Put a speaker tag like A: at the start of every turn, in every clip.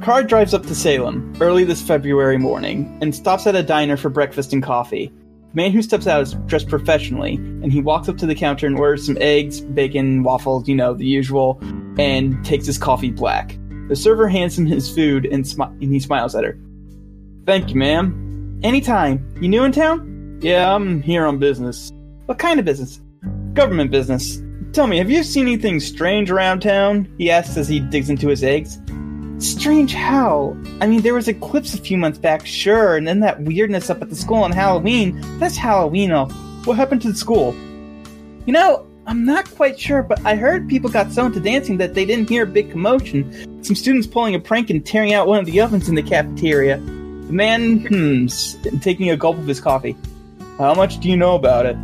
A: car drives up to Salem early this February morning and stops at a diner for breakfast and coffee. The man who steps out is dressed professionally, and he walks up to the counter and orders some eggs, bacon, waffles, you know, the usual, and takes his coffee black. The server hands him his food and, smi- and he smiles at her. Thank you, ma'am. Anytime. You new in town? Yeah, I'm here on business. What kind of business? Government business. Tell me, have you seen anything strange around town? He asks as he digs into his eggs. Strange how? I mean, there was eclipse a few months back, sure, and then that weirdness up at the school on Halloween. That's Halloween off. What happened to the school? You know, I'm not quite sure, but I heard people got so into dancing that they didn't hear a big commotion. Some students pulling a prank and tearing out one of the ovens in the cafeteria. The man hmms, taking a gulp of his coffee. How much do you know about it?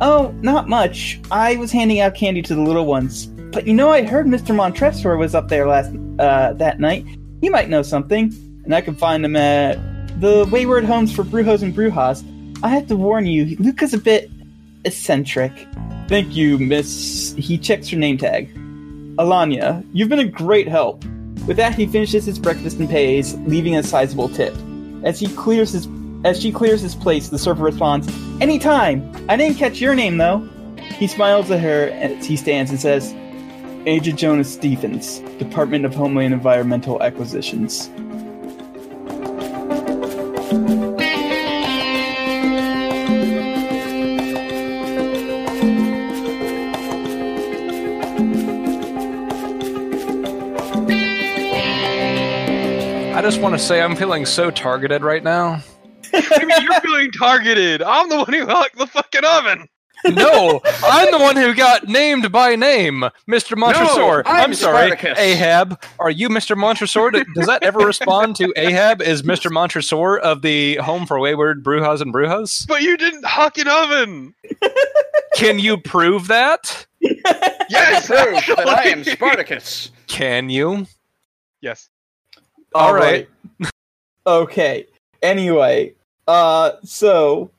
A: Oh, not much. I was handing out candy to the little ones. But you know, I heard Mr. Montresor was up there last uh, that night. He might know something, and I can find him at the Wayward Homes for Brujos and Brujas. I have to warn you, Luca's a bit eccentric. Thank you, Miss. He checks her name tag. Alanya, you've been a great help. With that, he finishes his breakfast and pays, leaving a sizable tip. As he clears his as she clears his place, the server responds, "Anytime. I didn't catch your name though." He smiles at her as he stands and says, Agent Jonas Stephens, Department of Homeland Environmental Acquisitions.
B: I just want to say I'm feeling so targeted right now.
C: I mean, you're feeling targeted. I'm the one who hooked the fucking oven.
B: No, I'm the one who got named by name, Mr. Montresor.
D: I'm
B: sorry,
D: Spartacus.
B: Ahab. Are you Mr. Montresor? Do- Does that ever respond to Ahab? Is Mr. Montresor of the Home for Wayward Brujas and Brujas?
C: But you didn't hook an oven.
B: Can you prove that?
C: Yes,
D: Proof that I am Spartacus.
B: Can you?
C: Yes.
B: All right.
A: Okay. Anyway, uh, so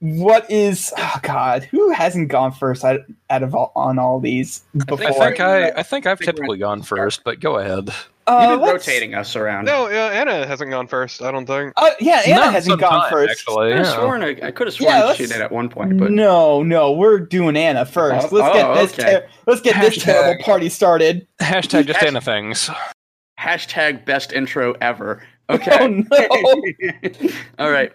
A: what is? Oh God, who hasn't gone first out, out of all, on all these
B: I
A: before?
B: think, I think I, I think I've
D: Think we're-
B: typically gone first, but go ahead.
A: Uh,
D: You've been
A: let's-
D: rotating us around.
C: No, uh, Anna hasn't gone first. I don't think.
A: Uh, yeah, Anna
B: Not
A: hasn't
B: some
A: gone
B: time,
A: first.
B: Actually,
D: I could have
B: yeah.
D: sworn, I, I could have sworn
A: Yeah, let's-
D: she did at one point, but
A: No, no, we're doing Anna first.
D: Oh,
A: let's
D: oh,
A: get this.
D: okay.
A: ter- let's get this
B: Hashtag.
A: terrible party started.
B: Hashtag just
D: Hashtag-
B: Anna things.
D: hashtag best intro ever.
A: Oh
D: Okay.
A: no!
D: All right.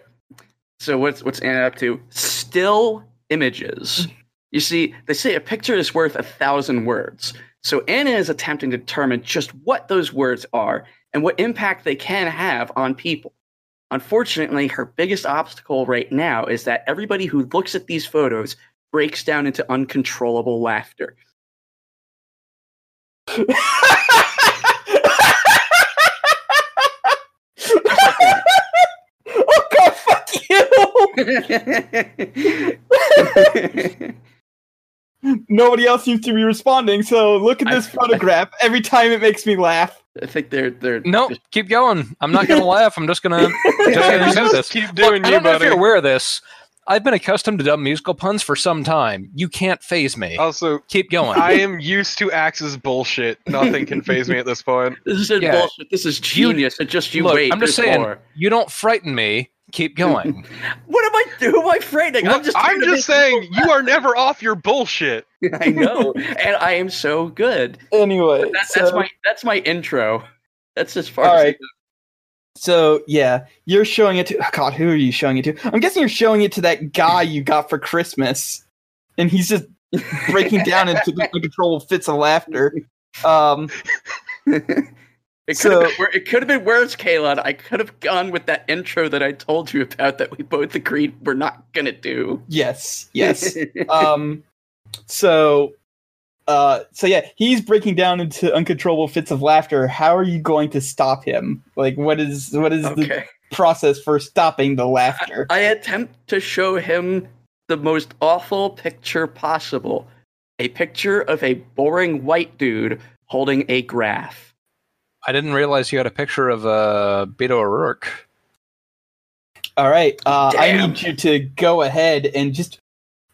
D: So what's what's Anna up to? Still images. You see, they say a picture is worth a thousand words. So Anna is attempting to determine just what those words are and what impact they can have on people. Unfortunately, her biggest obstacle right now is that everybody who looks at these photos breaks down into uncontrollable laughter.
A: oh God! Fuck you! Nobody else seems to be responding. So look at
D: I-
A: this photograph. Every time it makes me laugh.
D: I think they're they're
B: Nope, keep going. I'm not gonna laugh. I'm just gonna just gonna do this.
C: keep
B: Look,
C: doing
B: I
C: you,
B: don't know if
C: buddy.
B: you're aware of this. I've been accustomed to dumb musical puns for some time. You can't phase me.
C: Also,
B: Keep going.
C: Oh, I am used to Axe's bullshit. Nothing can phase me at this point.
D: This is
B: Yeah.
D: bullshit. This is genius. and just you
B: Look,
D: wait.
B: I'm just
D: there's
B: saying.
D: more.
B: You don't frighten me. Keep going.
D: What am I? Who am I frightening? I'm just.
C: I'm
D: trying to
C: just
D: make-
C: saying, you are never off your bullshit.
D: I know, and I am so good.
A: Anyway,
D: That, that's
A: so,
D: my. That's my intro. That's as far
A: All
D: as.
A: right. so yeah, you're showing it to. oh, God, who are you showing it to? I'm guessing you're showing it to that guy you got for Christmas, and he's just breaking down into uncontrollable fits of laughter. Um,
D: It could,
A: So-
D: have been, wor- it could have been worse, Kalon. I could have gone with that intro that I told you about that we both agreed we're not gonna do.
A: yes, yes. um so uh so yeah he's breaking down into uncontrollable fits of laughter how are you going to stop him like what is what is the
D: okay.
A: process for stopping the laughter
D: I attempt to show him the most awful picture possible. A picture of a boring white dude holding a graph.
B: I didn't realize you had a picture of uh, Beto O'Rourke.
A: all right uh i
D: Damn.
A: need you to go ahead and just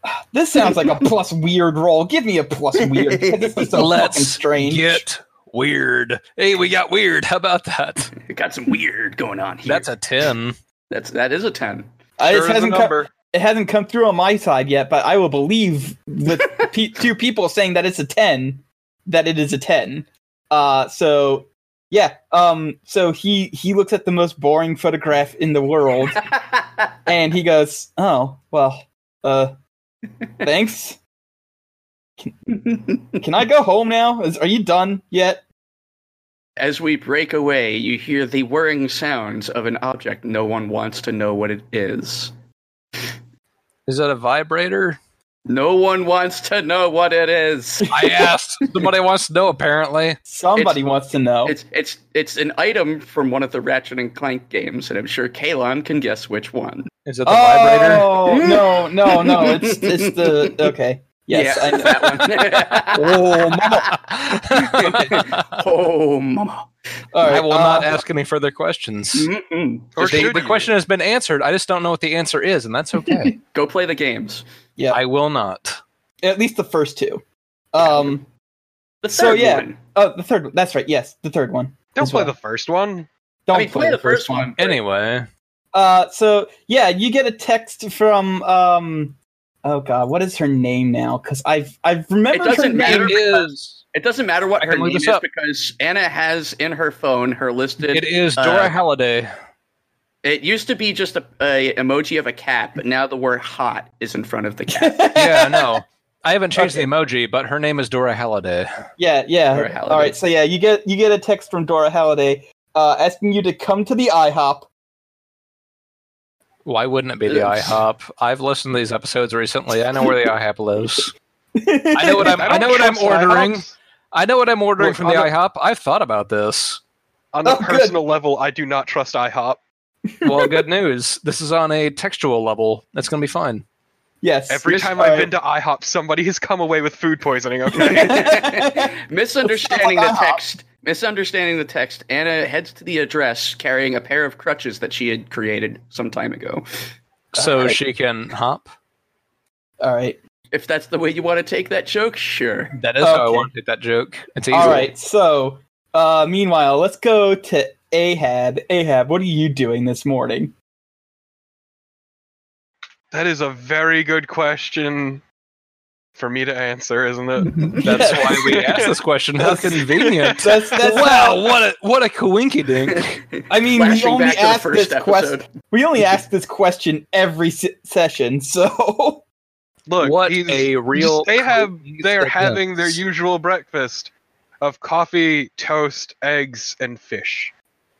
A: this sounds like a plus weird roll give me a plus weird 'cause this is so fucking
B: Let's
A: strange
B: Get Weird. Hey, we got weird. How about that?
D: It got some weird going on here.
B: That's a 10.
D: that's that is a ten.
A: I-
C: Sure
A: it
C: is a
A: Uh, hasn't come,
C: number.
A: it hasn't come through on my side yet, but I will believe with pe- two people saying that it's a ten, that it is a ten. Uh, so yeah, um, so he he looks at the most boring photograph in the world, and he goes, "Oh well, uh, thanks. Can I go home now? Is, are you done yet?"
D: As we break away, you hear the whirring sounds of an object no one wants to know what it is.
B: Is that a vibrator?
D: No one wants to know what it is.
B: I asked. Somebody wants to know, apparently.
A: Somebody
D: It's-
A: wants to know.
D: It's it's it's an item from one of the Ratchet and Clank games, and I'm sure Kalon can guess which one.
B: Is it the vibrator?
A: Oh no, no, no! It's it's the okay. Yes,
D: yeah,
A: I know.
D: that one.
A: Oh, mama.
D: oh, mama.
A: All right,
B: I will
A: uh,
B: not ask any further questions.
D: Mm-mm.
C: Or
B: the,
C: should
B: the
C: you?
B: question has been answered. I just don't know what the answer is, and that's okay.
D: Go play the games.
B: I will not.
A: At least the first two. Um.
D: The
A: So,
D: third
A: yeah.
D: one.
A: Oh, the third. one. That's right. Yes, the third one.
C: Don't
A: as
C: play
A: well.
C: the first one.
A: Don't
D: I mean, play the first one. but-
B: Anyway,
A: Uh. So yeah, you get a text from um. Oh God, what is her name now? Because I've I've remembered her
D: doesn't
A: name.
D: matter.
B: it is
D: It doesn't matter what
B: I
D: her
B: can look
D: name
B: this
D: is
B: up.
D: because Anna has in her phone her listed.
B: it
D: It,
B: is Dora
D: uh,
B: Halliday.
D: used to be just a, a emoji of a cat, but now the word "hot" is in front of the cat.
B: Yeah, no, I haven't changed the emoji, but her name is Dora Halliday.
A: Yeah, yeah.
D: Dora Halliday.
A: All right, so yeah, you get you get a text from Dora Halliday uh, asking you to come to the IHOP.
B: Why wouldn't it be the
D: Oops.
B: IHOP? I've listened to these episodes recently. I know where the IHOP lives. I know what I'm. I,
C: don't
B: know what I'm
C: trust IHOps
B: ordering. I know what I'm ordering
C: Look,
B: from the
C: I'm
B: IHOP. I've thought about this.
C: On a
A: Oh, good.
C: personal level, I do not trust IHOP.
B: Well, good news. This is on a textual level. That's going to be fine.
A: yes.
C: Every
D: Yes,
C: time
A: all right.
C: I've been to IHOP, somebody has come away with food poisoning. Okay.
A: Sounds
D: misunderstanding the
A: like IHOP.
D: text. Misunderstanding the text, Anna heads to the address carrying a pair of crutches that she had created some time ago.
B: So
A: Alright.
B: she can hop.
A: All right.
D: If that's the way you want to take that joke, sure.
B: That is how Oh, I
A: Okay.
B: want to take that joke. It's easy.
A: All right. So, uh, meanwhile, let's go to Ahab. Ahab, what are you doing this morning?
C: that is a very good question for me to answer, isn't it?
A: Yes.
B: That's why we asked this question. How
A: That's-
B: convenient.
A: That's that's
B: wow, what a what a coinkydink.
A: I mean, we
D: Flashing
A: only
D: back to the
A: asked
D: first
A: this
D: episode.
A: question. We only asked this question every se- session. So,
C: Look,
B: what
C: he's-
B: a real
C: they have
B: coinkydink
C: they are
B: that
C: having their
B: is.
C: usual breakfast of coffee, toast, eggs, and fish.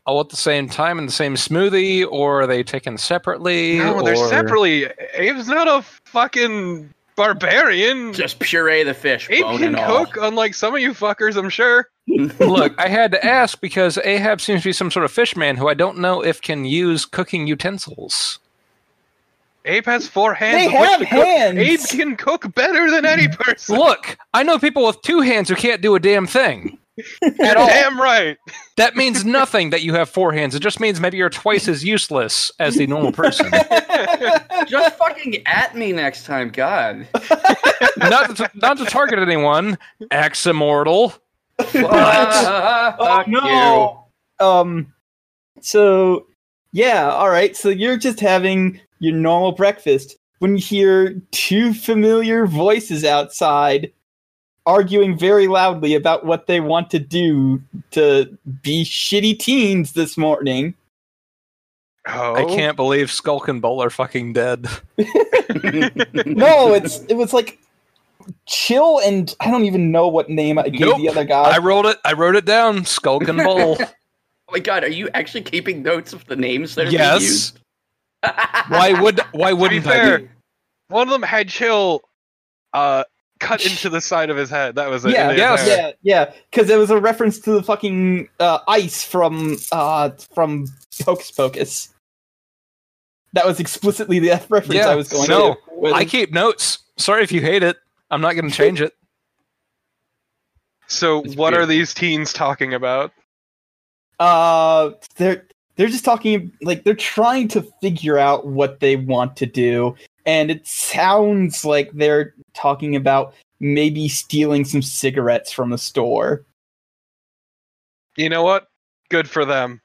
B: all at the same time in the same smoothie, or are they taken separately?
C: No,
B: or...
C: Oh, they're separately. Abe's not a fucking barbarian.
D: Just puree the fish,
C: Abe
D: bone
C: can
D: and all.
C: cook, unlike some of you fuckers, I'm sure.
B: Look, I had to ask because Ahab seems to be some sort of fish man who I don't know if can use cooking utensils.
C: Abe has four hands.
A: They
C: of which
A: have
C: to cook.
A: hands!
C: Abe can cook better than any person.
B: Look, I know people with two hands who can't do a damn thing. At all.
C: Damn right.
B: That means nothing that you have four hands. It just means maybe you're twice as useless as the normal person.
D: Just fucking at me next time, God.
B: not, to, not to target anyone. Axe immortal.
A: Oh,
D: Fuck you.
A: no. um, so yeah, all right. So you're just having your normal breakfast when you hear two familiar voices outside arguing very loudly about what they want to do to be shitty teens this morning.
C: Oh,
B: I can't believe Skulk and Bull are fucking dead.
A: No, it's it was like chill and I don't even know what name I gave the
B: Nope.
A: other guy.
B: I rolled it. I wrote it down. Skulk and Bull.
D: Oh my god, are you actually keeping notes of the names that are being
B: yes.
D: used?
B: Why would Why
C: To be
B: wouldn't I? Be?
C: fair, one of them had chill uh, cut into the side of his head. That was it.
A: Yeah,
C: And they
B: Yes.
C: were-
A: Yeah, yeah, because it was a reference to the fucking uh, ice from uh, from Hocus Pocus. That was explicitly the reference
B: Yeah,
A: I was going
B: no,
A: to. with-
B: I keep notes. Sorry if you hate it. I'm not going to change it.
C: So,
D: It's
C: what
D: beautiful.
C: are these teens talking about?
A: uh, they're they're just talking like they're trying to figure out what they want to do, and it sounds like they're talking about maybe stealing some cigarettes from a store.
C: You know what? Good for them.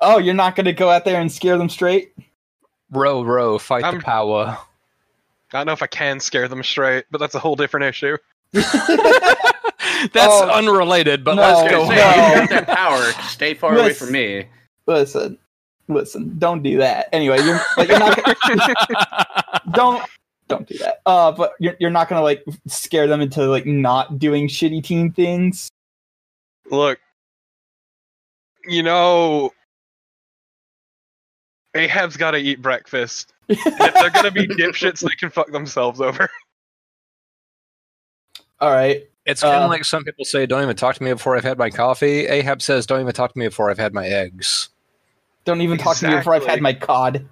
A: Oh, you're not going to go out there and scare them straight?
B: Row, row, fight
C: I'm-
B: the power.
C: I don't know if I can scare them straight, but that's a whole different issue.
B: That's
A: Oh.
B: unrelated, but
A: No.
B: let's
D: I
B: go.
D: was gonna
A: No.
D: say, you got their power. Stay far away
A: Yes.
D: from me.
A: Listen, listen, don't do that. Anyway, you're, but you're not. don't don't do that. Uh, but you're you're not gonna like scare them into like not doing shitty team things.
C: Look, you know, Ahab's got to eat breakfast. And if they're gonna be dipshits, they can fuck themselves over.
A: All right.
B: It's kind
A: Uh,
B: of like some people say, "Don't even talk to me before I've had my coffee." Ahab says, "Don't even talk to me before I've had my eggs."
A: Don't even talk to me before I've had
C: Exactly.
A: my cod.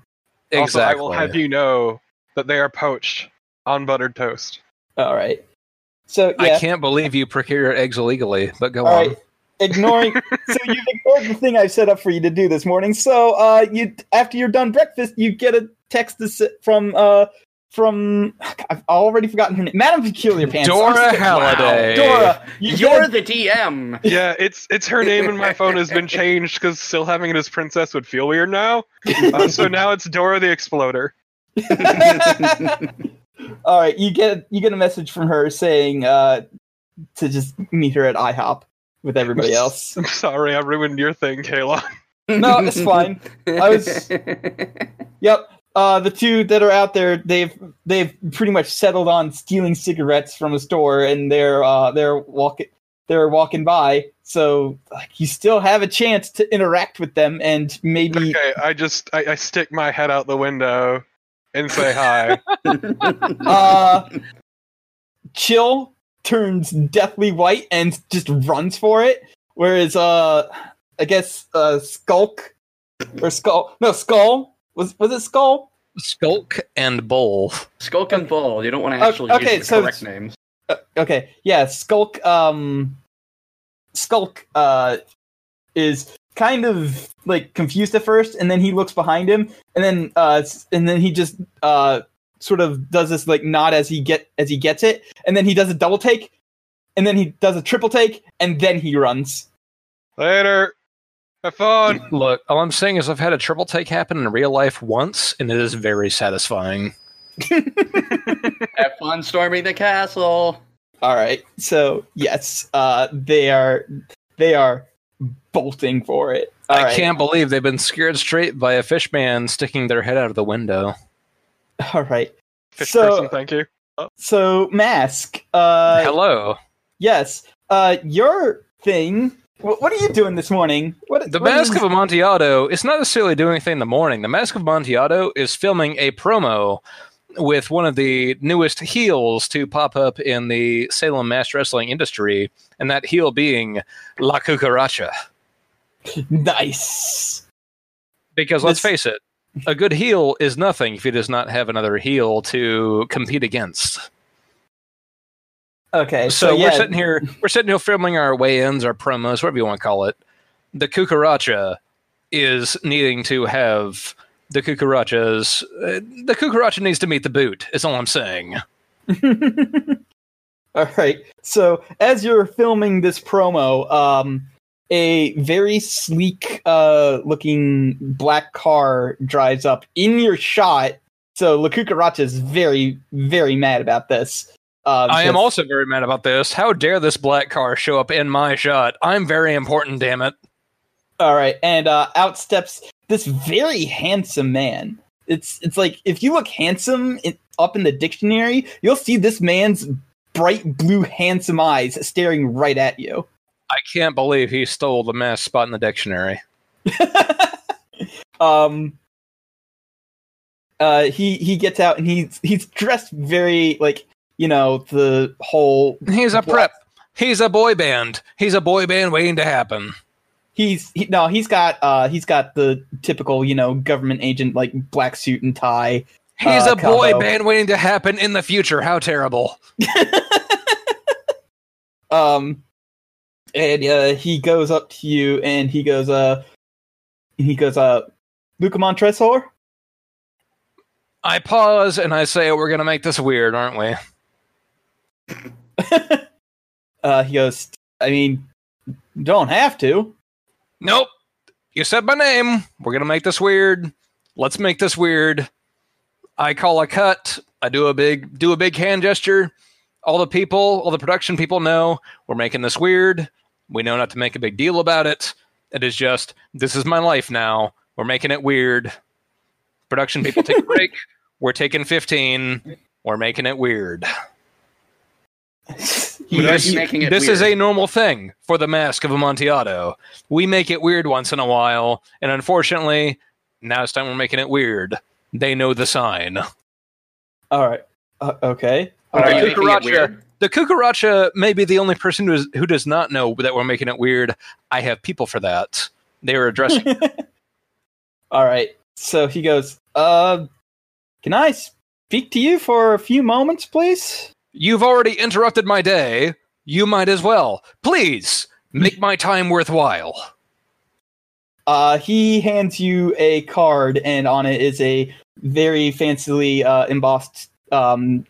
C: Also, I will have you know that they are poached on buttered toast.
A: All right. So
B: I
A: yeah.
B: can't believe you procure your eggs illegally, but go
A: All
B: on.
A: right. Ignoring. so you've ignored the thing I've set up for you to do this morning. So uh, you after you're done breakfast, you get a text to s- from uh from I've already forgotten her name, Madame Peculiar Pants. I'm
B: Dora
A: so-
B: Halliday.
A: Dora, you get
D: You're
A: a-
D: the DM.
C: Yeah, it's it's her name in my phone has been changed because still having it as princess would feel weird now. Uh, so now it's Dora the Exploder.
A: All right, you get you get a message from her saying uh, to just meet her at IHOP with everybody else.
C: I'm sorry, I ruined your thing, Kayla.
A: No, it's fine. I was- Yep. Uh, the two that are out there, they've they've pretty much settled on stealing cigarettes from a store, and they're uh, they're walking they're walking by. So like, you still have a chance to interact with them, and maybe
C: Okay, I just I, I stick my head out the window and say hi.
A: uh, Chill turns deathly white and just runs for it. Whereas, uh, I guess uh, Skulk or Skull, no Skull was was it Skull?
B: Skulk and bowl.
D: Skulk and Bull. You don't want to actually
A: okay,
D: use the
A: so
D: correct
A: it's-
D: names.
A: Uh, okay, yeah, Skulk. Um, Skulk uh, is kind of like confused at first, and then he looks behind him, and then uh, s- and then he just uh, sort of does this like nod as he get as he gets it, and then he does a double take, and then he does a triple take, and then he runs.
C: Later. Have fun.
B: Look, all I'm saying is I've had a triple take happen in real life once, and it is very satisfying.
D: Have fun storming the castle.
A: All right, so yes, uh, they are they are bolting for it. All
B: I
A: right.
B: can't believe they've been scared straight by a fish man sticking their head out of the window.
A: All right.
C: Fish
A: So-
C: person, thank you.
A: So mask. Uh,
B: Hello.
A: Yes. Uh, your thing. What, what are you doing this morning? What
B: The
A: what
B: Mask
A: is-
B: of Amontillado is not necessarily doing anything in the morning. The Mask of Amontillado is filming a promo with one of the newest heels to pop up in the Salem mass wrestling industry, and that heel being La Cucaracha.
A: nice.
B: Because let's
A: This-
B: face it, a good heel is nothing if he does not have another heel to compete against.
A: Okay.
B: So,
A: So,
B: we're
A: yeah,
B: sitting here, we're sitting here filming our weigh-ins, our promos, whatever you want to call it. The cucaracha is needing to have the cucarachas. Uh, the cucaracha needs to meet the boot. Is all I'm saying.
A: All right. So as you're filming this promo, um, a very sleek uh, looking black car drives up in your shot. So La Cucaracha is very, very mad about this. Uh,
B: I am
A: because-
B: also very mad about this. How dare this black car show up in my shot? I'm very important, damn it.
A: All right, and uh, out steps this very handsome man. It's it's like if you look handsome in, up in the dictionary, you'll see this man's bright blue handsome eyes staring right at you.
B: I can't believe he stole the mass spot in the dictionary.
A: um, uh, he he gets out and he's he's dressed very like you know the whole
B: He's a
A: What?
B: prep. He's a boy band. He's a boy band waiting to happen.
A: he's he, no he's got uh he's got the typical you know government agent like black suit and tie.
B: He's
A: Uh,
B: a boy
A: combo.
B: band waiting to happen in the future. How terrible.
A: Um, and uh, he goes up to you, and he goes, uh, he goes, uh, Luca Montresor.
B: I pause and I say, "We're gonna make this weird, aren't we?"
A: uh, he goes, I mean, Don't have to.
B: Nope. You said my name. We're going to make this weird. Let's make this weird. I call a cut. I do a big do a big hand gesture. All the people, all the production people know we're making this weird. We know not to make a big deal about it. It is just this is my life now. We're making it weird. Production people take a break. We're taking 15. We're making it weird.
A: You-
D: Just
A: you-
D: making it
B: this is
D: weird.
B: a normal thing for the mask of Amontillado. We make it weird once in a while, and unfortunately, now it's time we're making it weird. They know the sign.
A: all right. Uh, okay. All
B: But are
D: Are you
A: right.
B: you
D: making it
B: Cucaracha?
D: weird?
B: The cucaracha may be the only person who, is, who does not know that we're making it weird. I have people for that. They are addressing.
A: All right. So he goes, uh, can I speak to you for a few moments, please?
B: You've already interrupted my day. You might as well. Please make my time worthwhile.
A: Uh, he hands you a card, and on it is a very fancily uh, embossed um,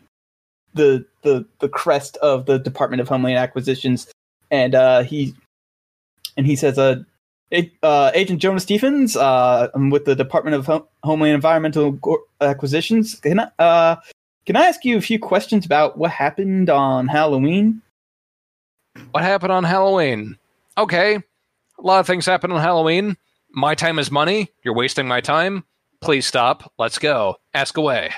A: the the the crest of the Department of Homeland Acquisitions, and uh, he and he says, uh, A- uh, Agent Jonah Stephens, uh, I'm with the Department of Ho- Homeland Environmental Go- Acquisitions. Can I uh, can I ask you a few questions about what happened on Halloween?
B: What happened on Halloween? Okay. A lot of things happen on Halloween. My time is money. You're wasting my time. Please stop. Let's go. Ask away.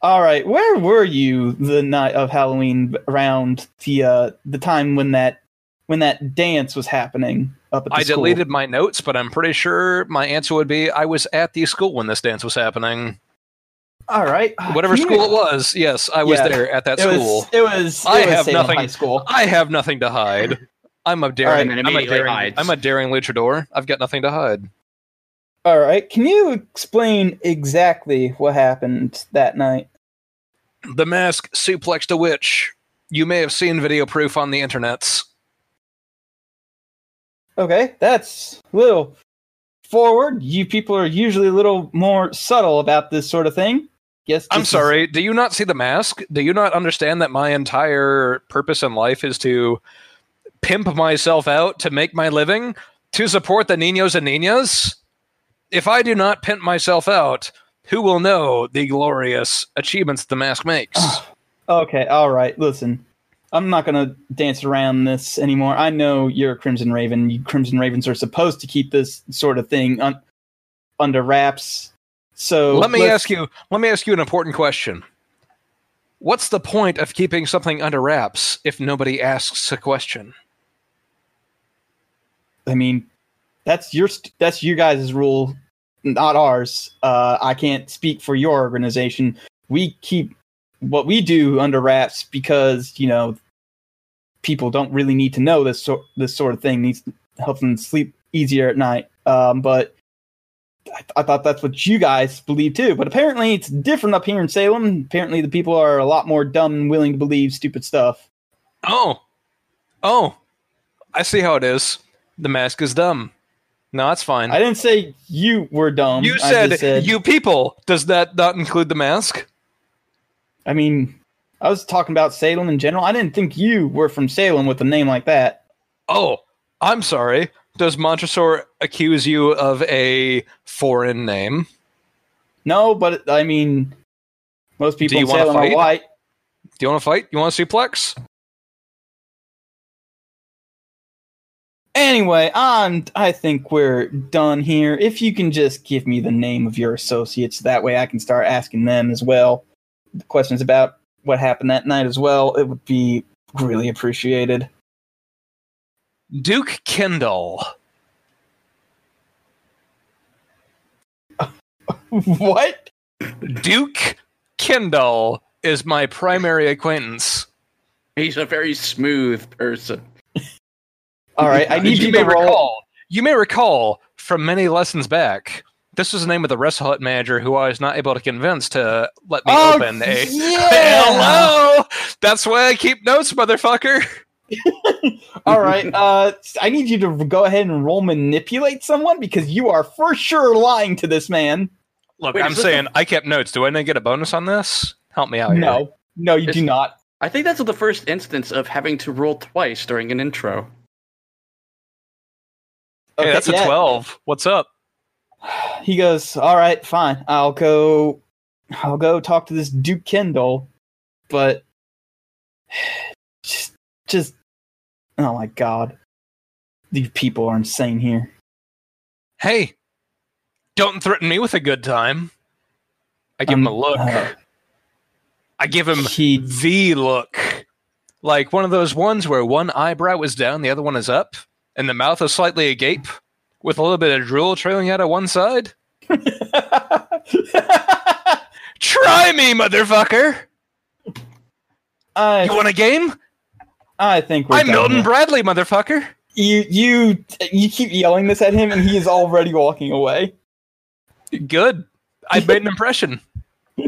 A: All right, where were you the night of Halloween around the uh, the time when that when that dance was happening up at the
B: I
A: school?
B: deleted my notes, but I'm pretty sure my answer would be I was at the school when this dance was happening.
A: All right,
B: Whatever
A: Can you-
B: school it was, yes, I was
A: Yeah.
B: there at that
A: It
B: school.
A: was it was.
B: I
A: it was
B: have
A: Salem
B: nothing-
A: High school.
B: I have nothing to hide. I'm a daring.
D: And then
B: I'm, a
D: immediately
B: daring
D: hides.
B: I'm a daring luchador. I've got nothing to hide.
A: All right, can you explain exactly what happened that night?
B: The mask suplexed a witch. You may have seen video proof on the internets.
A: Okay, that's a little forward. You people are usually a little more subtle about this sort of thing. Yes,
B: I'm
A: this is-
B: sorry. Do you not see the mask? Do you not understand that my entire purpose in life is to pimp myself out to make my living to support the ninos and ninas? If I do not pimp myself out, who will know the glorious achievements the mask makes?
A: Ah, Okay, all right. Listen, I'm not gonna dance around this anymore. I know you're a Crimson Raven. You Crimson Ravens are supposed to keep this sort of thing un- under wraps. So
B: let me
A: let's-
B: ask you let me ask you an important question what's the point of keeping something under wraps if nobody asks a question
A: I mean, that's your st- that's you guys' rule, not ours. Uh, I can't speak for your organization. We keep what we do under wraps because you know people don't really need to know this sort this sort of thing needs helps them sleep easier at night. Um, but I, I thought that's what you guys believe too. But apparently, it's different up here in Salem. Apparently, the people are a lot more dumb and willing to believe stupid stuff.
B: oh oh i see how it is the mask is dumb no that's fine
A: I didn't say you were dumb.
B: you
A: I
B: said,
A: just
B: you people does that not include the mask
A: I mean, I was talking about Salem in general. I didn't think you were from Salem with a name like that.
B: oh i'm sorry does montresor accuse you of a foreign name
A: No, but I mean, most people
B: you
A: in
B: wanna
A: Salem are
B: fight?
A: white.
B: do you want to fight you want to suplex
A: Anyway, I'm, I think we're done here. If you can just give me the name of your associates, that way I can start asking them as well the questions about what happened that night as well. It would be really appreciated.
B: duke kendall
A: what?
B: Duke Kendall is my primary acquaintance.
D: He's a very smooth person.
A: All right, I need
B: you
A: you
B: may
A: to roll.
B: recall. You may recall from many lessons back. This was the name of the Wrestle Hut manager who I was not able to convince to let me
A: Oh,
B: open a.
A: yeah!
B: Hello, that's why I keep notes, motherfucker.
A: All right. Uh, I need you to go ahead and roll manipulate someone because you are for sure lying to this man.
B: Look,
D: Wait,
B: I'm
D: is this
B: saying I kept notes. Do I not get a bonus on this? Help me out here.
A: No, no, you do
D: It's-
A: not.
D: I think that's the first instance of having to roll twice during an intro.
B: hey, that's a
A: yeah.
B: 12. What's up?
A: He goes, "All right, fine. I'll go. I'll go talk to this Duke Kendall, but just, just, oh my god, these people are insane here."
B: Hey, don't threaten me with a good time. I give him a
A: Um,
B: look.
A: uh,
B: I give him
A: He
B: the look. Like one of those ones where one eyebrow is down, the other one is up, and the mouth is slightly agape with a little bit of drool trailing out of one side. Try me, motherfucker! You
A: I,
B: want a game?
A: I think we're
B: I'm
A: done
B: Milton
A: here.
B: Bradley, motherfucker!
A: you you you keep yelling this at him, and he is already walking away.
B: Good. I made an impression.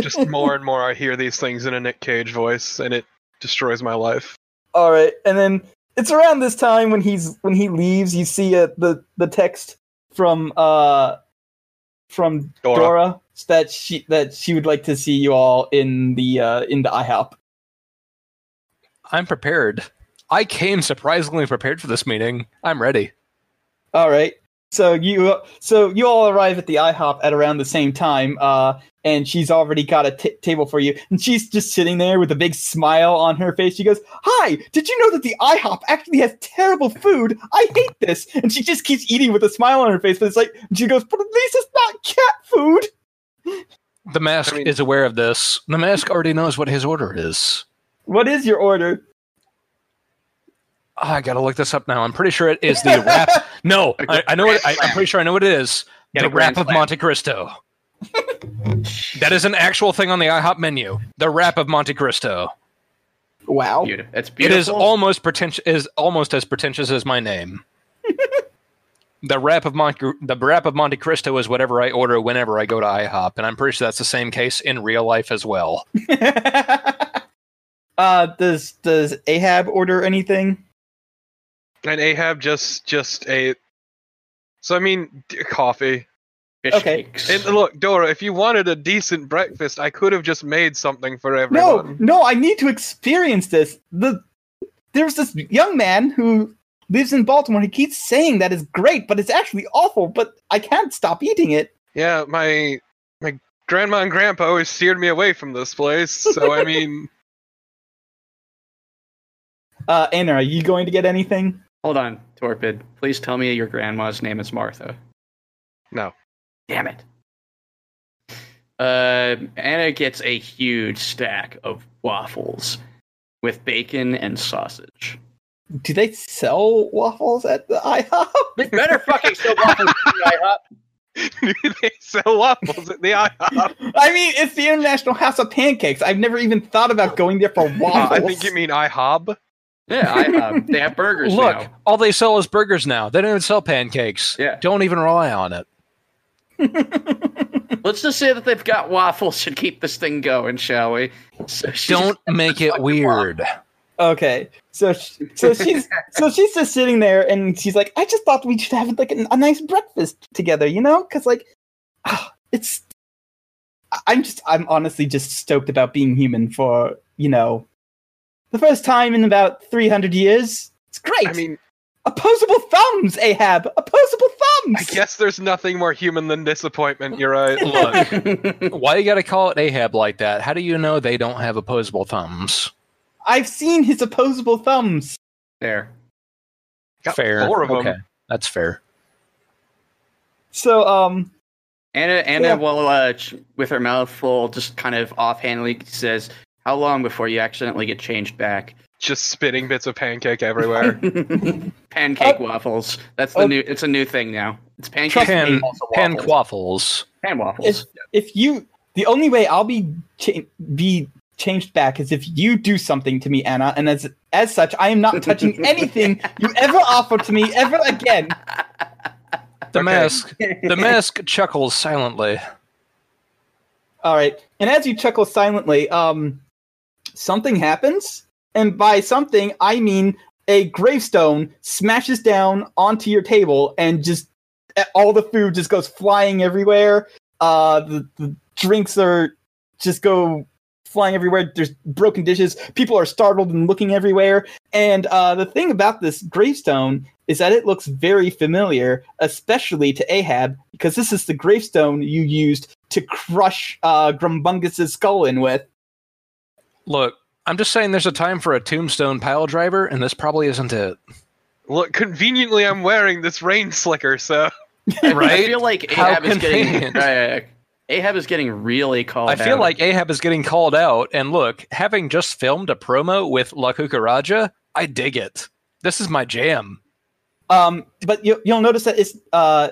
C: Just more and more, I hear these things in a Nick Cage voice, and it destroys my life.
A: All right, and then it's around this time when he's when he leaves. You see uh, the the text from uh from
C: Dora.
A: Dora. that she that she would like to see you all in the uh in the IHOP.
B: I'm prepared. I came surprisingly prepared for this meeting. I'm ready.
A: All right, so you so you all arrive at the IHOP at around the same time. Uh, and she's already got a t- table for you, and she's just sitting there with a big smile on her face. She goes, "Hi, did you know that the IHOP actually has terrible food? I hate this." And she just keeps eating with a smile on her face, but it's like and she goes, "But at least it's not cat food."
B: The mask
C: I mean-
B: is aware of this. The mask already knows what his order is.
A: What is your order?
B: Ah, I gotta look this up now. I'm pretty sure it is the rap. No,
D: A
B: I, I know. What, I, I'm
D: Grand
B: pretty sure I know what it is.
D: Get
B: The
D: a Grand
B: rap of
D: Slam.
B: Monte Cristo. That is an actual thing on the IHOP menu. The rap of Monte Cristo.
A: Wow.
D: Beautiful. That's
B: It
D: beautiful.
B: is almost pretentious. Is almost as pretentious as my name. the rap of Monte. The rap of Monte Cristo is whatever I order whenever I go to IHOP, and I'm pretty sure that's the same case in real life as well.
A: uh, does does Ahab order anything?
C: And Ahab just just a. So I mean, d- coffee.
D: Fish
A: okay.
D: cakes.
C: And look, Dora, if you wanted a decent breakfast, I could have just made something for
A: No,
C: everyone.
A: no. I need to experience this. The there's this young man who lives in Baltimore. He keeps saying that is great, but it's actually awful. But I can't stop eating it.
C: Yeah, my my grandma and grandpa always steered me away from this place. So I mean,
A: Uh, Anna, are you going to get anything?
D: Hold on, Torpid. Please tell me your grandma's name is Martha.
C: No.
D: Damn it. Uh, Anna gets a huge stack of waffles with bacon and sausage.
A: Do they sell waffles at the IHOP?
D: They better fucking sell waffles.
C: they sell waffles at the IHOP.
A: I mean, it's the International House of Pancakes. I've never even thought about going there for
C: Uh,
A: waffles.
C: I think you mean IHOB.
D: yeah, I have. They have burgers
B: Look,
D: now.
B: all they sell is burgers now. They don't even sell pancakes.
D: Yeah.
B: Don't even rely on it.
D: Let's just say that they've got waffles and keep this thing going, shall we? So she's-
B: Don't make it weird.
A: Okay, so sh so she's so she's just sitting there, and she's like, "I just thought we should have like a, a nice breakfast together, you know? Because like, ah, it's I- I'm just I'm honestly just stoked about being human for you know the first time in about 300 years. It's great.
C: I mean,
A: opposable thumbs, Ahab. Opposable thumbs.
C: I guess there's nothing more human than disappointment. You're right.
B: Look, why you gotta call it Ahab like that? How do you know they don't have opposable thumbs?
A: I've seen his opposable thumbs.
D: there.
C: Got
B: fair.
C: four of 'em.
B: Okay, that's fair.
A: So um,
D: Anna, Anna
A: Yeah.
D: will, uh, ch- with her mouth full, just kind of offhandedly says, "How long before you accidentally get changed back?"
C: Just spitting bits of pancake everywhere.
D: pancake
A: Oh.
D: waffles. That's the
A: Oh.
D: new. It's a new thing now. It's pancake
A: Trust
B: Pan,
A: me.
D: waffles.
B: pan quaffles.
D: Pan waffles.
A: if you the only way I'll be cha- be changed back is if you do something to me, Anna, and as as such, I am not touching anything you ever offer to me ever again.
B: The
C: Okay.
B: mask. The mask chuckles silently.
A: All right, and as you chuckle silently, um, something happens, and by something I mean a gravestone smashes down onto your table, and just eh, all the food just goes flying everywhere. Uh, the, the drinks are just go flying everywhere. There's broken dishes. People are startled and looking everywhere. And uh, the thing about this gravestone is that it looks very familiar, especially to Ahab, because this is the gravestone you used to crush uh, Grumbungus's skull in with.
B: Look, I'm just saying there's a time for a tombstone pile driver, and this probably isn't it.
C: Look, conveniently, I'm wearing this rain slicker, so
D: I
B: Right?
D: feel like
B: How
D: Ahab is getting
B: convenient.
D: right, right, right. Ahab is getting really called.
B: I feel
D: out.
B: like Ahab is getting called out. And look, having just filmed a promo with La Cucaracha, I dig it. This is my jam.
A: Um, but you, you'll notice that it's uh,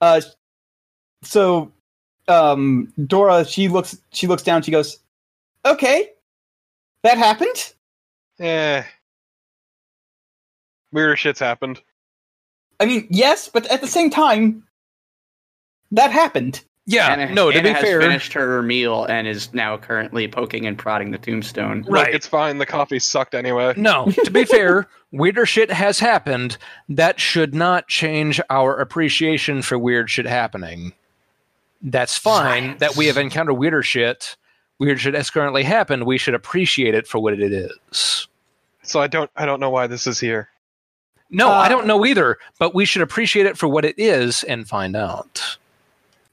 A: uh, so um, Dora. She looks. She looks down. She goes, "Okay, that happened."
C: eh. Weirder shit's happened.
A: I mean, yes, but at the same time, that happened.
B: Yeah,
D: Anna,
B: no, to
D: Anna
B: be
D: has
B: fair,
D: finished her meal and is now currently poking and prodding the tombstone.
C: Look,
B: Right.
C: it's fine. The coffee sucked anyway.
B: no, to be fair, weirder shit has happened. That should not change our appreciation for weird shit happening. That's fine
D: Science.
B: that we have encountered weirder shit. Weird shit has currently happened. We should appreciate it for what it is.
C: So I don't. I don't know why this is here.
B: No,
A: Uh,
B: I don't know either, but we should appreciate it for what it is and find out.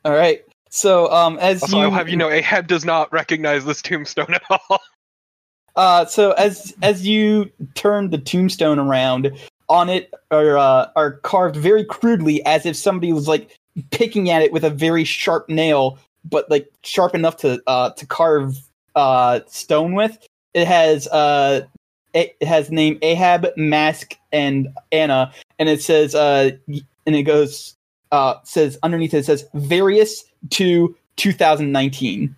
A: All right. So um, as
C: Also,
A: you,
C: I'll have you know, Ahab does not recognize this tombstone at all.
A: Uh, so as as you turn the tombstone around, on it are uh, are carved very crudely, as if somebody was like picking at it with a very sharp nail, but like sharp enough to uh, to carve uh, stone with. It has uh, it it has name Ahab, Mask, and Anna, and it says uh, y- and it goes uh, says underneath it says various to 2019.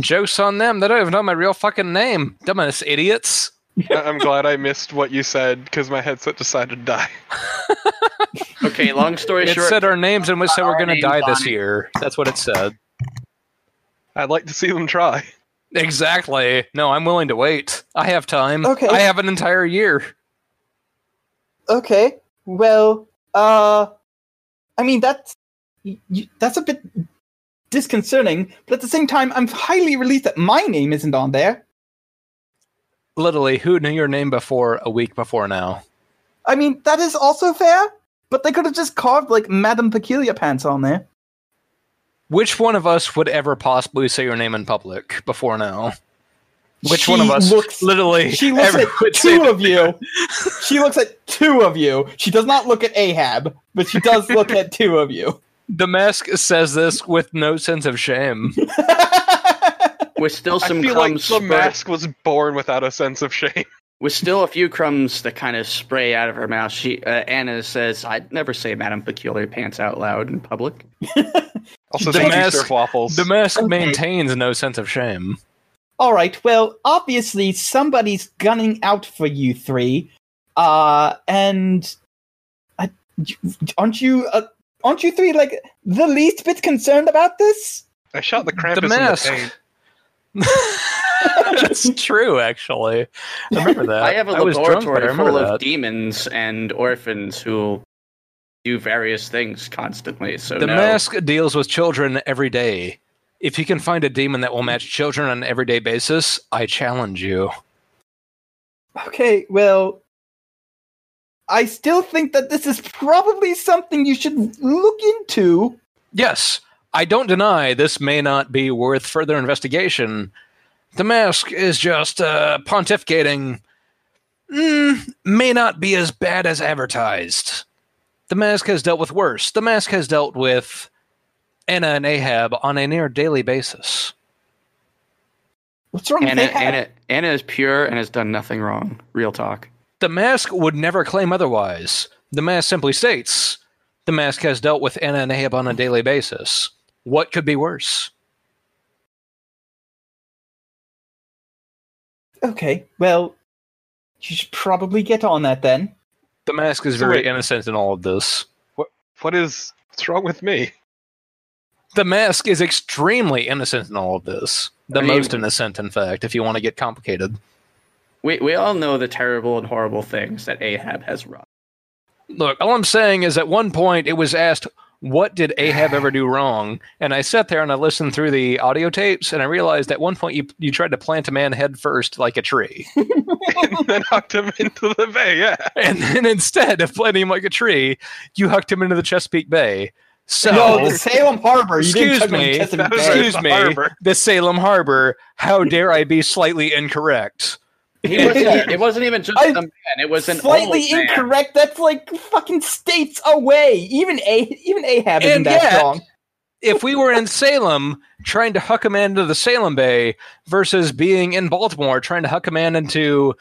B: Joke's on them. They don't even know my real fucking name. Dumbass idiots.
C: I- I'm glad I missed what you said because my headset decided to die.
D: Okay, long story
B: It
D: short,
B: said our names and we said
D: Our
B: we're going to
D: names
B: die this
D: on it.
B: year. That's what it said.
C: I'd like to see them try.
B: Exactly. No, I'm willing to wait. I have time.
A: Okay.
B: I have an entire year.
A: okay well uh i mean that's y- y- that's a bit disconcerting but at the same time i'm highly relieved that my name isn't on there
B: Literally, who knew your name before a week before now?
A: i mean that is also fair but they could have just carved like madame peculiar pants on there
B: Which one of us would ever possibly say your name in public before now? Which one
A: She
B: of us
A: looks-
B: literally
A: she looks
B: ever
A: at
B: would say
A: two of you she looks at two of you she does not look at ahab but she does look at two of you
B: The mask says this with no sense of shame.
D: with still some
C: I feel like
D: crumbs
C: the
D: spurt-
C: mask was born without a sense of shame.
D: with still a few crumbs that kind of spray out of her mouth. She uh, Anna says, "I'd never say Madame Peculiar pants out loud in public."
C: Also,
B: The
C: thank
B: mask-
C: you, Surf Waffles.
B: The mask
A: Okay.
B: maintains no sense of shame.
A: All right. Well, obviously somebody's gunning out for you three, uh, and I, aren't you? Uh, aren't you three like the least bit concerned about this?
C: I shot the Krampus
B: the
C: in
B: mask.
C: the paint.
B: That's true, actually. I remember that.
D: I have a
B: was drunk, but Uh, I
D: laboratory
B: remember
D: full of
B: that.
D: demons and orphans who do various things constantly. So
B: The
D: Oh, no.
B: mask deals with children every day. If you can find a demon that will match children on an everyday basis, I challenge you.
A: Okay. Well, I still think that this is probably something you should look into.
B: Yes, I don't deny this may not be worth further investigation. The mask is just uh, pontificating. Mm, may not be as bad as advertised. The mask has dealt with worse. The mask has dealt with Anna and Ahab on a near daily basis.
A: What's wrong
D: Anna,
A: with that?
D: Anna, Anna is pure and has done nothing wrong. Real talk.
B: The mask would never claim otherwise. The mask simply states the mask has dealt with Anna and Ahab on a daily basis. What could be worse?
A: Okay. Well, you should probably get on that then.
B: The mask is
C: So
B: very
C: wait-
B: innocent in all of this.
C: What is? What's wrong with me?
B: The mask is extremely innocent in all of this. The
D: I mean-
B: most innocent, in fact, if you want to get complicated.
D: We we all know the terrible and horrible things that Ahab has wrought.
B: Look, all I'm saying is at one point it was asked, what did Ahab ever do wrong? And I sat there and I listened through the audio tapes, and I realized at one point you you tried to plant a man head first like a tree,
C: and then hucked him into the bay. Yeah.
B: and then instead of planting him like a tree, you hucked him into the Chesapeake Bay. So
A: No, the Salem Harbor. You didn't
B: Excuse
A: touch
B: me.
A: me.
C: That was
B: excuse
C: the
B: me,
C: harbor.
B: the Salem Harbor. How dare I be slightly incorrect?
D: He wasn't, e, it wasn't even just
A: I-
D: a man. It was an
A: Slightly
D: old man.
A: incorrect. That's like fucking states away. Even a even Ahab isn't
B: And
A: that
B: yet-
A: strong.
B: If we were in Salem trying to huck a man into the Salem Bay versus being in Baltimore trying to huck a man into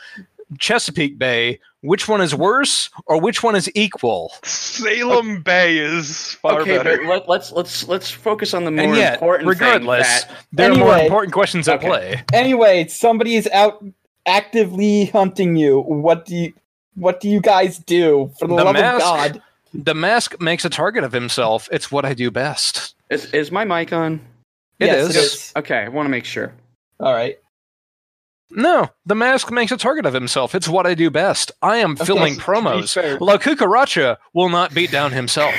B: Chesapeake Bay, which one is worse or which one is equal?
C: Salem Bay is far
D: Okay,
C: better.
D: but let, let's let's let's focus on the more
B: and yet,
D: important
B: regardless,
D: thing. that-
B: there are more
A: Anyway.
B: important questions at
D: Okay.
B: play.
A: Anyway, somebody is out actively hunting you. What do you what do you guys do? For the,
B: The
A: love
B: mask.
A: of God.
B: The mask makes a target of himself. It's what I do best.
D: Is, is my mic on?
B: It
A: Yes,
B: is.
D: Okay, I want to make sure.
A: Alright.
B: No, the mask makes a target of himself. It's what I do best. I am filming
A: to be
B: promos.
A: fair.
B: La Cucaracha will not beat down himself.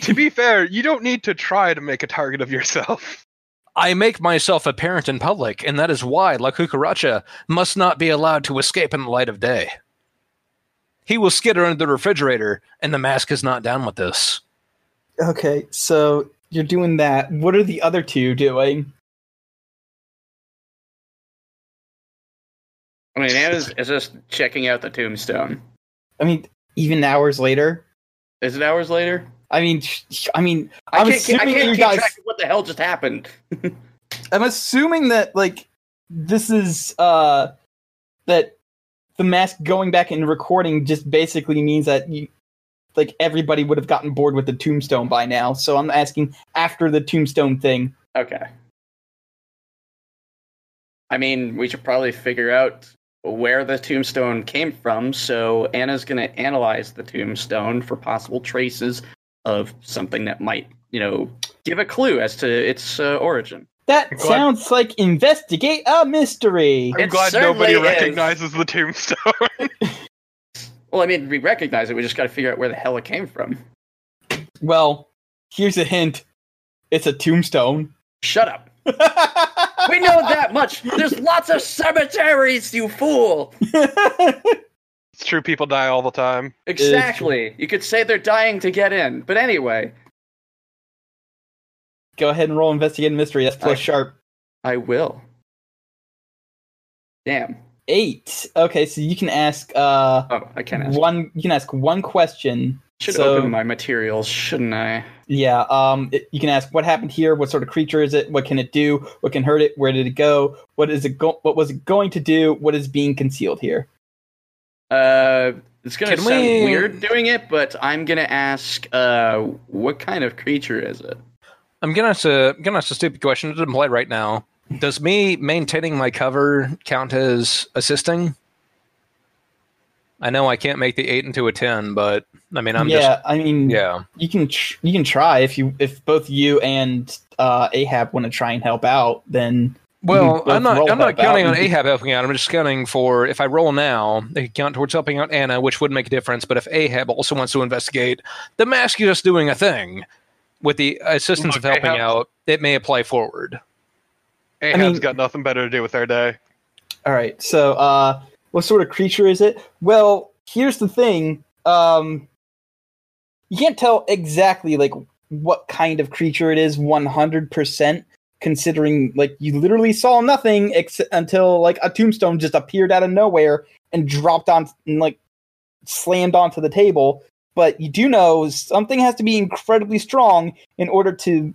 C: to be fair, you don't need to try to make a target of yourself.
B: I make myself apparent in public, and that is why La Cucaracha must not be allowed to escape in the light of day. He will skitter under the refrigerator, and the mask is not down with this.
A: Okay, so you're doing that. What are the other two doing?
D: I mean, Anna's is just checking out the tombstone.
A: I mean, even hours later.
D: Is it hours later?
A: I mean, sh- sh- I mean,
D: I
A: I'm
D: can't, keep- I
A: assuming
D: can't
A: you
D: keep
A: guys-
D: track of what the hell just happened.
A: I'm assuming that like this is uh that the mask going back and recording just basically means that you like everybody would have gotten bored with the tombstone by now. So I'm asking after the tombstone thing.
D: Okay. I mean, we should probably figure out where the tombstone came from, so Anna's going to analyze the tombstone for possible traces of something that might, you know, give a clue as to its uh, origin.
A: That
C: I'm glad-
A: sounds like investigate a mystery.
C: I'm
D: It
C: glad nobody
D: certainly is.
C: recognizes the tombstone.
D: Well, I mean, we recognize it, we just got to figure out where the hell it came from.
A: Well, here's a hint. It's a tombstone.
D: Shut up. We know that much. There's lots of cemeteries, you fool.
C: it's true, people die all the time.
A: true.
D: Exactly. You could say they're dying to get in. But anyway,
A: Go ahead and roll investigate a mystery. That's plus
D: Okay.
A: sharp.
D: I will. Damn.
A: Eight. Okay, so you can ask uh
D: Oh, I can't ask.
A: one you can ask one question
D: Should
A: So-
D: open my materials, shouldn't I?
A: Yeah, um, it- you can ask what happened here, what sort of creature is it, what can it do, what can hurt it, where did it go, what is it, go- what was it going to do, what is being concealed here?
D: Uh, it's gonna
B: Can
D: sound
B: we-
D: weird doing it, but I'm gonna ask, uh, what kind of creature is it?
B: I'm gonna ask a, gonna ask a stupid question. It doesn't play right now. Does me maintaining my cover count as assisting? I know I can't make the eight into a ten, but I mean I'm
A: yeah,
B: just
A: I mean,
B: yeah.
A: you can tr- you can try if you if both you and uh, Ahab want to try and help out, then
B: Well,
A: both
B: I'm not.
A: roll
B: I'm not
A: help out.
B: counting on Ahab helping out. I'm just counting for if I roll now, they could count towards helping out Anna, which would make a difference. But if Ahab also wants to investigate, the mask is just doing a thing. With the assistance of
C: Look,
B: helping
C: Ahab-
B: out, it may apply forward.
C: Ahab's
A: mean-
C: got nothing better to do with their day.
A: All right. So, uh, what sort of creature is it? Well, here's the thing. Um, you can't tell exactly like what kind of creature it is 100% considering like you literally saw nothing ex- until like a tombstone just appeared out of nowhere and dropped on and, like slammed onto the table but you do know something has to be incredibly strong in order to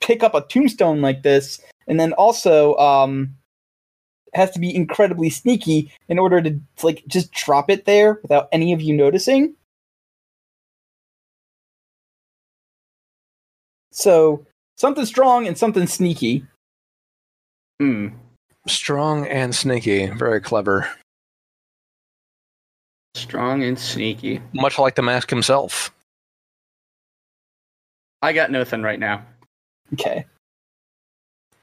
A: pick up a tombstone like this and then also um has to be incredibly sneaky in order to like just drop it there without any of you noticing. So something strong and something sneaky.
D: Hmm.
B: Strong and sneaky, very clever,
D: Strong and sneaky.
B: much like the mask himself.
D: I got nothing right now.
A: Okay.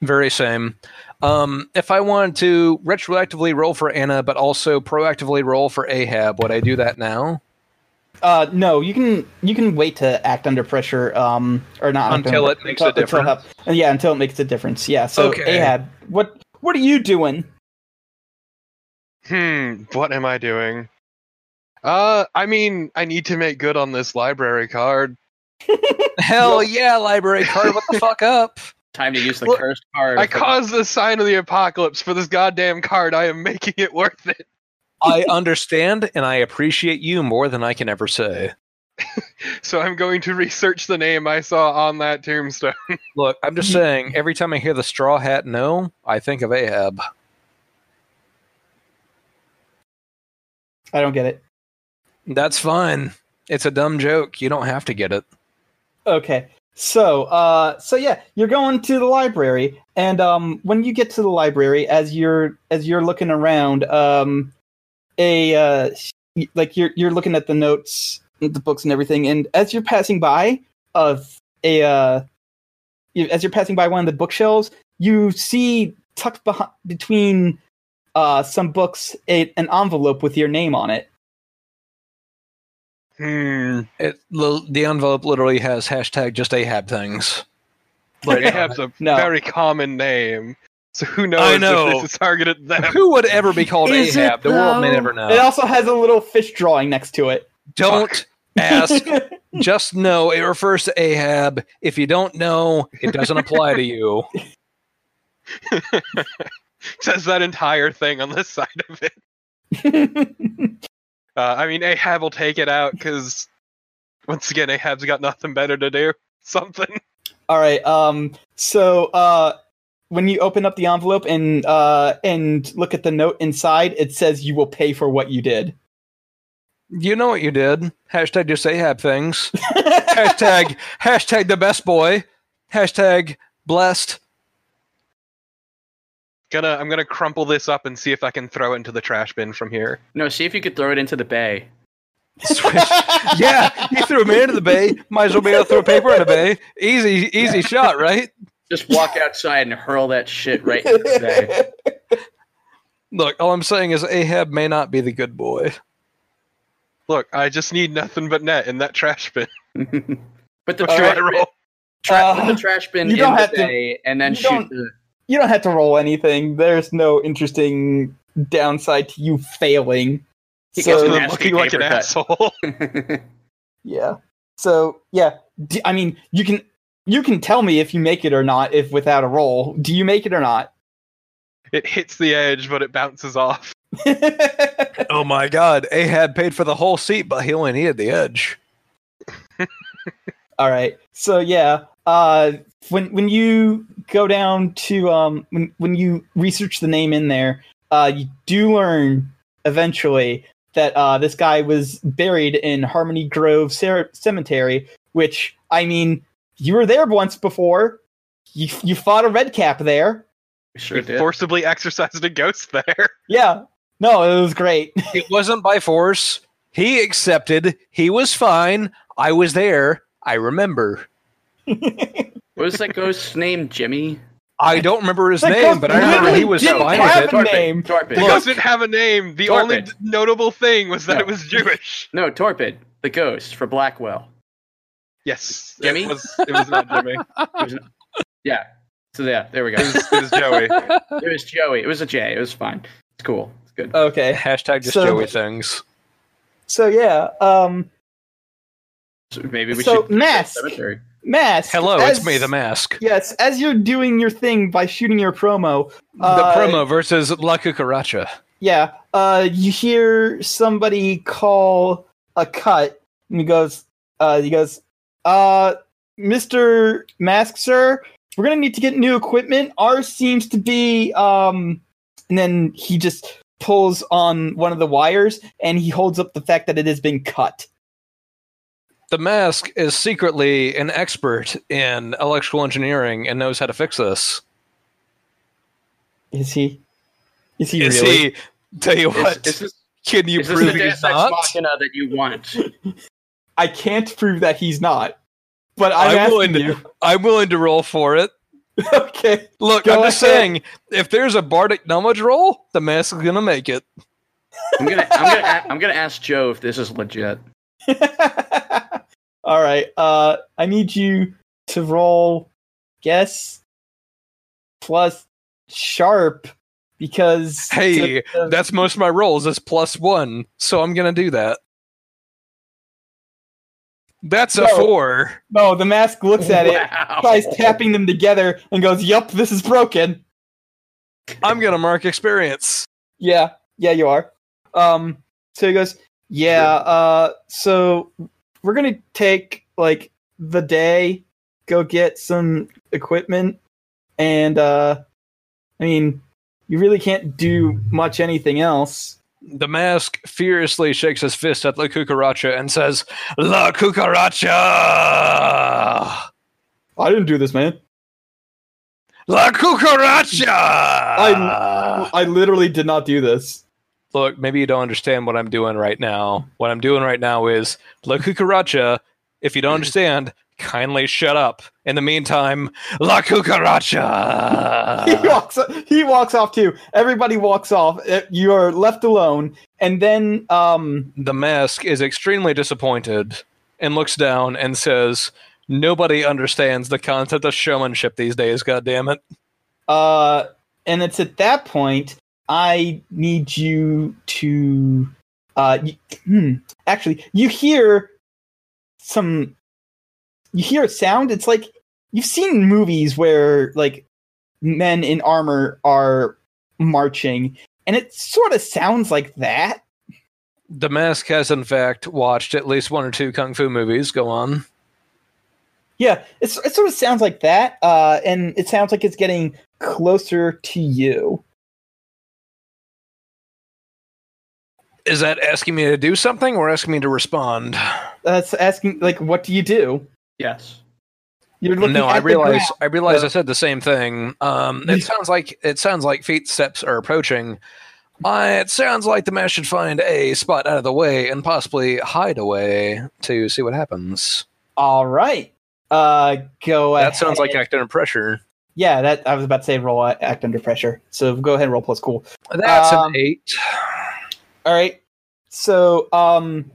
B: Very same. Um, if I wanted to retroactively roll for Anna, but also proactively roll for Ahab, would I do that now?
A: Uh, no, you can you can wait to act under pressure, um, or not act
B: Until
A: under-
B: it makes a
A: until- until
B: difference.
A: help- yeah, until it makes a difference. Yeah. So
B: Okay.
A: Ahab, what what are you doing?
C: Hmm, what am I doing? Uh, I mean, I need to make good on this library card.
B: Hell yeah, library card. What the fuck up?
D: Time to use the
C: Look,
D: cursed card.
C: I
D: for-
C: caused the sign of the apocalypse for this goddamn card. I am making it worth it.
B: I understand and I appreciate you more than I can ever say.
C: So I'm going to research the name I saw on that tombstone.
B: Look, I'm
D: Mm-hmm.
B: just saying, every time I hear the straw hat no, I think of Ahab.
A: I don't get it.
B: That's fine. It's a dumb joke. You don't have to get it.
A: Okay. So, uh, so yeah, you're going to the library, and um, when you get to the library, as you're as you're looking around, um, a uh, y- like you're you're looking at the notes, the books, and everything, and as you're passing by of a uh, you- as you're passing by one of the bookshelves, you see tucked behind, between uh, some books a, an envelope with your name on it.
C: Hmm.
B: it li- the envelope literally has hashtag just Ahab things. Like,
C: Ahab's a
A: No.
C: very common name. So who knows
B: I know.
C: if this is targeted at them?
B: who would ever be called
D: Is it,
B: Ahab? The world may
D: though?
B: never
A: it
B: know.
A: also has a little fish drawing next to it.
B: Don't ask. Just know it refers to Ahab. If you don't know, it doesn't apply to you.
C: Says that entire thing on this side of it. Uh, I mean, Ahab will take it out because, once again, Ahab's got nothing better to do. Something.
A: All right. Um. So, uh, when you open up the envelope and uh and look at the note inside, it says you will pay for what you did.
B: You know what you did. Hashtag just Ahab things. Hashtag hashtag the best boy. Hashtag blessed.
C: Gonna, I'm gonna crumple this up and see if I can throw it into the trash bin from here.
D: No, see if you could throw it into the bay.
B: Swish. yeah, you threw me into the bay. Might as well be able to throw paper in the bay. Easy, easy shot, right?
D: Just walk outside and hurl that shit right into the bay.
B: Look, all I'm saying is Ahab may not be the good boy.
C: Look, I just need nothing but net in that trash bin.
D: But the
C: What should
D: trash,
C: I roll?
D: tra- put
A: Uh,
D: the trash bin
A: you
D: in
A: don't
D: the
A: have to-
D: bay and then
A: you don't-
D: shoot. The,
A: you don't have to roll anything. There's no interesting downside to you failing.
D: He
A: So-
D: gets
C: I'm
D: an nasty
C: looking like an
D: paper cut.
C: asshole.
A: Yeah. So yeah, D- I mean, you can you can tell me if you make it or not. If without a roll, do you make it or not?
C: It hits the edge, but it bounces off.
B: Oh my god, Ahab paid for the whole seat, but he only needed the edge.
A: All right. So yeah, uh, when when you go down to um, when when you research the name in there, uh, you do learn eventually that uh, this guy was buried in Harmony Grove Cer- Cemetery. Which I mean, you were there once before. You you fought a red cap there.
D: sure did.
C: Forcibly exercised a ghost there.
A: Yeah. No, it was great.
B: It wasn't by force. He accepted. He was fine. I was there. I remember.
D: What was that ghost's name? Jimmy?
B: I don't remember his
A: That
B: name,
A: ghost
B: but I remember
A: literally
B: he was
A: didn't
B: fine
A: have
B: with it.
A: a name.
D: Torpid.
C: The ghost didn't have a name. The only
D: Torpid.
C: notable thing was that
D: No.
C: it was Jewish.
D: No, Torpid. The ghost for Blackwell.
C: Yes,
D: Jimmy?
C: It was, it was not Jimmy.
D: It was an- yeah. So yeah, there we go.
C: It was, it was Joey.
D: It was Joey. It was a J. It was fine. It's cool. It's good.
A: Okay.
B: Hashtag just
A: So-
B: Joey things.
A: So yeah, um,
D: So maybe we
A: so
D: should.
A: mask,
D: Cemetery.
A: mask.
B: Hello,
A: as-
B: it's me, the mask.
A: Yes, as you're doing your thing by shooting your promo, uh,
B: the promo versus La Cucaracha.
A: Yeah, uh, you hear somebody call a cut, and he goes, uh, he goes, uh, Mister Mask, sir, we're gonna need to get new equipment. Ours seems to be, um, and then he just pulls on one of the wires, and he holds up the fact that it has been cut.
B: The mask is secretly an expert in electrical engineering and knows how to fix this.
A: Is he? Is he
B: is
A: really?
B: he? Tell you
D: Is,
B: what,
D: is this,
B: can you
D: is this the
B: prove he's
D: Deus Ex
B: not?
D: Machina that you want?
A: I can't prove that he's not, but I'm
B: I'm
A: asking
B: willing to-
A: you.
B: I'm willing to roll for it.
A: okay.
B: Look,
A: Go
B: I'm just
A: ahead.
B: saying, if there's a bardic knowledge roll, the mask is gonna make it.
D: I'm gonna, I'm gonna, a- I'm gonna ask Joe if this is legit.
A: All right. Uh, I need you to roll guess plus sharp because
B: Hey, That's most of my rolls is plus one, so I'm gonna do that. That's a
A: No.
B: four.
A: no. The mask looks at it,
D: Wow.
A: tries tapping them together, and goes, "Yup, this is broken."
B: I'm gonna mark experience.
A: Yeah, yeah, you are. Um, so he goes, yeah. Uh, so we're gonna take like the day, go get some equipment, and uh, I mean, you really can't do much anything else.
B: The mask furiously shakes his fist at La Cucaracha and says, La Cucaracha!
A: I didn't do this, man.
B: La Cucaracha!
A: I literally did not do this.
B: Look, maybe you don't understand what I'm doing right now. What I'm doing right now is La Cucaracha, if you don't understand, kindly shut up. In the meantime, La
A: he
B: Cucaracha!
A: walks. He walks off too. Everybody walks off. Uh, You are left alone, and then um,
B: the mask is extremely disappointed and looks down and says, Nobody understands the concept of showmanship these days, goddammit.
A: Uh, and it's at that point I need you to. Uh, y hmm, actually, you hear some. You hear a sound. It's like you've seen movies where like men in armor are marching, and it sort of sounds like that.
B: The mask has, in fact, watched at least one or two kung fu movies. Go on.
A: Yeah, it's, it sort of sounds like that, uh, and it sounds like it's getting closer to you.
B: Is that asking me to do something or asking me to respond?
A: That's asking, like, what do you do?
D: Yes.
A: You're looking
B: no,
A: at
B: I
A: the ground.
B: realize. I realize.
A: so-
B: I said the same thing. Um, it sounds like it sounds like feet steps are approaching. I, it sounds like the man should find a spot out of the way and possibly hide away to see what happens.
A: All right. Uh, go
B: that sounds like
A: ahead.
B: acting under pressure.
A: yeah. That I was about to say roll uh, act under pressure. So go ahead and roll plus cool.
B: That's
A: Um,
B: an eight.
A: All right. So um,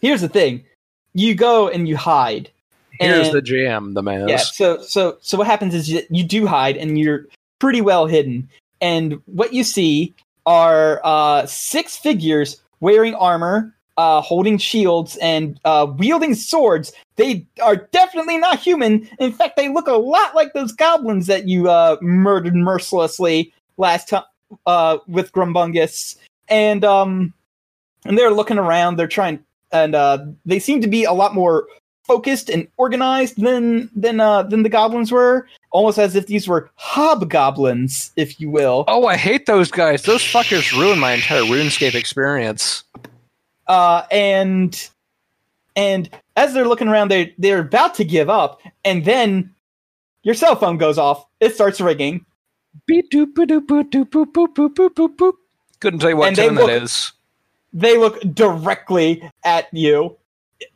A: here's the thing: you go and you hide.
B: Here's
A: and-
B: the jam. The man.
A: Yeah. So so so what happens is you, you do hide and you're pretty well hidden. And what you see are uh, six figures wearing armor, uh, holding shields, and uh, wielding swords. They are definitely not human. In fact, they look a lot like those goblins that you uh, murdered mercilessly last time uh, with Grumbungus. And um, and they're looking around. They're trying, and uh, they seem to be a lot more focused and organized than than uh, than the goblins were. Almost as if these were hobgoblins, if you will.
B: Oh, I hate those guys. Those fuckers ruined my entire RuneScape experience.
A: Uh, and and as they're looking around, they they're about to give up, and then your cell phone goes off. It starts ringing,
B: Beep doop boop doop boop doop boop boop boop boop boop boop. Couldn't tell you what
A: And they
B: tone that
A: look-
B: is.
A: they look directly at you,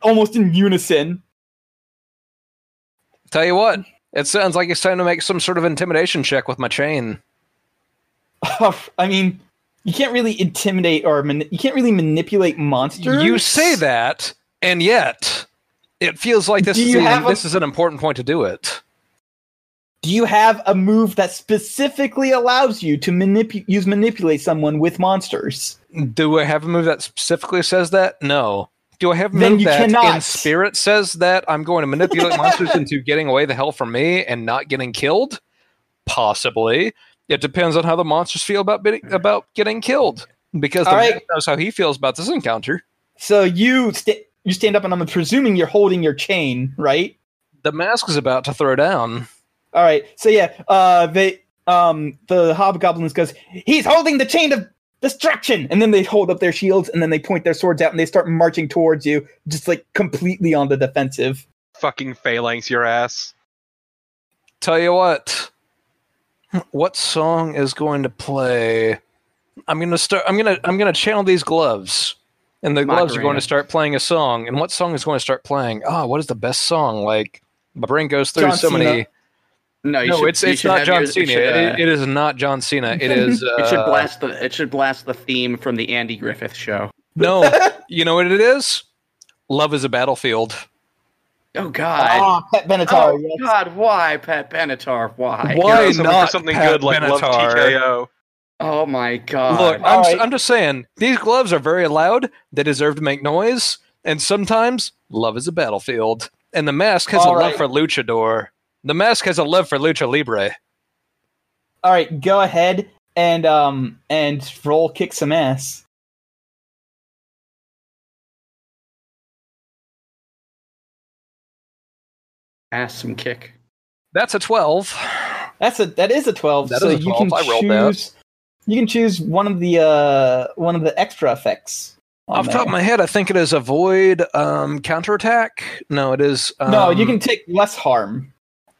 A: almost in unison.
B: Tell you what, it sounds like it's time to make some sort of intimidation check with my chain.
A: I mean, you can't really intimidate or mani- you can't really manipulate monsters.
B: You say that, and yet it feels like this
A: Do
B: is
A: you
B: an,
A: have a-
B: this is an important point to do it.
A: Do you have a move that specifically allows you to manipu- use manipulate someone with monsters?
B: Do I have a move that specifically says that? No. Do I have a
A: Then
B: move
A: you
B: that in
A: cannot.
B: spirit says that I'm going to manipulate monsters into getting away the hell from me and not getting killed? Possibly. It depends on how the monsters feel about bit- about getting killed. Because the
A: All right.
B: man knows how he feels about this encounter.
A: So you sta you stand up, and I'm presuming you're holding your chain, right?
B: The mask is about to throw down.
A: All right. So yeah, uh, they um the hobgoblins goes, he's holding the chain of destruction, and then they hold up their shields, and then they point their swords out, and they start marching towards you, just like completely on the defensive.
C: Fucking phalanx your ass.
B: Tell you what. What song is going to play? I'm gonna start I'm gonna I'm gonna channel these gloves. And the gloves are going to
D: Macarena.
B: start playing a song. And what song is going to start playing? Ah, what is the best song? Like my brain goes through
A: John
B: so many
A: Cena.
D: No, you
B: No,
D: should,
B: it's
D: you
B: it's
D: should
B: not
D: have
B: John
D: your- you
B: Cena.
D: should, uh,
B: it, it is not John Cena. It is uh,
D: It should blast the it should blast the theme from the Andy Griffith show.
B: No. You know what it is? Love is a Battlefield.
D: Oh God.
A: Ah, Pet Benatar.
D: Oh,
A: yes.
D: God, why Pat Benatar? Why?
B: Why
C: You know, someone
B: not
C: for something
B: Pat
C: good like Love
B: Benatar?
C: TKO.
D: Oh my God.
B: Look, I'm, s
A: Alright.
B: am just saying these gloves are very loud. They deserve to make noise, and sometimes love is a battlefield. And the mask has a love
A: Alright.
B: for luchador. The mask has a love for lucha libre.
A: All right, go ahead and um and roll kick some ass.
D: ass some kick.
B: That's a twelve.
A: That's a that is a twelve.
B: That
A: so
B: is a
A: you can
B: 12. I rolled that.
A: choose. You can choose one of the uh one of the extra effects. on
B: Off the top of
A: there.
B: my head, I think it is avoid um, counterattack. No, it is. Um,
A: no, you can take less harm.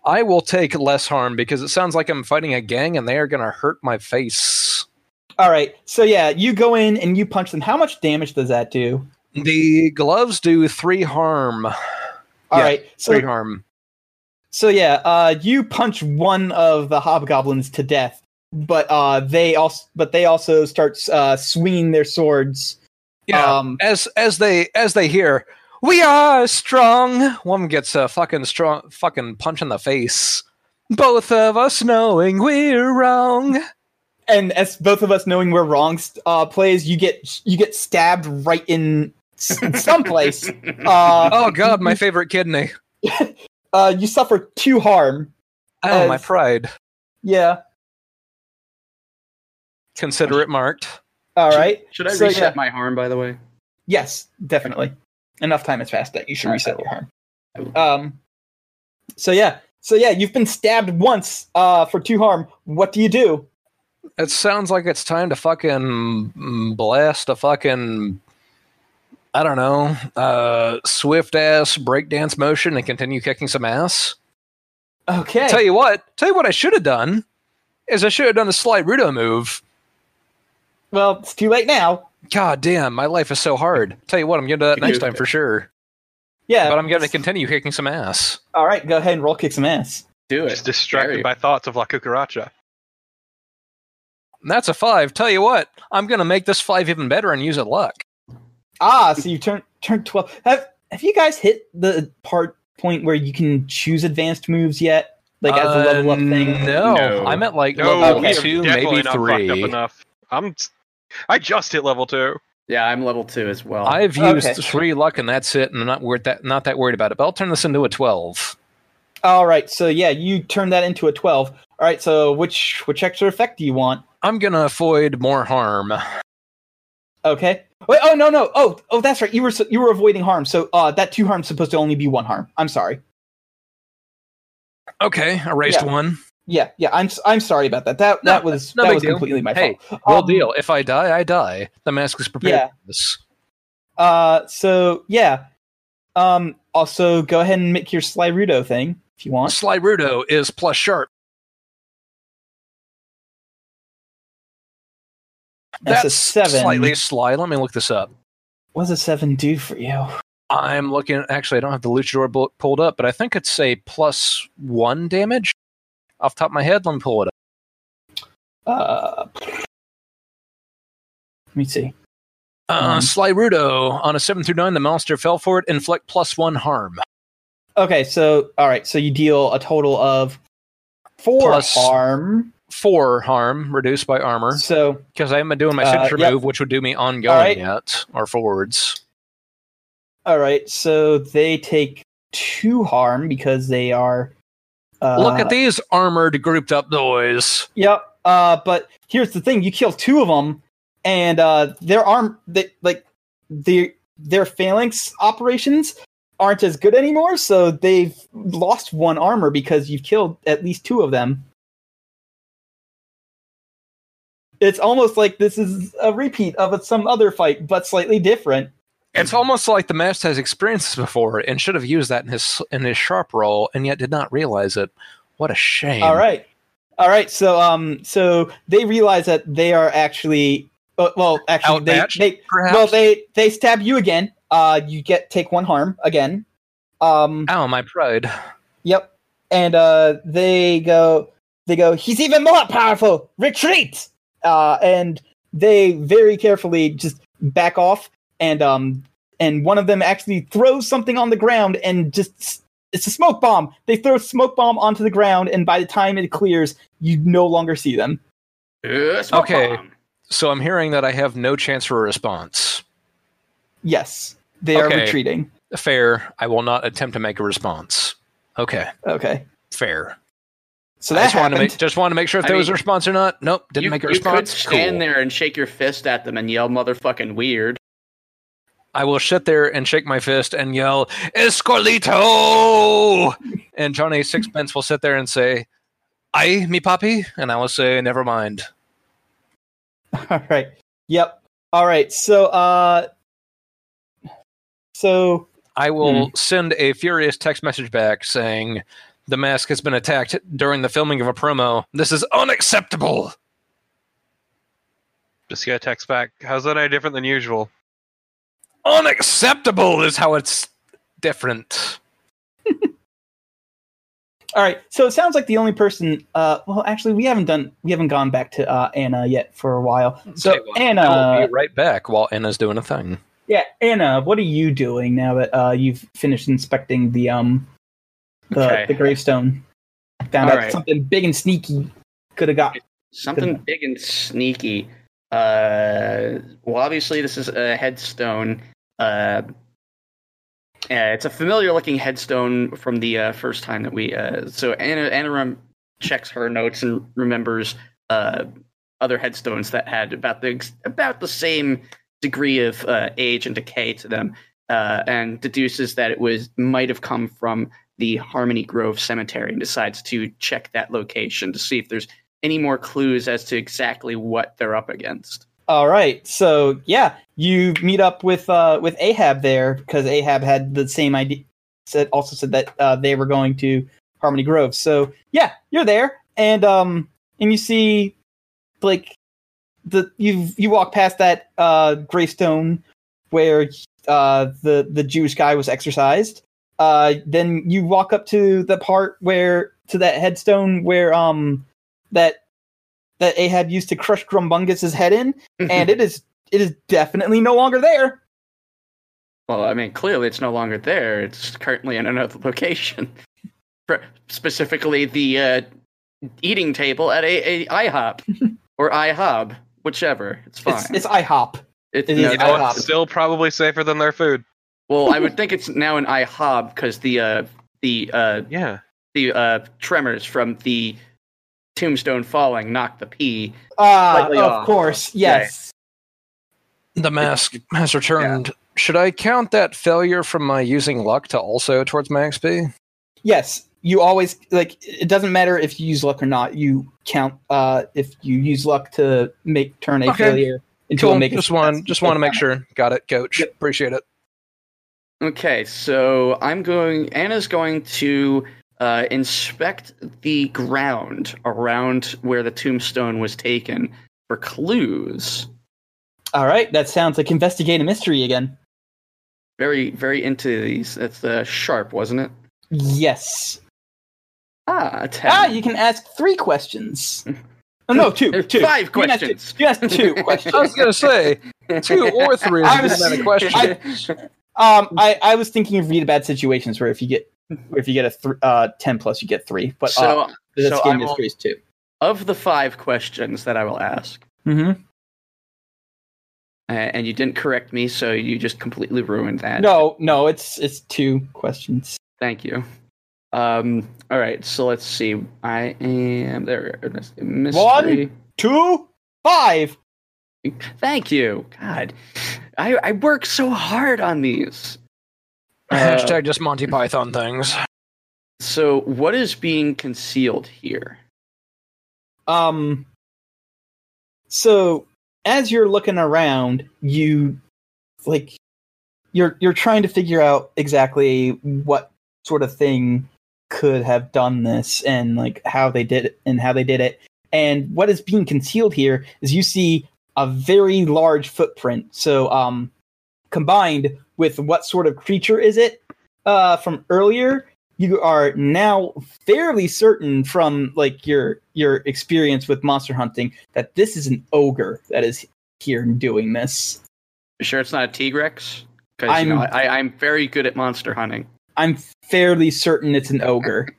B: I will take less harm because it sounds like I'm fighting a gang, and they are going to hurt my face.
A: All right, so yeah, you go in and you punch them. How much damage does that do?
B: The gloves do three harm.
A: All
B: Yeah,
A: right, so
B: Three harm.
A: So yeah, uh, you punch one of the hobgoblins to death, but uh, they also but they also start uh, swinging their swords.
B: Yeah.
A: Um,
B: as as they as they hear we are strong one gets a fucking strong fucking punch in the face both of us knowing we're wrong
A: and as both of us knowing we're wrong, st- uh, plays you get you get stabbed right in s- someplace. uh,
B: oh god my favorite kidney
A: uh, you suffer two harm.
B: oh my
A: As-
B: pride
A: Yeah.
B: consider it marked
A: All
D: Should-
A: right.
D: Should I
A: So,
D: reset
A: yeah.
D: my harm, by the way?
A: Yes, definitely. Enough time has passed that you
B: Uh,
A: should
D: I- I
A: reset your
D: will.
A: harm.
D: I will.
A: Um. So yeah. So yeah, you've been stabbed once uh, for two harm. What do you do?
B: it sounds like it's time to fucking mm, blast a fucking i don't know uh swift ass breakdance motion and continue kicking some ass
A: Okay.
B: tell you what tell you what i should have done is i should have done the slight rudo move
A: Well, it's too late now.
B: God damn, my life is so hard. Tell you what, I'm gonna do that
D: You
B: next
D: do.
B: time for sure.
A: Yeah.
B: But I'm gonna continue kicking some ass.
A: All right, go ahead and roll kick some ass.
D: Do it.
C: Just distracted
D: Gary.
C: by thoughts of La Cucaracha.
B: And That's a five. Tell you what, I'm gonna make this five even better and use it luck.
A: Ah, so you turn turn twelve. Have Have you guys hit the part point where you can choose advanced moves yet? Like as a
B: Uh,
A: level up thing.
B: No,
D: No.
B: I'm at like
C: No,
B: level
C: we have
B: two,
C: definitely
B: maybe
C: not fucked up
B: three.
C: enough. I'm, I just hit level two.
D: Yeah, I'm level two as well.
B: I've used
A: Oh, Okay.
B: three luck and that's it, and I'm not worried that not that worried about it. But I'll turn this into a twelve.
A: All right, so yeah, you turn that into a twelve. All right, so which which extra effect do you want?
B: I'm gonna avoid more harm.
A: Okay. Wait. Oh no no. Oh oh that's right. You were s- you were avoiding harm. So uh, that two harm's supposed to only be one harm. I'm sorry.
B: Okay, I raised
A: Yeah.
B: one.
A: Yeah yeah. I'm s- I'm sorry about that. That
B: No,
A: that was
B: no
A: that
B: big
A: was
B: deal.
A: completely my
B: Hey,
A: fault.
B: Well,
A: Um,
B: deal. If I die, I die. The mask is prepared.
A: Yeah.
B: For this.
A: Uh, so yeah. Um, also go ahead and make your Slyrudo thing if you want.
B: Slyrudo is plus sharp.
A: That's a seven.
B: Slightly sly. Let me look this up.
A: What does a seven do for you?
B: I'm looking. Actually, I don't have the luchador bullet pulled up, but I think it's a plus one damage off the top of my head. Let me pull it up.
A: Uh, let me see.
B: Uh,
A: Um.
B: Slyrudo on a seven through nine, the monster fell for it. Inflict plus one harm.
A: Okay, so all right, so you deal a total of four
B: Plus-
A: harm.
B: Four harm reduced by armor
A: So
B: because I haven't been doing my
A: Uh,
B: signature
A: yep.
B: move, which would do me ongoing
A: Alright.
B: yet or forwards.
A: all right, so they take two harm because they are. Uh,
B: Look at these armored grouped up boys.
A: Yep. Uh, but here's the thing: you kill two of them, and uh, their arm, they, like their their phalanx operations aren't as good anymore. So they've lost one armor because you've killed at least two of them. It's almost like this is a repeat of some other fight, but slightly different.
B: It's almost like the master has experienced this before and should have used that in his in his sharp roll, and yet did not realize it. What a shame!
A: All right, all right. So, um, so they realize that they are actually, uh, well, actually, they,
B: Outmatched?
A: they
B: Perhaps.
A: Well, they they stab you again. Uh, you get take one harm again. Um,
B: Ow, my pride.
A: yep. And uh, they go, they go. He's even more powerful. Retreat. Uh, and they very carefully just back off and um and one of them actually throws something on the ground and just it's a smoke bomb. They throw a smoke bomb onto the ground, and by the time it clears, you no longer see them.
D: Uh, smoke
B: Okay.
D: bomb.
B: So I'm hearing that I have no chance for a response.
A: Yes, they are
B: Okay.
A: retreating.
B: Fair. I will not attempt to make a response. Okay.
A: Okay,
B: Fair.
A: so
B: I
A: that
B: just wanted,
A: happened.
B: to make, just wanted to make sure if
D: I
B: there was a
D: mean,
B: response or not. Nope, didn't
D: you,
B: make a
D: you could
B: response.
D: stand
B: Cool.
D: there and shake your fist at them and yell motherfucking weird.
B: I will sit there and shake my fist and yell, Escolito! And Johnny Sixpence will sit there and say, I, me papi? And I will say, never mind.
A: All right. Yep. All right. So, uh, so
B: I will
A: Hmm.
B: send a furious text message back saying, the mask has been attacked during the filming of a promo. This is unacceptable.
C: Just get a text back. How's that any different than usual?
B: Unacceptable is how it's different.
A: all right. So it sounds like the only person. Uh, well, actually, we haven't done. We haven't gone back to uh, Anna yet for a while. So
B: Tell you what, I will
A: Anna,
B: be right back while Anna's doing a thing.
A: yeah, Anna, what are you doing now that uh, you've finished inspecting the um, the,
D: Okay.
A: the gravestone? Found
D: All
A: out
D: right.
A: something big and sneaky could have got.
D: Something big and sneaky. Uh, well, obviously this is a headstone. Uh, yeah, it's a familiar-looking headstone from the uh, first time that we. Uh, so Anna Anna rem- checks her notes and remembers uh, other headstones that had about the ex- about the same degree of uh, age and decay to them, uh, and deduces that it was might have come from the Harmony Grove Cemetery, and decides to check that location to see if there's any more clues as to exactly what they're up against.
A: All right. So yeah, you meet up with uh, with Ahab there because Ahab had the same idea. Said also said that uh, they were going to Harmony Grove. So yeah, you're there, and um, and you see, like, the you you walk past that uh gravestone where uh the the Jewish guy was exercised. Uh, then you walk up to the part where to that headstone where um that that Ahab used to crush Grumbungus's head in and it is it is definitely no longer there.
D: well, I mean, clearly it's no longer there. It's currently in another location, For- specifically the uh, eating table at a, a IHOP or IHOB, whichever. It's fine.
A: It's, it's IHOP.
D: It's-
A: it
D: no,
A: is
D: it's
C: You know,
A: IHOP.
C: it's still probably safer than their food.
D: well, I would think it's now an IHOB because the uh, the uh,
C: Yeah.
D: the uh, tremors from the tombstone falling knocked the P.
A: Ah,
D: Slightly
A: of
D: off.
A: course,
D: Yeah.
A: yes.
B: The mask has returned. Should I count that failure from my using luck to also towards my XP?
A: Yes, you always like it doesn't matter if you use luck or not. You count uh if you use luck to make turn a
B: Okay.
A: failure into a
B: Cool.
A: make. a
B: Just want
A: success.
B: just want to make sure. Got it, coach.
A: Yep.
B: Appreciate it.
D: Okay, so I'm going. Anna's going to uh, inspect the ground around where the tombstone was taken for clues.
A: All right, that sounds like investigate a mystery again.
D: Very, very into these. That's uh, sharp, wasn't it?
A: Yes.
D: Ah, a ten.
A: Ah, you can ask three questions. Oh, no, two, two.
D: Five
A: You can ask two-
D: questions.
A: You ask two questions.
B: I was gonna say two or three
A: I
B: is
A: was-
B: not a question.
A: I- Um, I, I was thinking of really bad situations where if you get where if you get a thr uh, ten plus, you get three. But uh,
D: so,
A: this
D: so I
A: game is
D: will,
A: crazy too.
D: of the five questions that I will ask,
A: Mm-hmm.
D: uh, and you didn't correct me, so you just completely ruined that.
A: No, no, it's it's two questions.
D: Thank you. Um. All right. So let's see. I am there. We go. Mystery.
A: Two, five.
D: Thank you. God, I I work so hard on these. Uh,
B: Hashtag just Monty Python things.
D: So what is being concealed here?
A: Um. So as you're looking around, you like you're you're trying to figure out exactly what sort of thing could have done this and like how they did it and how they did it. And what is being concealed here is you see a very large footprint. So um combined with what sort of creature is it uh from earlier, you are now fairly certain from like your your experience with monster hunting that this is an ogre that is here and doing this.
D: You sure it's not a T Rex? because you know,
A: I'm-
D: I, I'm very good at monster hunting.
A: I'm fairly certain it's an ogre.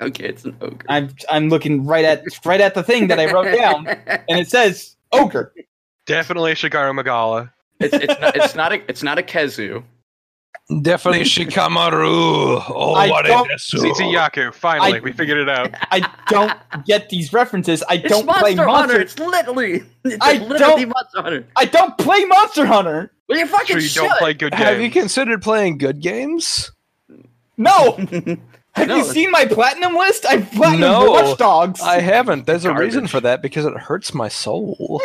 D: Okay, it's an ogre.
A: I'm I'm looking right at right at the thing that I wrote down, and it says ogre.
C: Definitely Shigaru Magala.
D: it's, it's, not, it's not a it's not a kezu.
B: Definitely Shikamaru. Oh,
A: I don't-
B: uh,
C: Yaku. Finally,
A: I-
C: we figured it out.
A: I don't get these references. I
D: It's
A: don't play
D: Monster Hunter.
A: monster.
D: It's literally it's
A: I
D: literally
A: don't-
D: Monster Hunter.
A: I don't play Monster Hunter.
D: Well, you fucking
C: Sure, you
D: should.
C: don't play good games.
B: Have you considered playing good games?
A: No. Have
D: No,
A: you
D: it's-
A: seen my platinum list? I platinum
B: No.
A: Watch Dogs.
B: I haven't. There's a reason
D: Garbage.
B: for that because it hurts my soul.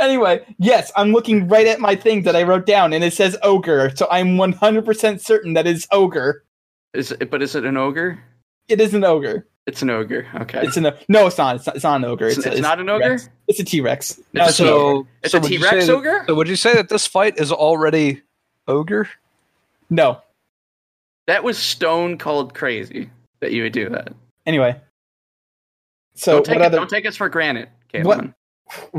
A: Anyway, yes, I'm looking right at my thing that I wrote down, and it says ogre. So I'm 100% certain that it's ogre.
D: Is it, but is it an ogre?
A: It is an ogre.
D: It's an ogre. Okay.
A: It's an o- no. It's not. It's not, it's not an ogre.
D: It's- it's not an ogre?
A: T-Rex. It's a T Rex. No,
D: It's
A: it's an
D: so-
A: ogre.
D: It's
B: so
D: a
B: would you
D: T Rex
B: say-
D: ogre?
B: So would you say that this fight is already ogre?
A: no.
D: That was stone cold crazy that you would do that.
A: Anyway. So
D: don't, take
A: what
D: it,
A: other
D: don't take us for granted, Caitlin.
A: What-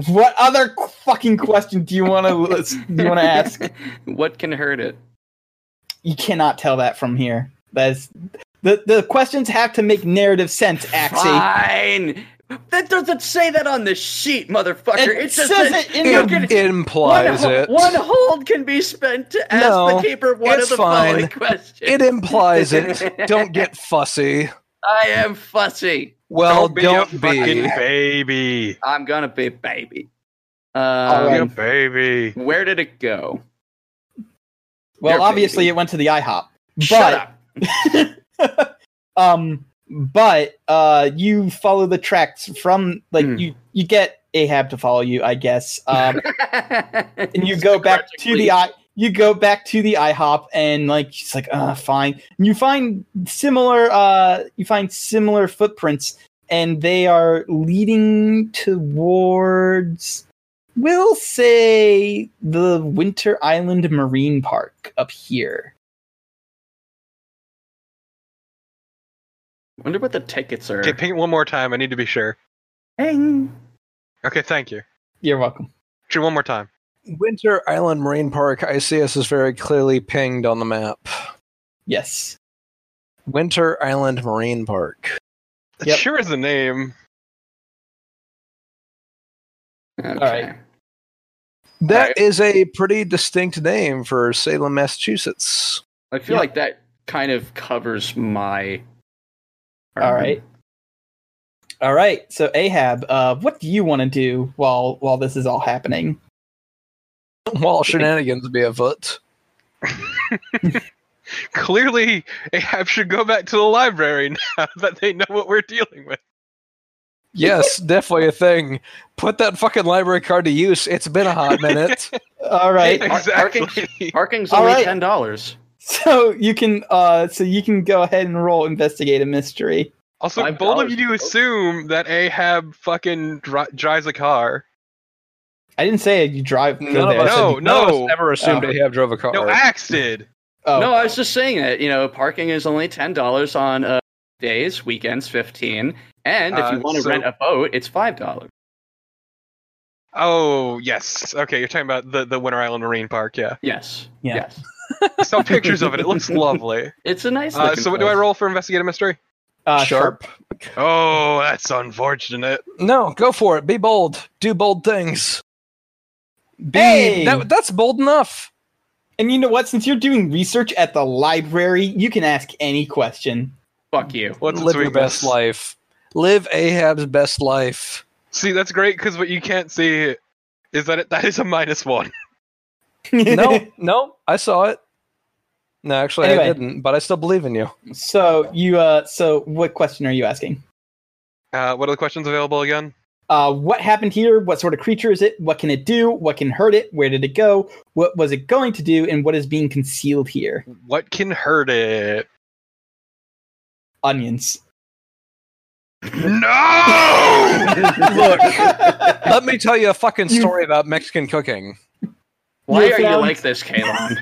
A: what other fucking question do you want to do you want to ask?
D: what can hurt it?
A: You cannot tell that from here. That's the the questions have to make narrative sense,
D: Ah,
A: Axie.
D: Fine. That doesn't say that on the sheet, motherfucker.
A: It
D: It, just
A: says
D: says
A: it in
D: you
A: the-
D: can- one,
B: implies
D: ho-
B: it.
D: one hold can be spent to ask
B: No,
D: the keeper one of
B: it's
D: the
B: fine.
D: following questions.
B: It implies it. Don't get fussy.
D: I am fussy.
B: Well,
C: don't
B: don't
C: be
B: be.
C: a fucking baby.
D: I'm gonna be baby.
C: Be
D: Um,
C: a
A: Alright.
C: baby.
D: Where did it go?
A: Well,
D: You're
A: obviously
D: baby.
A: it went to the IHOP.
D: Shut up.
A: But um but uh you follow the tracks from like
D: Hmm.
A: you you get Ahab to follow you, I guess. Um and you go back to the I you go back to the IHOP and like she's like, uh fine. And you find similar uh you find similar footprints and they are leading towards we'll say the Winter Island Marine Park up here.
D: Wonder what the tickets are.
C: Okay, ping it one more time. I need to be sure.
D: Ding.
C: Okay, thank you.
A: You're welcome.
C: Drew, one more time.
B: Winter Island Marine Park ICS is very clearly pinged on the map.
A: Yes.
B: Winter Island Marine Park.
C: That
A: Yep.
C: sure is a name.
D: Okay.
A: right.
B: That
D: Right.
B: is a pretty distinct name for Salem, Massachusetts.
D: I feel
A: Yeah.
D: like that kind of covers my.
A: All right. All right. So Ahab, uh, what do you want to do while while this is all happening?
B: While shenanigans be afoot.
C: Clearly, Ahab should go back to the library now that they know what we're dealing with.
B: Yes, definitely a thing. Put that fucking library card to use. It's been a hot minute.
A: All right.
C: Exactly.
D: Parking's
A: All
D: only
A: right.
D: ten dollars.
A: So you can uh, so you can go ahead and roll investigate a mystery.
C: Also,
D: Five
C: bold of you
D: dollars.
C: to assume that Ahab fucking dri- drives a car.
A: I didn't say you drive. go
B: None of
A: there.
B: us,
C: No,
B: have- none of us
C: no.
B: ever assumed
A: Oh.
B: Ahab drove a car.
C: No, Axe did.
A: Oh,
D: No, I was just saying that you know parking is only ten dollars on uh, days, weekends fifteen, and if you
C: Uh,
D: want to
C: so-
D: rent a boat, it's five dollars.
C: Oh, yes. Okay, you're talking about the, the Winter Island Marine Park, yeah.
D: Yes.
A: Yeah.
D: Yes.
C: I saw pictures of it. It looks lovely.
D: It's a nice.
C: Uh,
D: looking
C: so, what do I
D: place.
C: roll for Investigate a Mystery?
A: uh,
B: Sharp.
C: Oh, that's unfortunate.
B: No, go for it. Be bold. Do bold things. Be,
A: Hey!
B: that, that's bold enough.
A: And you know what? Since you're doing research at the library, you can ask any question.
D: Fuck you.
C: What's
B: Live
C: its
B: your best
C: weakness?
B: life. Live Ahab's best life.
C: See, that's great because what you can't see is that it, that is a minus one.
B: no, no, I saw it. No, actually,
A: Anyway.
B: I didn't, but I still believe in you.
A: So you uh, so what question are you asking?
C: Uh, what are the questions available again?
A: Uh, what happened here? What sort of creature is it? What can it do? What can hurt it? Where did it go? What was it going to do? And what is being concealed here?
C: What can hurt it?
A: Onions.
C: No!
A: Look.
B: Let me tell you a fucking
A: You-
B: story about Mexican cooking.
D: Why
A: You
D: are you
A: found-
D: like this, Kalon?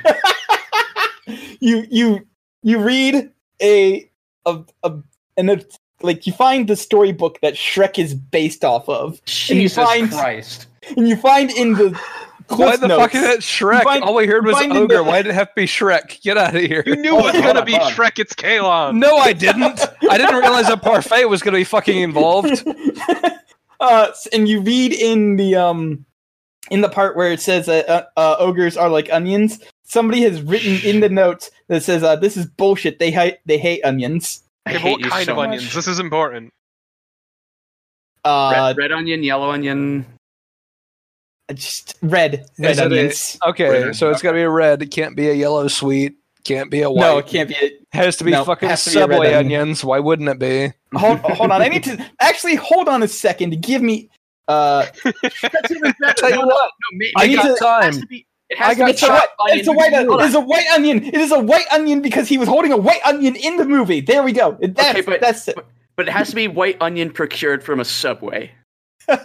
A: you you you read a of a and it's like you find the storybook that Shrek is based off of,
D: Jesus
A: find-
D: Christ.
A: and you find in the
B: Why
A: Cliff
B: the
A: notes.
B: fuck is that Shrek?
A: Find-
B: All we heard was
A: find
B: ogre.
A: the-
B: Why did it have to be Shrek? Get out of here.
C: You knew it was
D: Hold
C: gonna
D: on,
C: be
D: hold on.
C: Shrek. It's Kalon.
B: No, I didn't. I didn't realize a parfait was going to be fucking involved.
A: uh, s- and you read in the um in the part where it says that uh, uh, ogres are like onions. Somebody has written in the notes that says uh, this is bullshit. They hate they hate onions.
D: I
C: Okay, but
D: hate
C: what
D: you
C: kind
D: so
C: of
D: much.
C: onions? This is important.
A: Uh,
D: red, red onion, yellow onion.
A: just red red
B: Is it a-
A: onions.
B: Okay, so it's got to be a red. It can't be a yellow sweet. Can't be a white.
A: No, it can't be. It.
B: has to be
A: no,
B: fucking
A: has to be a red
B: Subway
A: onion.
B: onions. Why wouldn't it be?
A: Hold, hold on. I need to actually hold on a second. Give me. Uh,
D: That's even better.
B: Tell you
D: No, no,
B: what,
D: no, ma-
B: I
D: make
B: got
D: it- It has
B: time.
D: to be. It
B: I
D: has
B: got
D: to be
A: it's a white.
D: chopped onion.
A: It's a white.
D: Hold
A: It
D: on.
A: is a white onion. It is a white onion because he was holding a white onion in the movie. There we go. That's
D: Okay, but-
A: that's it.
D: But it has to be white onion procured from a subway.
A: no.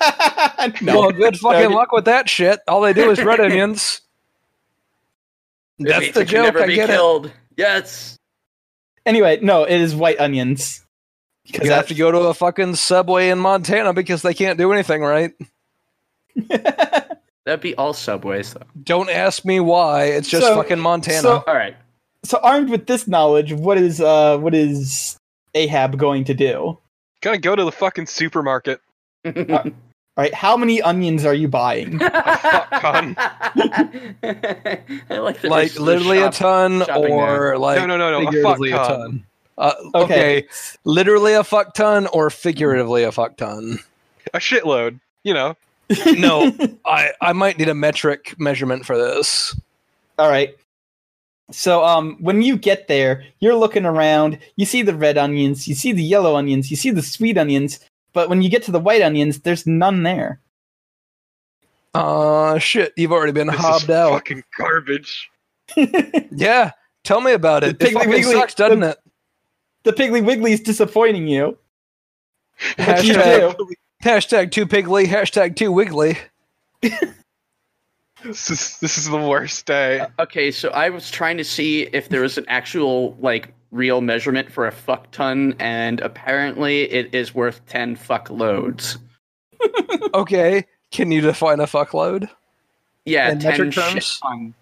B: Well, good
A: No,
B: fucking
A: you-
B: luck with that shit. All they do is red onions. That's
D: It
B: the
D: can
B: joke.
D: Never
B: I
D: be
B: get it.
D: killed. Yes.
A: Anyway, no, it is white onions. Because
B: You have to go to a fucking subway in Montana because they can't do anything right.
D: That'd be all subways, though.
B: Don't ask me why. It's just
A: So-
B: fucking Montana.
A: so-
D: All right.
A: so armed with this knowledge, what is uh what is Ahab going to do? All
C: Gonna go to the fucking supermarket.
A: right, how many onions are you buying?
C: con.
D: I like that
B: like
D: we're
B: literally a
D: shop-
B: ton,
D: shopping
B: or like
C: no, no, no, no. A fuck
B: figuratively a,
C: ton.
B: ton. Uh, okay.
A: Okay.
B: literally a fuck ton, or figuratively a fuck ton.
C: A shitload. You know.
B: No, I I might need a metric measurement for this.
A: All right. So um when you get there, you're looking around, you see the red onions, you see the yellow onions, you see the sweet onions, but when you get to the white onions, there's none there.
B: Uh, shit, you've already been
C: This is
B: hobbed out.
C: fucking garbage.
B: Yeah, tell me about it.
A: The
B: It
A: Piggly
B: fucking
A: Wiggly-
B: sucks, doesn't it?
A: The Piggly Wiggly is disappointing you. What you
B: Hashtag,
A: do?
B: hashtag too piggly, hashtag too wiggly.
C: This is this is the worst day.
D: Okay, so I was trying to see if there was an actual like real measurement for a fuck ton, and apparently it is worth ten fuck loads.
B: Okay, can you define a fuckload?
D: Yeah,
B: In
D: ten
B: metric
D: shit
B: terms?
D: ton,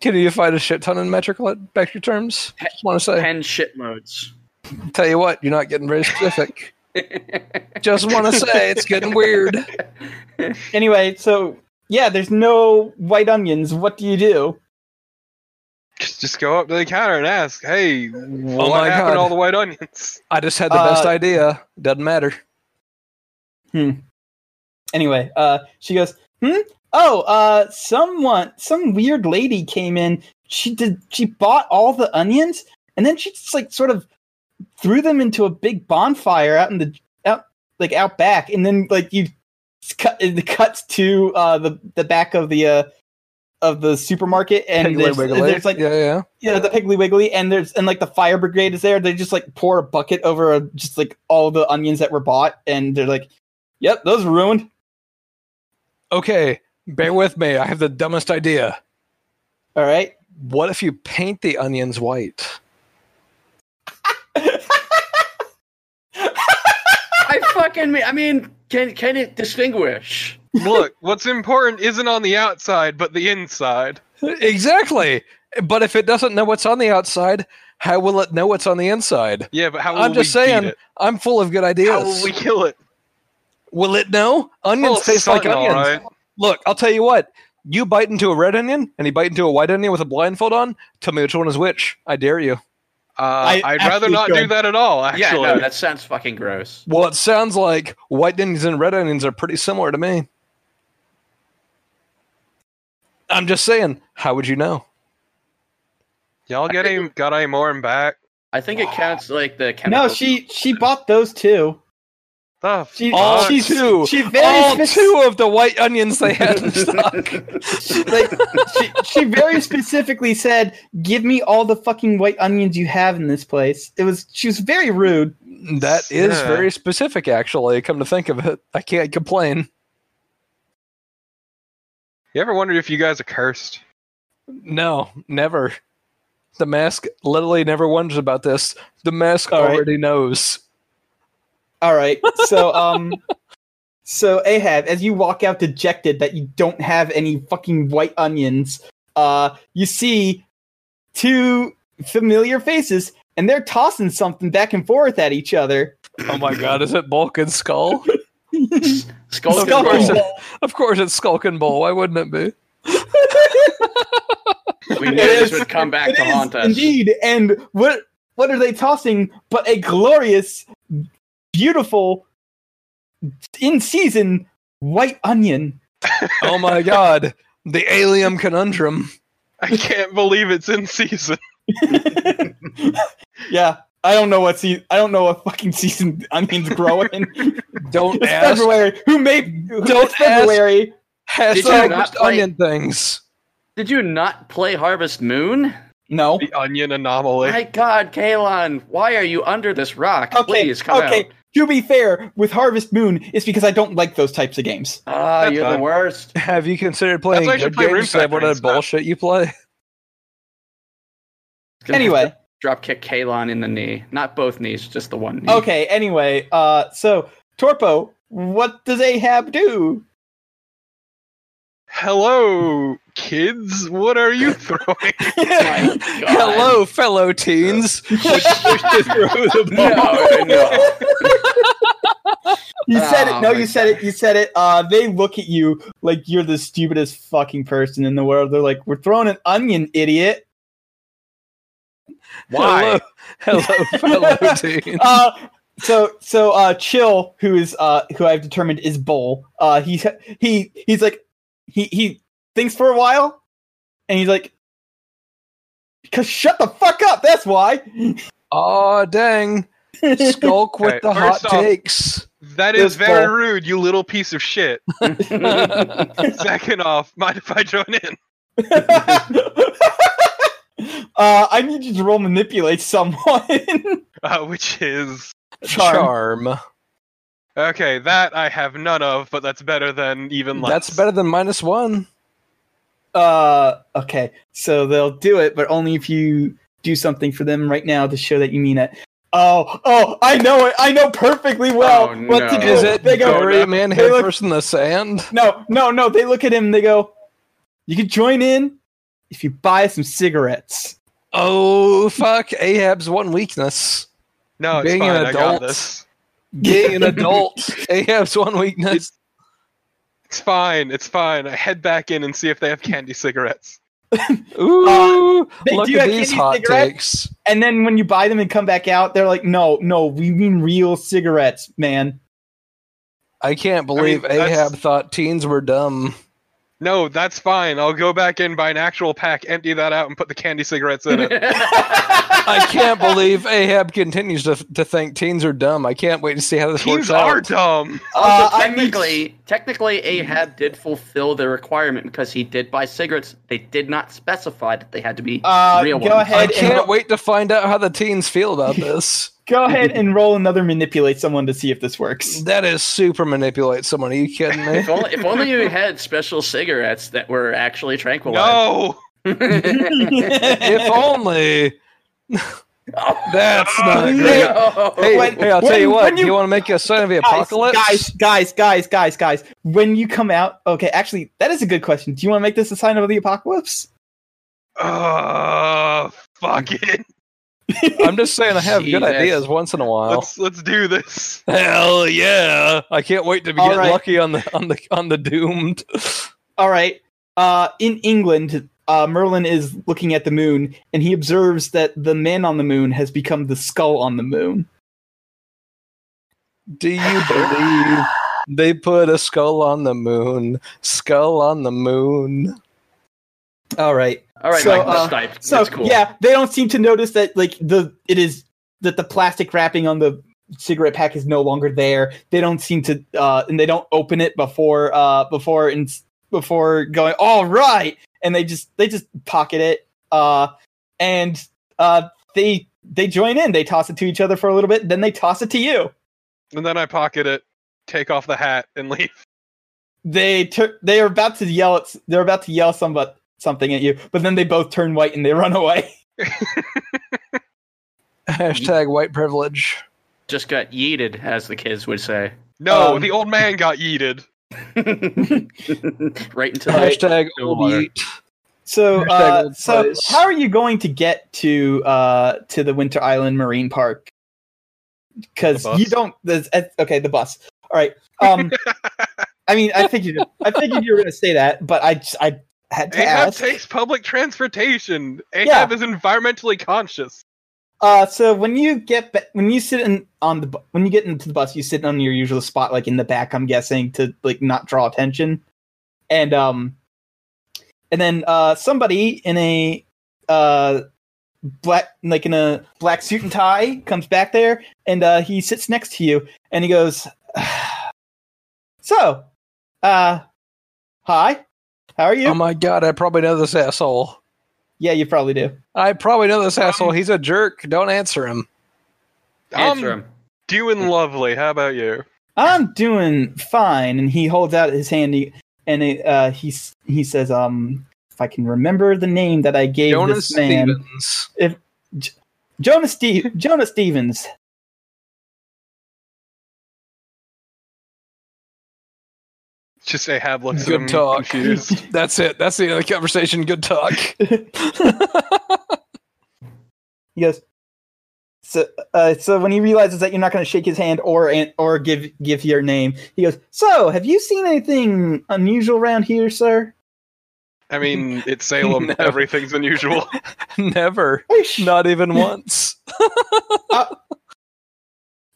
B: Can you define a shit ton in metric, lo- metric terms? Just want to say.
D: ten shit loads.
B: Tell you what, you're not getting very specific. Just want to say it's getting weird.
A: Anyway, so yeah, there's no white onions. What do you do?
C: Just, just go up to the counter and ask, "Hey, what
B: Oh my
C: happened
B: God.
C: to all the white onions?"
B: I just had the best
A: Uh,
B: idea. Doesn't matter.
A: anyway, uh, she goes, hmm? Oh, uh, someone, some weird lady came in. She did, she bought all the onions and then she just like sort of threw them into a big bonfire out in the, out, like out back. And then like you s- cut, it cuts to, uh, the, the back of the, uh, of the supermarket and
B: Piggly
A: there's,
B: wiggly.
A: there's like,
B: yeah, yeah.
A: yeah, the Piggly Wiggly, and there's and like the fire brigade is there. They just like pour a bucket over uh, just like all the onions that were bought, and they're like, "Yep, those are ruined."
B: Okay, bear with me. I have the dumbest idea.
A: All right,
B: What if you paint the onions white?
D: I fucking mean, I mean, can can it distinguish?
C: Look, what's important isn't on the outside, but the inside.
B: Exactly. But if it doesn't know what's on the outside, how will it know what's on the inside?
C: Yeah, but how will
B: I'm
C: we
B: just saying,
C: beat it?
B: I'm full of good
C: How will
B: ideas.
C: we kill it?
B: Will it know?
C: Well,
B: Onions taste like
C: son, all
B: onions.
C: right.
B: Look, I'll tell you what. You bite into a red onion and you bite into a white onion with a blindfold on. Tell me which one is which. I dare you.
C: Uh,
A: I
C: I'd rather
A: actually
C: not do
A: could.
C: that at all.
D: Yeah,
C: Actually,
D: no, that sounds fucking gross.
B: Well, it sounds like white onions and red onions are pretty similar to me. I'm just saying, how would you know?
C: y'all got any got any more in back?
D: I think it counts like the chemical.
A: no, she she bought those too.
C: The
A: She Oh,
B: All
A: she,
B: two.
A: She very
B: All
A: spec-
B: two of the white onions they had in stock.
A: she- like she, she very specifically said, "Give me all the fucking white onions you have in this place." It was she was very rude.
B: That is
C: Yeah.
B: very specific, actually. Come to think of it, I can't complain.
C: You ever wondered if you guys are cursed?
B: No, never. The mask literally never wonders about this. The mask
A: All right.
B: already knows.
A: All right, so um, So Ahab, as you walk out dejected that you don't have any fucking white onions, uh, you see two familiar faces, and they're tossing something back and forth at each other.
B: Oh my god, is it Bulk and Skull?
D: Skull
B: Of
A: Skull
B: course
A: and
B: it- of course it's Skulk and Bull. Why wouldn't it be?
D: We knew
A: It
D: this
A: is-
D: would come back
A: It
D: to
A: is,
D: haunt us.
A: Indeed, and what what are they tossing but a glorious, beautiful, in season white onion?
B: Oh my god, the alien conundrum.
C: I can't believe it's in season.
A: yeah, I don't know what se- I don't know what fucking season onions grow in.
B: Don't
A: It's
B: ask.
A: February. Who made
B: Don't
A: it's February?
D: Did
B: Hashtag
D: you not
B: just
D: play-
B: onion things.
D: Did you not play Harvest Moon?
A: No.
C: The onion anomaly.
D: My God, Kalon, why are you under this rock?
A: Okay,
D: Please come
A: okay. To be fair, with Harvest Moon, it's because I don't like those types of games.
D: out. Ah,
C: That's
D: you're the
C: fine.
D: worst.
B: Have you considered playing
C: why I should
B: good
C: play Rune
B: games instead of what
C: Factory
B: that
C: instead.
B: bullshit you play?
D: Gonna have
A: anyway,
D: to drop kick Kalon in the knee, not both knees, just the one knee.
A: okay. Anyway, uh, so Torpo, what does Ahab do?
C: Hello, kids. What are you throwing?
D: My God.
B: Hello, fellow teens.
D: No,
A: You
D: no.
A: said
D: Oh
A: it. No,
D: my
A: you said it. You said it. Uh, they look at you like you're the stupidest fucking person in the world. They're like, "We're throwing an onion, idiot."
D: Why?
B: Hello, hello fellow teens.
A: Uh, so so uh, Chill, who is uh, who I've determined is Bull. Uh, he he he's like he he thinks for a while, and he's like, "Cause shut the fuck up. That's why."
B: Aw, dang. Skulk with
C: Okay,
B: the hot
C: first off-
B: takes.
C: That is
A: Fistball.
C: very rude, you little piece of shit. Second off, mind if I join in?
A: uh, I need you to roll manipulate someone.
C: Uh, which is
A: Charm.
B: Charm.
C: okay. That I have none of, but that's better than even less.
B: That's better than minus one.
A: Uh, okay, so they'll do it, but only if you do something for them right now to show that you mean it. Oh, oh, I know it. I know perfectly well
D: Oh,
A: what to
D: no.
A: do.
B: Is it
A: They go,
B: bury a man head
A: look-
B: first in the sand?
A: no, no, no. They look at him. and They go, "You can join in if you buy some cigarettes."
B: Oh fuck! Ahab's one weakness:
C: no, it's
B: being
C: fine.
B: an
C: I got
B: adult.
C: this.
B: being an adult. Ahab's one weakness.
C: It's fine. It's fine. I head back in and see if they have candy cigarettes.
B: Ooh,
A: they
B: look
A: Ah, do
B: at
A: have
B: these
A: candy
B: hot
A: cigarettes?
B: takes.
A: And then when you buy them and come back out, they're like, "No, no, we mean real cigarettes, man."
B: I can't believe
C: that's-
B: Ahab thought teens were dumb.
C: No, that's fine. I'll go back in, buy an actual pack, empty that out, and put the candy cigarettes in it.
B: I can't believe Ahab continues to, to think teens are dumb. I can't wait to see how this works
C: Teens
B: out.
C: are dumb.
A: Uh,
D: Also,
A: I Mm-hmm. need-
D: technically, technically, Ahab did fulfill the requirement because he did buy cigarettes. They did not specify that they had to be
A: Uh,
D: real
A: go
D: ones.
B: I
A: ahead.
B: can't wait to find out how the teens feel about this.
A: Go ahead and roll another manipulate someone to see if this works.
B: That is super manipulate someone. Are you kidding me?
D: If only, if only you had special cigarettes that were actually tranquilized.
C: No,
B: if only. That's not great.
D: Oh, No.
B: Hey,
A: Oh, When-
B: hey, I'll tell
A: when-
B: you what.
A: when
B: You,
A: you-
B: want to make a sign of the
A: Guys,
B: apocalypse?
A: Guys, guys, guys, guys, guys. When you come out, okay, actually, that is a good question. Do you want to make this a sign of the apocalypse?
C: uh, fuck it.
B: I'm just saying I have good
D: Jesus.
B: ideas once in a while.
C: Let's let's do this.
B: Hell yeah! I can't wait to be
A: All
B: get
A: right.
B: lucky on the on the on the doomed.
A: All right. Uh, in England, uh, Merlin is looking at the moon, and he observes that the man on the moon has become the skull on the moon.
B: Do you believe they put a skull on the moon? Skull on the moon.
A: All right.
D: All right,
A: So,
D: Mike,
A: uh,
D: Stipe,
A: So
D: that's cool.
A: yeah, they don't seem to notice that like the it is that the plastic wrapping on the cigarette pack is no longer there. They don't seem to uh and they don't open it before uh before and s- before going all right and they just they just pocket it uh and uh they they join in. They toss it to each other for a little bit, then they toss it to you.
C: And then I pocket it, take off the hat, and leave.
A: They tur- they are about to yell at s- they're about to yell some something at you, but then they both turn white and they run away.
B: Hashtag white privilege.
D: Just got yeeted, as the kids would say.
C: No,
A: Um,
C: the old man got yeeted.
D: right into the.
B: Hashtag
C: No
B: old
C: water.
B: yeet.
A: So,
B: Hashtag
A: uh,
B: old
A: so
B: place.
A: how are you going to get to uh, to the Winter Island Marine Park? Because
B: The bus.
A: you don't. There's, eh, okay, the bus. All right. Um, I mean, I think you. I figured you were going to say that, but I just- I had to
C: Ahab
A: ask.
C: takes public transportation.
A: Yeah.
C: Ahab is environmentally conscious.
A: Uh, so when you get ba- when you sit in on the bu- when you get into the bus, you sit on your usual spot, like in the back, I'm guessing, to like not draw attention, and um, and then uh, somebody in a uh black like in a black suit and tie comes back there, and uh, he sits next to you, and he goes, "So, uh, hi, how are you?
B: Oh my god, I probably know this asshole.
A: yeah, you probably do.
B: I probably know this
C: Um,
B: asshole. He's a jerk. Don't answer him.
A: um,
D: Answer
C: I'm
D: him.
C: doing lovely. How about you?
A: I'm doing fine. And he holds out his hand he- and it, uh, he s- he says, um, if I can remember the name that I gave
B: Jonas
A: this man,
B: Stevens.
A: Jonas Ste- Jonas Stevens.
C: Just Ahab looks at
B: Good
C: him
B: talk.
C: confused.
B: That's it. That's the end of the conversation. Good talk.
A: He goes. So, uh, so when he realizes that you're not going to shake his hand or an- or give give your name, he goes. So, have you seen anything unusual around here, sir?
C: I mean, it's Salem.
B: No.
C: Everything's unusual.
B: Never.
A: Are you sh-
B: Not even once.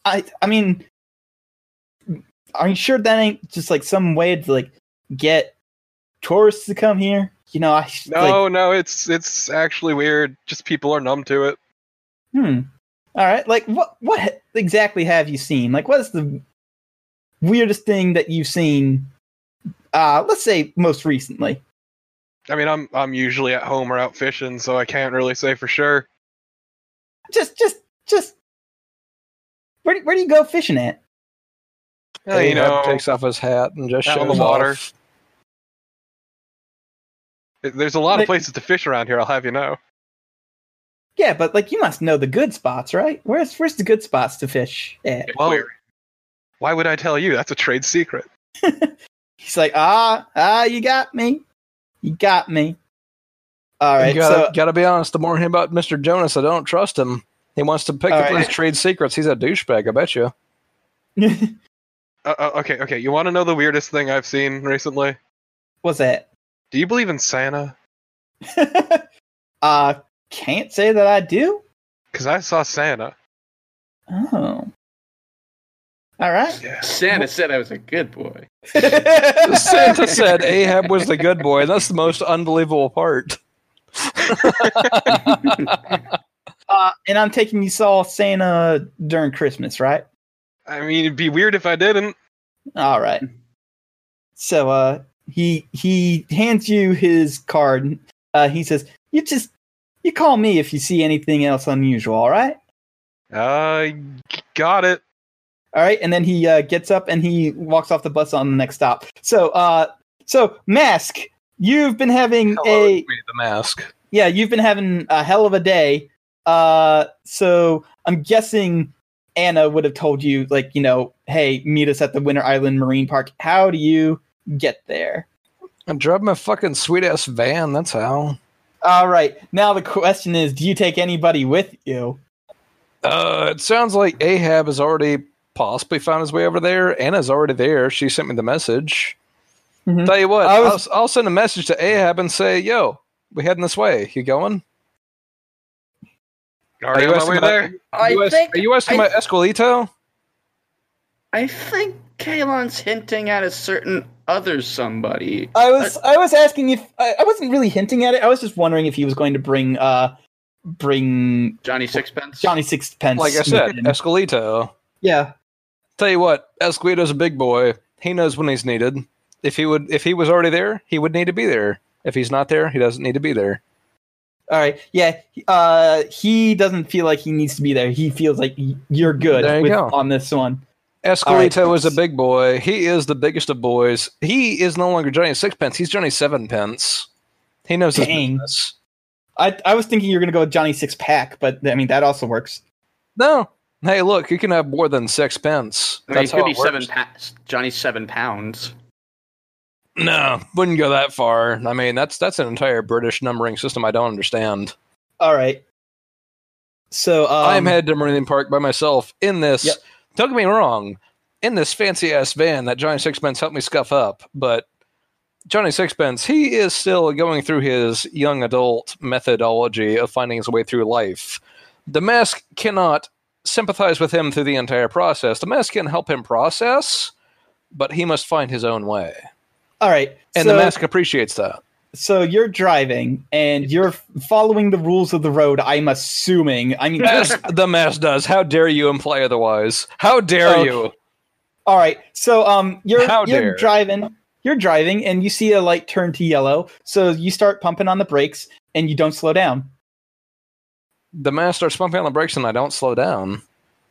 A: I I mean, are you sure that ain't just like some way to like get tourists to come here? You know, I
C: No, no, it's it's actually weird. Just people are numb to it.
A: like hmm. All right, like what what exactly have you seen? Like, what is the weirdest thing that you've seen? Uh, let's say most recently.
C: I mean, I'm I'm usually at home or out fishing, so I can't really say for sure.
A: Just just just where do, where do you go fishing at?
C: Yeah, you
B: Ahab
C: know,
B: takes off his hat and just
C: out
B: shows
C: on the water.
B: off.
C: There's a lot
A: Like-
C: of places to fish around here. I'll have you know.
A: Yeah, but like you must know the good spots, right? Where's where's the good spots to fish at?
C: Well,
D: Where?
C: why would I tell you? That's a trade secret.
A: He's like, ah, ah, you got me. You got me. All right.
B: you gotta,
A: so,
B: gotta be honest. The more I hear about Mr. Jonas, I don't trust him. He wants to pick
A: All
B: up
A: right.
B: his trade secrets. He's a douchebag. I bet you.
C: Uh, uh, okay, okay. You want to know the weirdest thing I've seen recently?
A: what's that?
C: Do you believe in Santa?
A: uh, can't say that I do.
C: Because I saw Santa.
A: Oh. All right.
C: Yeah.
D: Santa said I was a good boy.
B: Santa said Ahab was the good boy. That's the most unbelievable part.
A: uh, and I'm taking you saw Santa during Christmas, right?
C: I mean, it'd be weird if I didn't.
A: All right. So uh, he he hands you his card. Uh, he says, "You just you call me if you see anything else unusual. All right."
C: Uh, got it.
A: All right, and then he uh, gets up and he walks off the bus on the next stop. So, uh, so mask, you've been having
B: Hello,
A: a
B: it's me, the mask.
A: yeah, you've been having a hell of a day. Uh, so I'm guessing Anna would have told you, like, you know, hey, meet us at the Winter Island Marine Park. How do you get there?
B: I'm driving my fucking sweet ass van. That's how.
A: All right, now the question is, do you take anybody with you?
B: Uh, it sounds like Ahab has already possibly found his way over there. Anna's already there. She sent me the message.
A: Mhm.
B: Tell you what,
A: I
B: Mm-hmm. I
A: was-
B: will I'll send a message to Ahab and say, "Yo, we heading this way. You going?
C: Already on my
B: asking
C: way
B: about-
C: there.
D: I
B: you ask-
D: think-
B: are you asking
D: I-
B: about Escolito?
D: I think Kalon's hinting at a certain other somebody.
A: I was I was asking if I, I wasn't really hinting at it. I was just wondering if he was going to bring uh bring
D: Johnny Sixpence.
A: Johnny Sixpence.
B: Like I said, Escolito.
A: Yeah.
B: Tell you what, Escolito's a big boy. He knows when he's needed. If he would, if he was already there, he would need to be there. If he's not there, he doesn't need to be there.
A: All right. Yeah. Uh, he doesn't feel like he needs to be there. He feels like y- you're good
B: There you
A: with-
B: go.
A: on this one.
B: Escolito is a big boy. He is the biggest of boys. He is no longer Johnny Sixpence. He's Johnny Sevenpence. He knows his
A: Dang.
B: business.
A: I I was thinking you're gonna go with Johnny Six Pack, but I mean that also works.
B: No, Hey, look, you can have more than six pence.
D: I mean,
B: That's
D: it could
B: how
D: be
B: it works.
D: seven. Pa- Johnny's seven pounds.
B: No, wouldn't go that far. I mean, that's that's an entire British numbering system I don't understand.
A: All right. So um,
B: I'm headed to Marine Park by myself in this.
A: Yep.
B: Don't get me wrong, in this fancy ass van that Johnny Sixpence helped me scuff up, but Johnny Sixpence, he is still going through his young adult methodology of finding his way through life. The mask cannot sympathize with him through the entire process. The mask can help him process, but he must find his own way.
A: all right.
B: And
A: so,
B: the mask appreciates that.
A: so you're driving and you're f- following the rules of the road. I'm assuming. I mean,
B: Yes, the mask does. How dare you imply otherwise? How dare
A: Okay.
B: you?
A: All right. So um you're
B: How
A: you're
B: dare.
A: driving you're driving and you see a light turn to yellow. So you start pumping on the brakes and you don't slow down.
B: The mask starts pumping on the brakes and I don't slow down.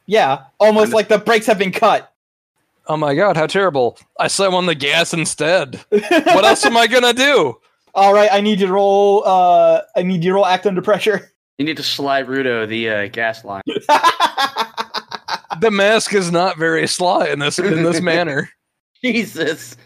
A: Yeah, almost like the brakes have been cut.
B: Oh my god, how terrible. I slow on the gas instead. What else am I gonna do?
A: All right, I need you to roll uh I need you to roll act under pressure.
D: You need to slide Rudo the uh, gas line.
B: The mask is not very sly in this in this manner.
D: Jesus.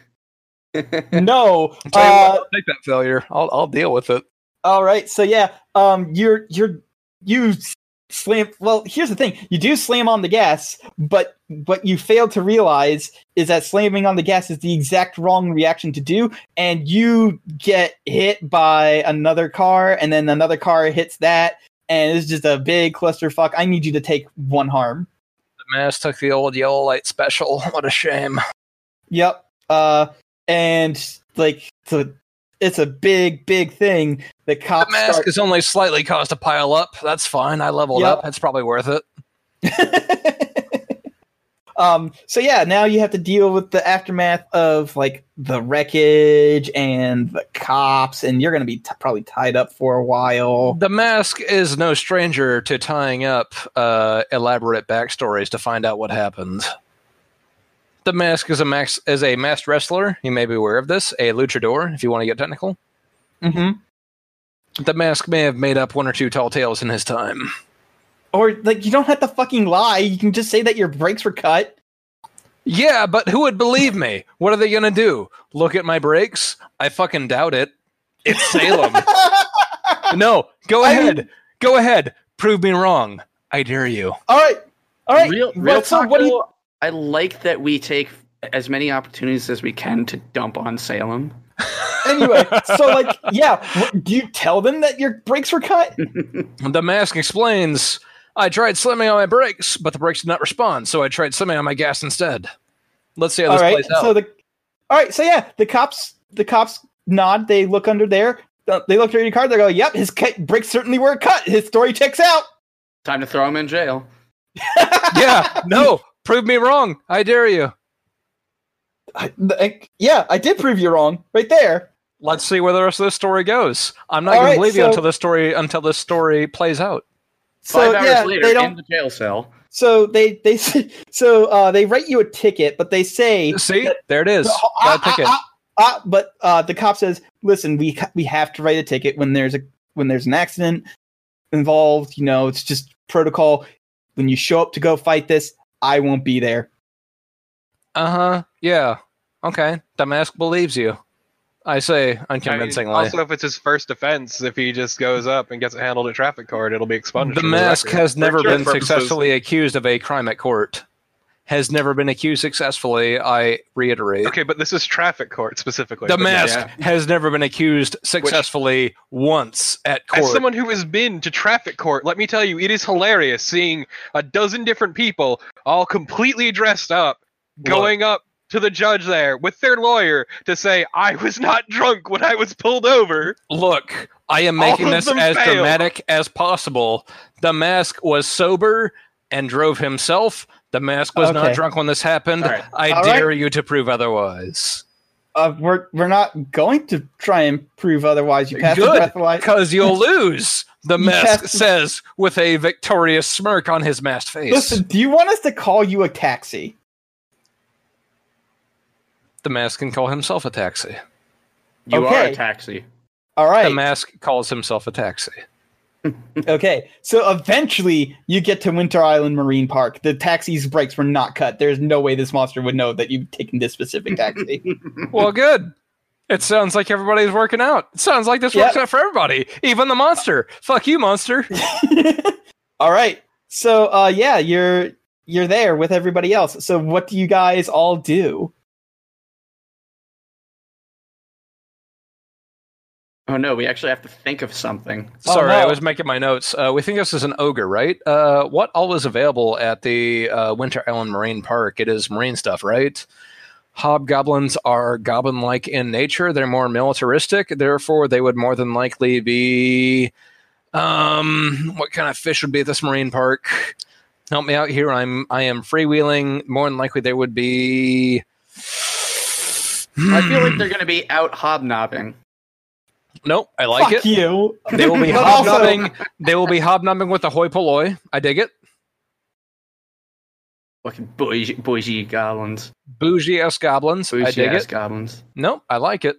A: no.
B: Tell you what,
A: uh,
B: I'll take that failure. I'll I'll deal with it.
A: All right. So yeah, um, you're you're you s- slam. Well, here's the thing: you do slam on the gas, but what you fail to realize is that slamming on the gas is the exact wrong reaction to do, and you get hit by another car, and then another car hits that, and it's just a big clusterfuck. I need you to take one harm.
B: The mask took the old yellow light special. What a shame.
A: Yep. Uh, and like so it's a big, big thing. The
B: The
A: cops
B: mask
A: start-
B: is only slightly caused to pile up. That's fine. I leveled
A: Yep.
B: up. It's probably worth it.
A: um so yeah now you have to deal with the aftermath of like the wreckage and the cops and you're gonna be t- probably tied up for a while
B: The mask is no stranger to tying up uh, elaborate backstories to find out what happened. The mask is a max is a masked wrestler. You may be aware of this. A luchador, if you want to get technical.
A: mm-hmm.
B: The mask may have made up one or two tall tales in his time.
A: or like you don't have to fucking lie you can just say that your brakes were cut
B: Yeah, but who would believe me? What are they gonna do? Look at my breaks? I fucking doubt it. It's Salem. no, go
A: I
B: ahead. go ahead. Prove me wrong. I dare you.
A: all right all right
D: Real,
A: Well,
D: real
A: so what do you
D: taco, I like that we take as many opportunities as we can to dump on Salem.
A: anyway so like yeah what, do you tell them that your brakes were cut
B: The mask explains I tried slamming on my brakes, but the brakes did not respond, so I tried slamming on my gas instead. Let's see how
A: all
B: this
A: right
B: plays out.
A: so the all right so yeah the cops the cops nod they look under there uh, they look at your card they go yep his ca- brakes certainly were cut his story checks out
D: Time to throw him in jail.
B: yeah, no, prove me wrong. I dare you.
A: I- the- I- yeah i did prove you wrong right there
B: Let's see where the rest of this story goes. I'm not
A: All
B: going
A: right,
B: to believe you
A: so-
B: until this story until this story plays out.
A: so
D: Five hours
A: yeah
D: later,
A: they
D: in
A: don't
D: the jail cell.
A: so they they s- so uh they write you a ticket but they say
B: See, there it is.
A: Oh,
B: Got a
A: ah,
B: ticket.
A: ah, ah, ah, but uh, the cop says, "Listen, we ha- we have to write a ticket when there's a when there's an accident involved. You know, it's just protocol. When you show up to go fight this, I won't be there."
B: Uh huh. Yeah. Okay. The mask believes you. I say
C: I mean,
B: unconvincingly.
C: also, if it's his first offense, if he just goes up and gets it handled at traffic court, it'll be expunged.
B: the
C: from
B: mask
C: record.
B: has never
C: insurance
B: been
C: purposes.
B: successfully accused of a crime at court. Has never been accused successfully. I reiterate.
C: Okay, but this is traffic court specifically.
B: The
C: But
B: mask
D: yeah.
B: has never been accused successfully once at court.
C: As someone who has been to traffic court, let me tell you, it is hilarious seeing a dozen different people all completely dressed up going up to the judge there with their lawyer to say, I was not drunk when I was pulled over.
B: Look, I am
C: All
B: making
C: of
B: this
C: them
B: as
C: failed.
B: dramatic as possible. The mask was sober and drove himself. The mask was not
A: Okay.
B: drunk when this happened.
D: All right.
B: I
A: All
B: dare you to prove otherwise.
A: Uh, we're we're not going to try and prove otherwise. You pass
B: Good.
A: the breathalyzer.
B: Because you'll lose, the
A: You
B: mask
A: have to-
B: says with a victorious smirk on his masked face.
A: Listen, do you want us to call you a taxi?
B: The mask can call himself a taxi.
D: You are
A: Okay.
D: a taxi.
A: All
B: The
A: right.
B: mask calls himself a taxi.
A: okay, so eventually you get to Winter Island Marine Park. The taxi's brakes were not cut. There's no way this monster would know that you've taken this specific taxi.
B: Well, good. It sounds like everybody's working out. It sounds like this
A: Yep.
B: works out for everybody, even the monster. Fuck you, monster.
A: all right. So uh yeah, you're you're there with everybody else. So what do you guys all do?
D: Oh no, we actually have to think of something.
A: Oh,
B: Sorry, I
A: no.
B: was making my notes. Uh, we think this is an ogre, right? Uh, what all is available at the uh, Winter Island Marine Park? It is marine stuff, right? Hobgoblins are goblin like in nature. They're more militaristic. Therefore, they would more than likely be. Um, what kind of fish would be at this marine park? Help me out here. I'm I am freewheeling. More than likely, they would be. hmm,
D: I feel like they're going to be out hobnobbing.
B: Nope, I like
A: Fuck
B: it.
A: you.
B: They will be
A: But also-
B: hobnobbing. they will be hobnobbing with the hoi polloi. I dig it.
D: Fucking bougie, bougie goblins.
B: bougie ass goblins. I
D: Bougie
B: dig
D: ass
B: it.
D: goblins.
B: Nope, I like it.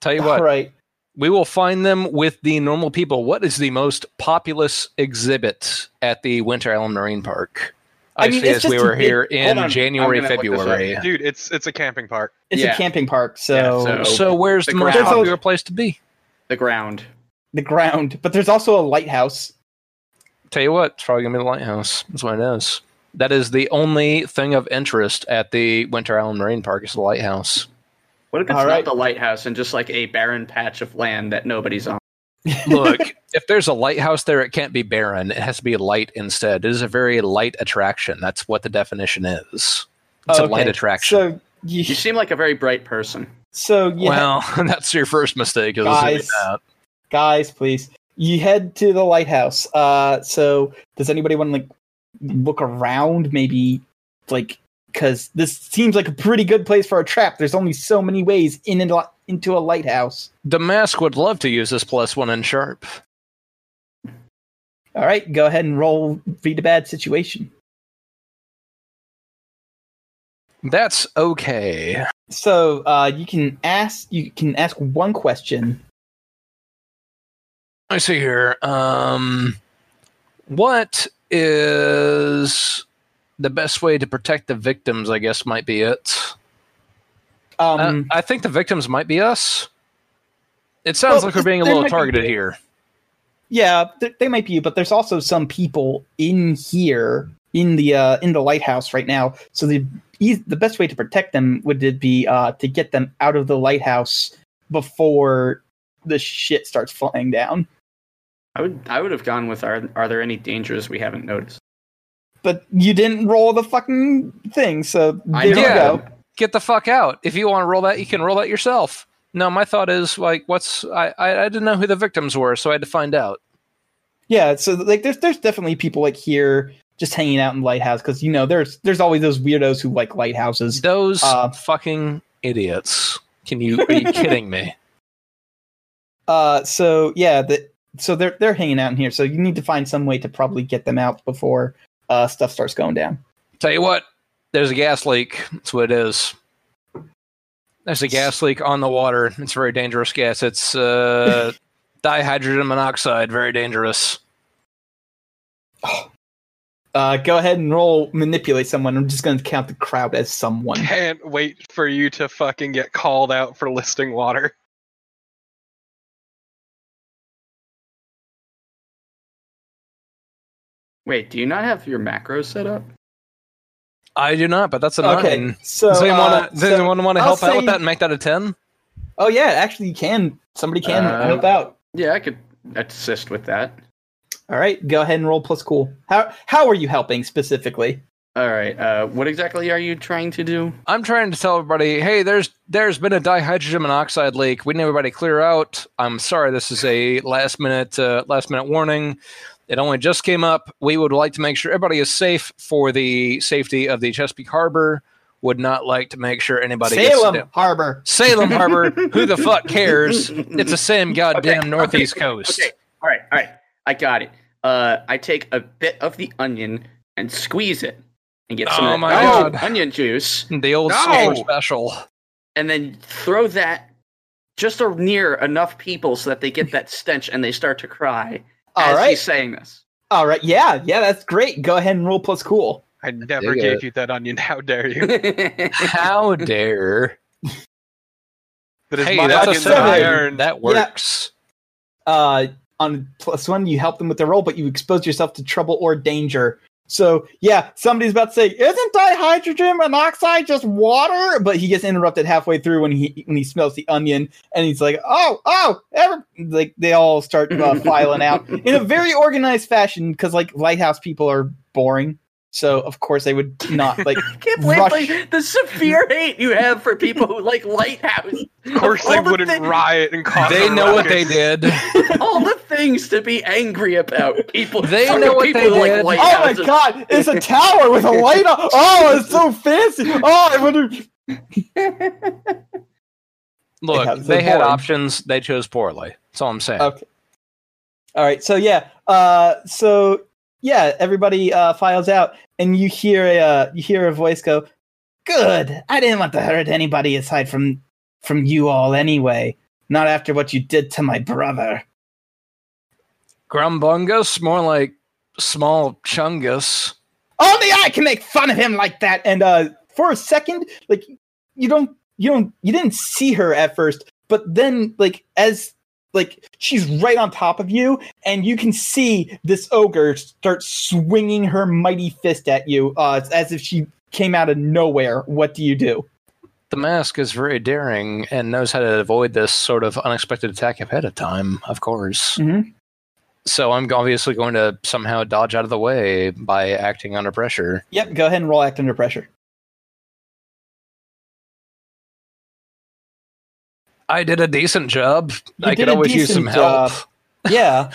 B: Tell you
A: All
B: what,
A: right.
B: we will find them with the normal people. What is the most populous exhibit at the Winter Island Marine Park? I,
A: I mean,
B: see
A: it's
B: as we
A: just a
B: were
A: big-
B: here
D: Hold
B: in
D: on, I'm
B: January,
D: gonna look this up.
B: February.
C: Dude, it's it's a camping park.
A: It's
D: Yeah.
A: a camping park, so,
D: Yeah, so-
B: So where's
D: The
B: the, most
A: ground.
B: popular place to be?
D: The ground.
A: the ground. But there's also a lighthouse.
B: Tell you what, it's probably gonna be the lighthouse. That's what it is. That is the only thing of interest at the Winter Island Marine Park is the lighthouse.
D: What if it's
A: All
D: not
A: right.
D: the lighthouse and just like a barren patch of land that nobody's on?
B: Look, if there's a lighthouse there, it can't be barren. It has to be light instead. It is a very light attraction. That's what the definition is. It's a
A: Okay,
B: light attraction.
A: So you,
D: You seem like a very bright person.
A: so you
B: Well, that's your first mistake. Is assuming
A: Guys.
B: that.
A: guys, please. You head to the lighthouse. Uh, so does anybody want to like look around? Maybe like because this seems like a pretty good place for a trap. There's only so many ways in and li- into a lighthouse.
B: The mask would love to use this plus one and sharp.
A: All right, go ahead and roll. Read a bad situation.
B: That's okay.
A: So uh, you can ask. You can ask one question.
B: I see here. Um, what is the best way to protect the victims? I guess might be it. Uh,
A: Um,
B: I think the victims might be us. It sounds
A: Well,
B: like we're being a
A: there
B: little
A: might be-
B: targeted here.
A: Yeah, th- they might be, but there's also some people in here in the uh, in the lighthouse right now. So the eas- the best way to protect them would it be uh, to get them out of the lighthouse before the shit starts flying down.
D: I would I would have gone with are are there any dangers we haven't noticed?
A: But you didn't roll the fucking thing, so there
D: I
A: you
D: know
B: Yeah.
A: go.
D: them.
B: get the fuck out. If you want to roll that, you can roll that yourself. No, my thought is like, what's I, I I didn't know who the victims were, so I had to find out.
A: Yeah, so like there's there's definitely people like here just hanging out in the lighthouse because you know there's there's always those weirdos who like lighthouses.
B: Those
A: Uh,
B: fucking idiots. Can you are you kidding me?
A: Uh, so yeah, the, so they're they're hanging out in here. So you need to find some way to probably get them out before uh, stuff starts going down.
B: Tell you what, there's a gas leak. That's what it is. There's a gas leak on the water. It's very dangerous gas. It's uh, dihydrogen monoxide. Very dangerous.
A: Uh, go ahead and roll manipulate someone. I'm just going to count the crowd as someone.
C: Can't wait for you to fucking get called out for listing water.
D: Wait, do you not have your macros set up?
B: I do not, but that's a nine.
A: Okay, so,
B: does anyone,
A: uh,
B: does
A: so-
B: anyone want to
A: I'll
B: help out
A: say-
B: with that and make that a ten?
A: oh yeah, actually you can. Somebody can
D: Uh,
A: help out.
D: Yeah, I could assist with that.
A: All right, go ahead and roll plus cool. How how are you helping specifically?
D: All right. Uh, what exactly are you trying to do?
B: I'm trying to tell everybody, hey, there's there's been a dihydrogen monoxide leak. We need everybody to clear out. I'm sorry, this is a last minute uh, last minute warning. It only just came up. We would like to make sure everybody is safe for the safety of the Chesapeake Harbor. Would not like to make sure anybody
A: Salem
B: gets down.
A: Harbor.
B: Salem Harbor. Who the fuck cares? It's the same goddamn
D: Okay,
B: northeast coast.
D: Okay. All right. All right. I got it. Uh, I take a bit of the onion and squeeze it and get some
B: Oh
D: of
B: my
D: that onion,
B: God.
D: onion juice,
B: The old
C: No!
B: silver special.
D: and then throw that just a- near enough people so that they get that stench and they start to cry.
A: All
D: as
A: right.
D: he's saying this.
A: All right. Yeah. Yeah. That's great. Go ahead and roll plus cool.
C: I never
B: Dig
C: gave
B: it.
C: you that onion. How dare you?
D: All
B: How dare?
C: That is
B: hey, that's
C: my
B: a
C: onion that I
A: seven.
B: seven.
C: earned.
B: That works.
A: Uh, on plus one, you help them with their roll, but you expose yourself to trouble or danger. So yeah, somebody's about to say, "Isn't dihydrogen monoxide just water?" But he gets interrupted halfway through when he when he smells the onion, and he's like, "Oh, oh!" Ever like they all start uh, filing out in a very organized fashion because like lighthouse people are boring. So of course they would not like
D: I can't believe
A: Rush.
D: like, the severe hate you have for people who like Lighthouse.
C: Of course,
D: Of
C: they
D: all the
C: wouldn't
D: things-
C: riot and cause.
B: They
C: a
B: know what they
C: ruckus.
B: did.
D: All the things to be angry about. People.
B: They
D: fucking
B: know what
D: people
B: they
D: who
B: did.
D: Like
A: Oh my
D: Lighthouses.
A: god, it's a tower with a light on. Oh, it's so fancy. Oh, I wonder.
B: Look,
A: Yeah,
B: they
A: they're
B: had
A: boring. options,
B: options. They chose poorly. That's all I'm saying.
A: Okay. All right, so yeah, uh, so yeah, everybody uh, files out, and you hear a uh, you hear a voice go, "Good, I didn't want to hurt anybody aside from from you all anyway. Not after what you did to my brother."
B: Grumbungus, more like small chungus.
A: only I can make fun of him like that. And uh, for a second, like you don't, you don't, you didn't see her at first, but then like as like she's right on top of you, and you can see this ogre start swinging her mighty fist at you, uh, as if she came out of nowhere. What do you do?
B: The mask is very daring and knows how to avoid this sort of unexpected attack ahead of time, of course.
A: Mhm.
B: So I'm obviously going to somehow dodge out of the way by acting under pressure.
A: Yep, go ahead and roll act under pressure.
B: I did a decent job.
A: You
B: I
A: did
B: could
A: a
B: always use some
A: decent
B: help.
A: Yeah,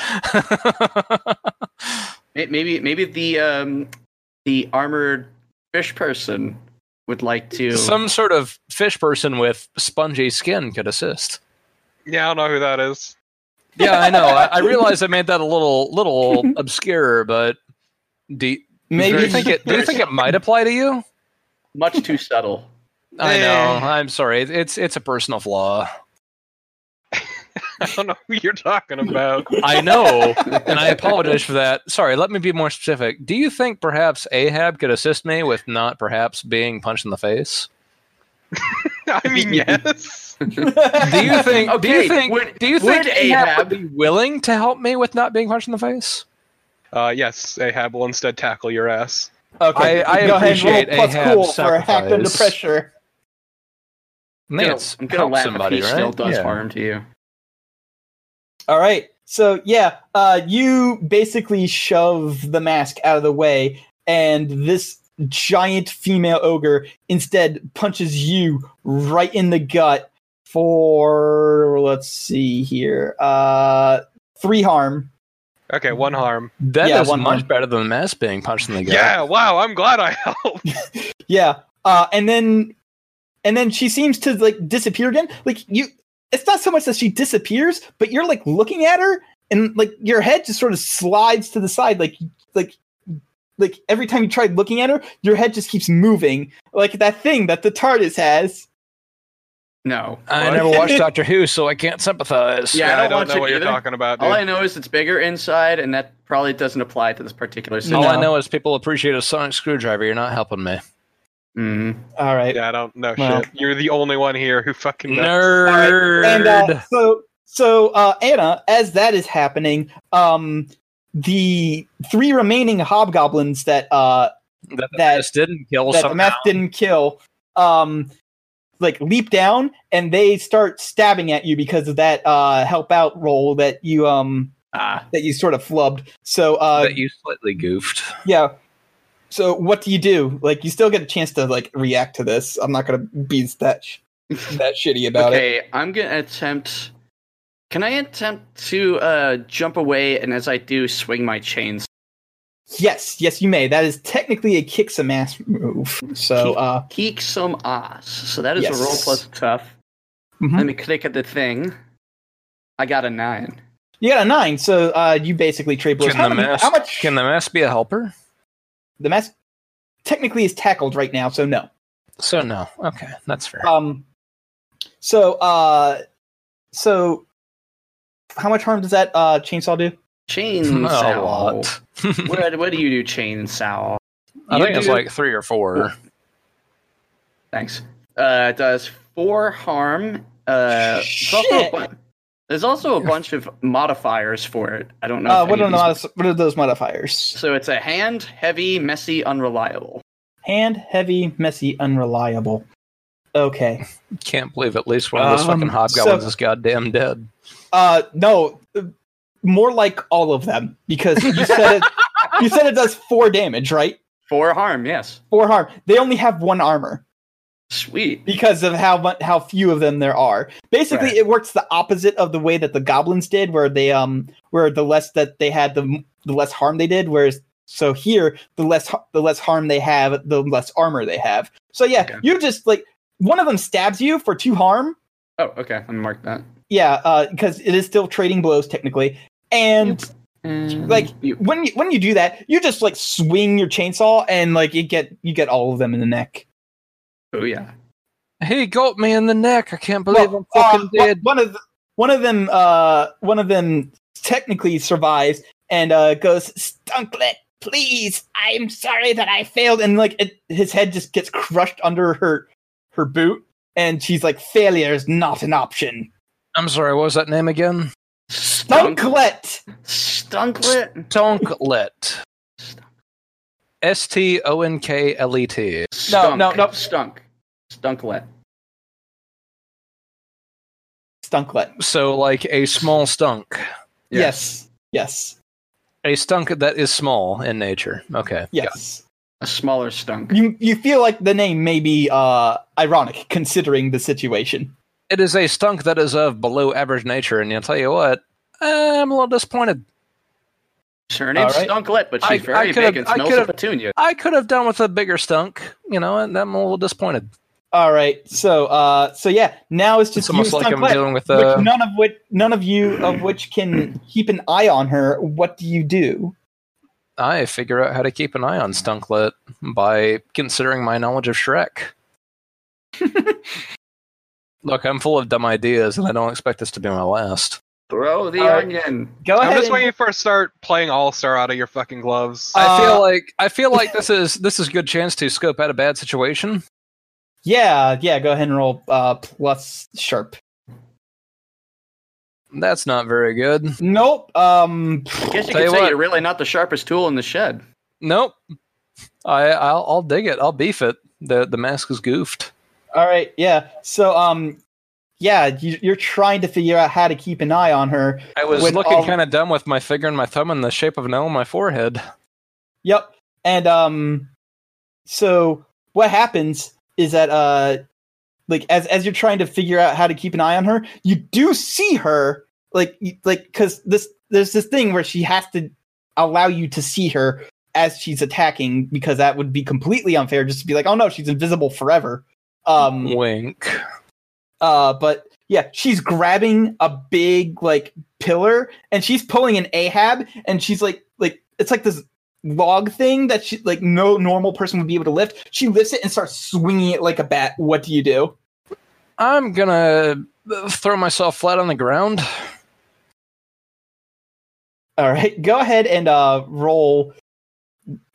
D: May- Maybe maybe the um the armored fish person would like to.
B: some sort of fish person with spongy skin could assist.
C: Yeah, I don't know who that is.
B: Yeah, I know. I, I realize I made that a little little obscure, but do, do
A: maybe
B: you think it do you think it might apply to you?
D: much too subtle.
B: I
C: Eh.
B: know. I'm sorry. It- It's it's a personal flaw.
C: I don't know who you're talking about.
B: I know, and I apologize for that. Sorry. Let me be more specific. Do you think perhaps Ahab could assist me with not perhaps being punched in the face?
C: I mean, yes.
B: Do you think? do
D: Okay,
B: you think?
D: would-
B: do you think
D: would
B: Ahab,
D: Ahab-
B: would be willing to help me with not being punched in the face?
C: Uh, yes, Ahab will instead tackle your ass.
A: okay,
B: I- I
A: go ahead and roll
B: appreciate
A: plus
B: Ahab's
A: cool for act under
B: sacrifice.
A: pressure.
D: I'm gonna-
B: Nance,
D: I'm gonna
B: help
D: laugh
B: somebody,
D: if he
B: right?
D: still does
B: Yeah.
D: harm to you.
A: All right. So yeah, uh, you basically shove the mask out of the way, and this giant female ogre instead punches you right in the gut for let's see here, uh, three harm.
C: Okay, one harm.
B: That is
A: Yeah, one
B: much
A: harm.
B: better than the mask being punched in the gut.
C: Yeah, wow, I'm glad I helped.
A: Yeah, uh, and then and then she seems to like disappear again. Like you, it's not so much that she disappears, but you're like looking at her, and like your head just sort of slides to the side, like like like every time you try looking at her, your head just keeps moving, like that thing that the TARDIS has.
D: No.
B: I
C: What?
B: never watched Doctor Who, so I can't sympathize.
D: Yeah, I
C: I
D: don't
C: don't
D: watch
C: know
D: it
C: what
D: either.
C: you're talking about, dude.
D: All I know is it's bigger inside, and that probably doesn't apply to this particular scene.
B: All I
A: No.
B: know is people appreciate a sonic screwdriver. You're not helping me.
D: Mhm.
A: All right,
C: Yeah, I don't know
A: Well.
C: shit. You're the only one here who fucking knows.
B: Nerd.
A: and uh, so so uh, Anna, as that is happening, um, the three remaining hobgoblins that uh
B: that the
A: that-
B: mask didn't kill
A: that the
B: somehow.
A: meth didn't kill um like leap down and they start stabbing at you because of that uh help out roll that you um
D: Ah,
A: that you sort of flubbed so uh
B: that you slightly goofed.
A: yeah so what do you do like you still get a chance to like react to this i'm not gonna be that sh- that shitty about it
D: okay, I'm gonna attempt. Can I attempt to uh, jump away, and as I do, swing my chains?
A: yes yes you may that is technically a kick some ass move so uh
D: Kick some ass. So that is
A: Yes.
D: a roll plus tough.
B: Mm-hmm.
A: Mhm.
D: Let me click at the thing. I got a nine.
A: you got a nine so uh you basically trade blows
B: Can
A: how,
B: the,
A: many-
B: mask,
A: how much
B: can the mask be a helper?
A: the mask technically is tackled right now so no
B: So no. Okay, that's fair.
A: Um. So, uh, so how much harm does that uh chainsaw do?
B: A
D: Chainsaw.
B: lot.
D: what, what do you do, Chainsaw?
B: I
D: You
B: think it's
D: do-
B: like three or four.
D: Thanks. Uh, it does four harm. Uh, there's, also a
A: Shit.
D: bu- there's also a bunch of modifiers for it. I don't know.
A: Uh,
D: if
A: what,
D: any
A: are
D: of these-
A: mod- what are those modifiers?
D: So it's a hand, heavy, messy, unreliable.
A: Hand, heavy, messy, unreliable. Okay.
B: Can't believe at least one of those
A: Um,
B: fucking hobgoblins
A: so-
B: is goddamn dead.
A: Uh, no, uh, more like all of them because you said it. You said it does four damage, right?
D: Four harm, yes.
A: Four harm. They only have one armor
D: Sweet.
A: because of how mu- how few of them there are. Basically,
D: Right.
A: it works the opposite of the way that the goblins did, where they um where the less that they had, the m- the less harm they did. Whereas so here, the less har- the less harm they have, the less armor they have. So yeah,
D: Okay.
A: you just like one of them stabs you for two harm.
D: Oh, okay. I'm gonna mark that.
A: Yeah, because it is still trading blows technically. And
D: And
A: Like,
D: you,
A: when you, when you do that, you just like swing your chainsaw and like you get you get all of them in the neck.
D: oh yeah.
B: He got me in the neck. I can't believe
A: Well,
B: I'm fucking
A: uh, one-
B: dead.
A: One of the, one of them uh one of them technically survives and uh goes Stunklet, please. I'm sorry that I failed and like it, his head just gets crushed under her her boot and she's like failure is not an option.
B: I'm sorry, what was that name again?
D: Stunk,
A: Stunklet.
D: stunklet,
B: Tonklet.
D: Stunk.
B: S T O N K L E T.
A: No,
D: stunk,
A: no, no.
D: stunk, stunklet.
A: Stunklet.
B: So, like a small stunk.
A: Yes. Yes.
B: A stunk that is small in nature. Okay. got
A: Yes.
D: a smaller stunk.
A: you you feel like the name may be uh ironic considering the situation.
B: It It is a stunk that is of below average nature, and I'll tell you what, I'm a little disappointed.
D: Surname's
A: All right.
D: Stunklet, but
B: I-
D: she's very
B: I could've-
D: big and
B: I
D: smells of
B: could've-
D: petunia.
B: I could have done with a bigger stunk, you know, and I'm a little disappointed.
A: All right, so uh so yeah, now it's just
B: It's almost
A: you
B: like I'm
A: Stunklet,
B: dealing with
A: which
C: uh,
B: a.
A: none of which none of you of which can keep an eye on her. What do you do?
B: I figure out how to keep an eye on Stunklet by considering my knowledge of Shrek. Look, I'm full of dumb ideas, and I don't expect this to be my last.
D: Throw the
A: All right.
D: onion.
A: Go
C: I'm
A: ahead.
C: just
A: and-
C: waiting for a start playing All Star out of your fucking gloves.
A: Uh,
B: I feel like I feel like this is this is a good chance to scope out a bad situation.
A: yeah, yeah, go ahead and roll uh plus sharp.
B: That's not very good.
A: Nope. Um
D: Guess you
B: Tell
D: could
B: you
D: say
B: what.
D: you're really not the sharpest tool in the shed.
B: Nope. I I'll, I'll dig it. I'll beef it. The the mask is goofed.
A: all right, yeah. So um yeah, you, you're trying to figure out how to keep an eye on her.
B: I was
A: When
B: looking
A: all-
B: kind of dumb with my finger and my thumb in the shape of an L on my forehead.
A: Yep. And um so what happens is that uh like as as you're trying to figure out how to keep an eye on her, you do see her like you- like cuz this there's this thing where she has to allow you to see her as she's attacking because that would be completely unfair just to be like, "Oh no, she's invisible forever." Um
B: Wink.
A: uh, but yeah, she's grabbing a big like pillar and she's pulling an Ahab and she's like like it's like this log thing that she like no normal person would be able to lift. She lifts it and starts swinging it like a bat. What do you do?
B: I'm gonna uh, throw myself flat on the ground.
A: All right, go ahead and uh roll.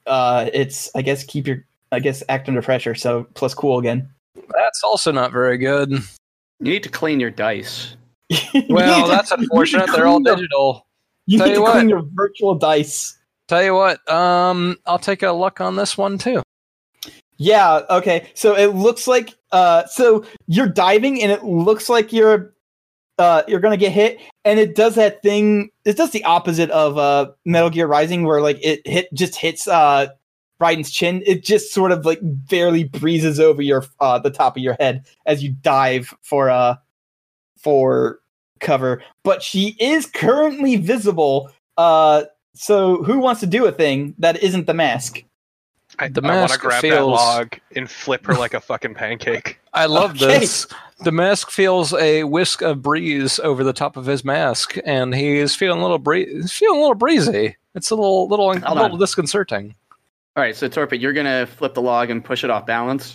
A: Uh, it's I guess keep your I guess act under pressure. So plus cool again.
B: That's also not very good.
D: You need to clean your dice.
A: You need
B: Well,
A: to-
B: that's
A: you need to
B: unfortunate. They're all
A: clean your-
B: digital.
A: You
B: Tell
A: need
B: you
A: to
B: what.
A: clean your virtual dice.
B: Tell you what, um, I'll take a luck on this one too.
A: Yeah, okay. So it looks like uh so you're diving and it looks like you're uh you're going to get hit and it does that thing it does the opposite of uh Metal Gear Rising where like it hit just hits uh Raiden's chin. It just sort of like barely breezes over your uh the top of your head as you dive for uh for cover. But she is currently visible. Uh so who wants to do a thing that isn't the mask?
C: I,
B: the
C: I want to
B: mask
C: grab that
B: feels-
C: log and flip her like a fucking pancake.
B: I love
A: Okay.
B: this. The mask feels a whisk of breeze over the top of his mask, and he's feeling a little bree- he's feeling a little breezy. It's a little little a
D: Hold
B: little
D: on.
B: disconcerting.
D: All right, so Torpid, you're gonna flip the log and push it off balance.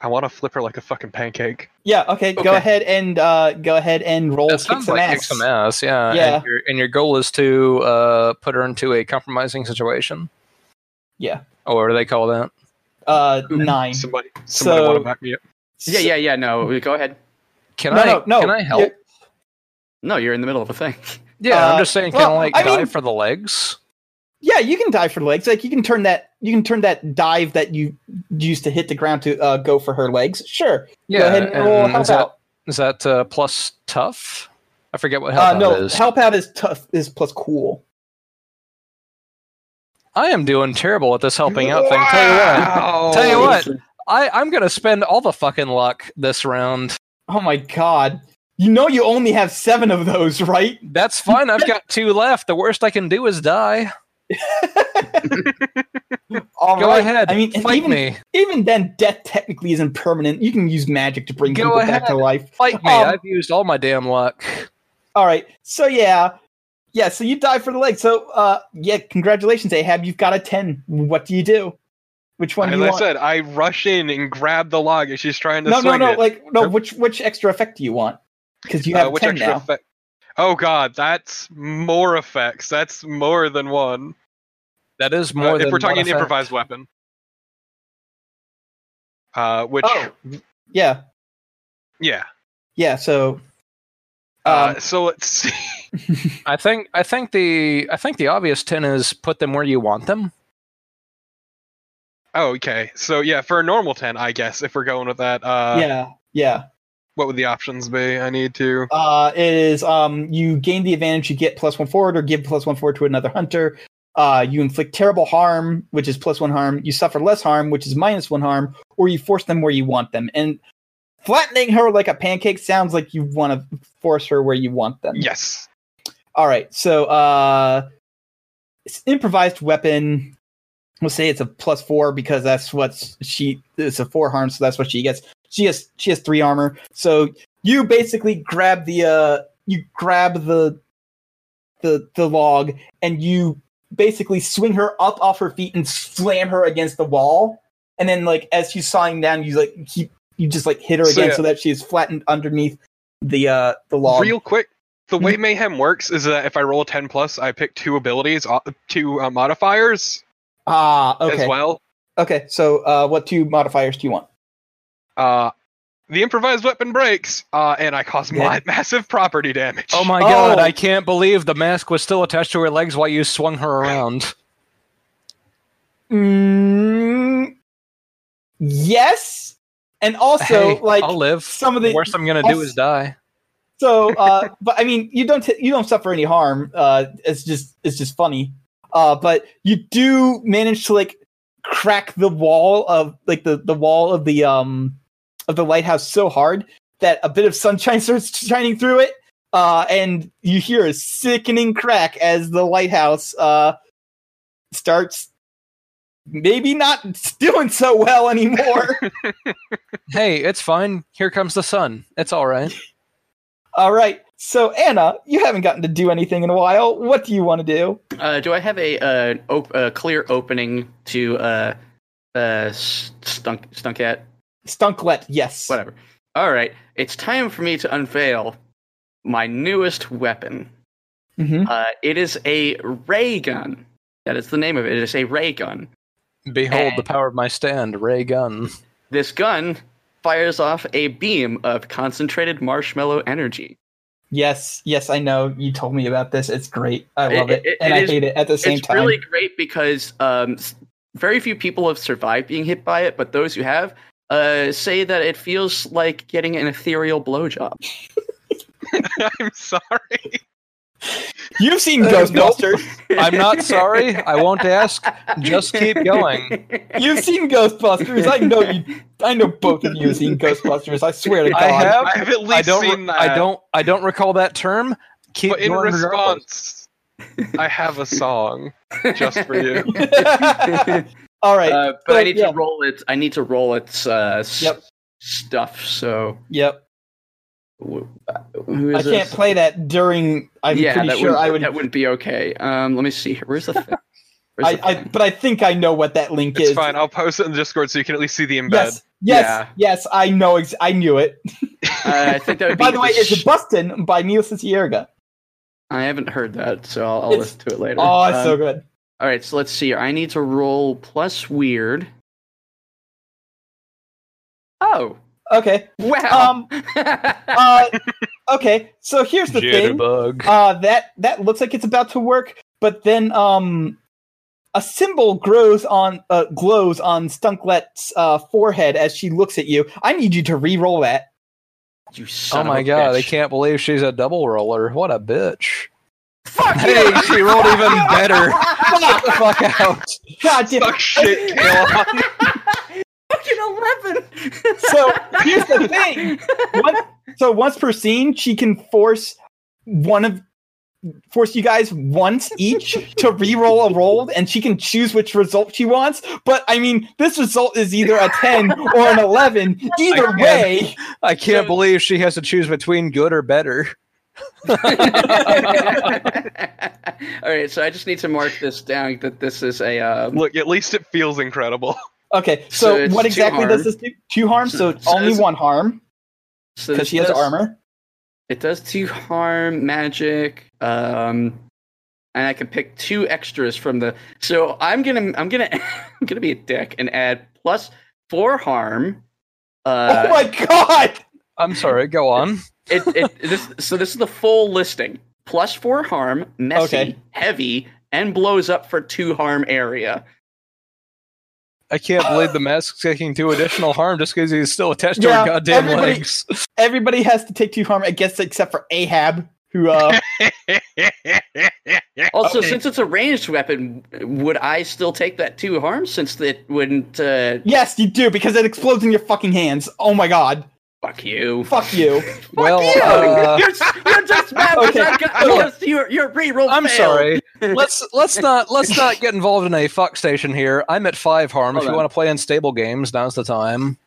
C: I want to flip her like a fucking pancake.
A: Yeah. Okay. Go
D: Okay.
A: ahead and uh, go ahead and roll
B: That
A: kick
B: sounds
A: some
B: like kick
A: ass.
B: some ass, yeah.
A: Yeah.
B: And, your, and your goal is to uh, put her into a compromising situation.
A: Yeah.
B: Or what do they call that?
A: Uh, nine.
C: Somebody, somebody want to
A: So
C: back me up.
D: Yeah, yeah, yeah. No, go ahead.
B: Can
A: No,
B: I
A: no, no.
B: can I help?
A: You're-
D: No, you're in the middle of a thing.
B: Yeah,
A: Uh,
B: I'm just saying, can I
A: well,
B: like
A: I
B: die
A: mean-
B: for the legs?
A: Yeah, you can dive for legs. Like you can turn that you can turn that dive that you used to hit the ground to uh, go for her legs. Sure.
B: Yeah,
A: go ahead and roll help
B: is, that,
A: out.
B: is that uh, plus tough? I forget what help
A: Uh,
B: out
A: no,
B: is.
A: help out is tough is plus cool.
B: I am doing terrible at this helping out thing. Tell you what,
C: Wow.
B: Tell you what. I, I'm gonna spend all the fucking luck this round.
A: Oh my god. You know you only have seven of those, right?
B: That's fine. I've got two left. The worst I can do is die.
A: All
B: Go
A: right.
B: ahead.
A: I mean, and
B: fight
A: even
B: me.
A: even then, death technically isn't permanent. You can use magic to bring
B: Go
A: people back to life.
B: Fight me.
A: Um,
B: I've used all my damn luck.
A: All right. So yeah, yeah. So you dive for the leg. So uh, yeah. Congratulations, Ahab. You've got a ten. What do you do? Which one do
C: As
A: you
C: I
A: want?
C: said, I rush in and grab the log as she's trying to
A: no, no,
C: swing
A: no.
C: it.
A: Like no.
C: Nope.
A: Which which extra effect do you want? Because you
C: Uh,
A: have
C: which
A: ten
C: extra
A: now.
C: effect? Oh god, that's more effects. That's more than one.
B: That is
C: Uh,
B: more than
C: if we're talking
B: one
C: an
B: effect.
C: improvised weapon. Uh, which
A: Oh. Yeah,
C: yeah.
A: yeah. So
C: Uh,
A: um,
C: so let's see.
B: I think I think the I think the obvious ten is put them where you want them.
C: Oh, okay. So yeah, for a normal ten, I guess if we're going with that, uh,
A: yeah, yeah.
C: what would the options be? I need to.
A: Uh, it is um, you gain the advantage. You get plus one forward, or give plus one forward to another hunter. Uh, you inflict terrible harm, which is plus one harm. You suffer less harm, which is minus one harm, or you force them where you want them. And flattening her like a pancake sounds like you want to force her where you want them.
C: Yes.
A: All right. So uh, it's improvised weapon. We'll say it's a plus four because that's what she. It's a four harm, so that's what she gets. She has she has three armor. So you basically grab the uh you grab the the the log and you basically swing her up off her feet and slam her against the wall. And then like as she's sawing down, you like keep you just like hit her
C: So,
A: again
C: yeah.
A: so that she is flattened underneath the uh the log.
C: Real quick, the
B: Hmm?
C: way mayhem works is that if I roll a ten plus, I pick two abilities, uh, two uh, modifiers
A: ah okay.
C: as well.
A: Okay, so uh, what two modifiers do you want?
C: Uh, the improvised weapon breaks, uh, and I cause ma-
A: Yeah.
C: massive property damage.
B: Oh my
A: Oh.
B: god! I can't believe the mask was still attached to her legs while you swung her around.
A: Mm, yes, and also
B: Hey,
A: like
B: I'll live.
A: some of the-
B: worst I'm gonna do
A: also-
B: is die.
A: so, uh, but I mean, you don't you don't suffer any harm. Uh, it's just it's just funny. Uh, but you do manage to like crack the wall of like the the wall of the um of the lighthouse so hard that a bit of sunshine starts shining through it. Uh, and you hear a sickening crack as the lighthouse uh starts maybe not doing so well anymore.
B: Hey, it's fine. Here comes the sun. It's all right.
A: All right. So Anna, you haven't gotten to do anything in a while. What do you want to do?
D: Uh, do I have a uh, op- a clear opening to uh, uh, stunk stunk at
A: Stunklet, yes.
D: whatever? All right, it's time for me to unveil my newest weapon.
A: Mhm.
D: Uh, it is a ray gun. That is the name of it. It is a ray gun.
B: Behold
D: Hey.
B: the power of my stand, ray gun.
D: This gun fires off a beam of concentrated marshmallow energy.
A: Yes, yes, I know. You told me about this. It's great. I
D: It-
A: love it,
D: it-
A: and
D: it
A: I
D: is-
A: hate it at the same
D: it's
A: time.
D: really great because um, s- very few people have survived being hit by it, but those who have uh, say that it feels like getting an ethereal blowjob.
C: I'm sorry.
A: You've seen
D: Uh,
A: Ghostbusters.
B: I'm not sorry. I won't ask. Just keep going.
A: You've seen Ghostbusters. I know you. I know both of you have seen Ghostbusters. I swear to God.
B: I have.
C: I have at least
B: I don't.
C: seen
B: re-
C: that.
B: I don't. I don't recall that term. Keep
C: But in
B: going regardless.
C: response, I have a song just for you.
A: All right.
D: Uh, but
A: So,
D: I need
A: yeah.
D: to roll it. I need to roll its uh, s-
A: Yep.
D: stuff. So
A: yep.
D: wh- who
A: I
D: is
A: can't
D: this?
A: play that during. I'm
D: yeah,
A: pretty
D: that
A: sure
D: wouldn't,
A: I would.
D: That wouldn't be okay. Um, let me see. here. Where's the thing? Where's
A: I,
D: the
A: I,
D: thing?
A: but I think I know what that link
C: It's
A: is.
C: fine. I'll post it in the Discord so you can at least see the embed.
A: Yes, Yes,
D: Yeah.
A: yes, I know. Ex- I knew it.
D: Uh, I think that would be.
A: By the way, it's
D: sh-
A: Bustin' by Neil Cierga.
D: I haven't heard that, so I'll, I'll
A: It's-
D: listen to it later.
A: Oh, it's so
D: Um,
A: good.
D: All right, so let's see. here. I need to roll plus weird. Oh
A: Okay.
D: wow!
A: Um, Uh, okay. So here's the thing.
B: Jitterbug.
A: Uh, that that looks like it's about to work, but then um, a symbol grows on uh, glows on Stunklet's uh, forehead as she looks at you. I need you to re-roll that.
D: you
B: oh
D: son
B: my
D: of a
B: god, I
D: bitch.
B: can't believe she's a double roller. What a bitch.
D: Fuck you!
B: Hey, she rolled even better. Get the fuck out.
A: God damn.
C: Suck shit, kill.
D: Fucking eleven.
A: So here's the thing. Once, so once per scene, she can force one of force you guys once each to re-roll a roll, and she can choose which result she wants. But I mean, this result is either a ten or an eleven. Either
B: can't.
A: way,
B: I can't
C: So-
B: believe she has to choose between good or better.
D: All right, so I just need to mark this down that this is a uh,
C: Look, at least it feels incredible.
A: okay.
D: So
A: So,
D: it's
A: what
D: two
A: exactly
D: harm.
A: does this do? Two harm, so,
D: So-
A: it's
D: so
A: only
D: it's-
A: one harm
D: so
A: because
D: this
A: she has
D: does-
A: armor.
D: It does two harm, magic, um, and I can pick two extras from the. So I'm gonna I'm gonna I'm gonna be a dick and add plus four harm. Uh,
A: oh my god!
B: I'm sorry, go on.
D: it, it, this, so this is the full listing: plus four harm, messy,
A: Okay.
D: heavy, and blows up for two harm area.
B: I can't believe the mask's taking two additional harm just because he's still attached to
A: Yeah,
B: her goddamn
A: everybody-
B: legs.
A: Everybody has to take two harm, I guess, except for Ahab, who uh,
D: Also,
A: Okay.
D: since it's a ranged weapon, would I still take that two harm since it wouldn't? Uh,
A: Yes, you do because it explodes in your fucking hands. Oh my god.
D: fuck you.
A: Fuck you.
B: Well,
D: you!
B: uh,
D: you're, s- you're just mad because
A: Okay.
D: I got because your your reroll.
B: I'm
D: failed.
B: sorry. Let's let's not let's not get involved in a fuck station here. I'm at five harm.
D: Hold
B: if you
D: on.
B: want to play unstable games, now's the time.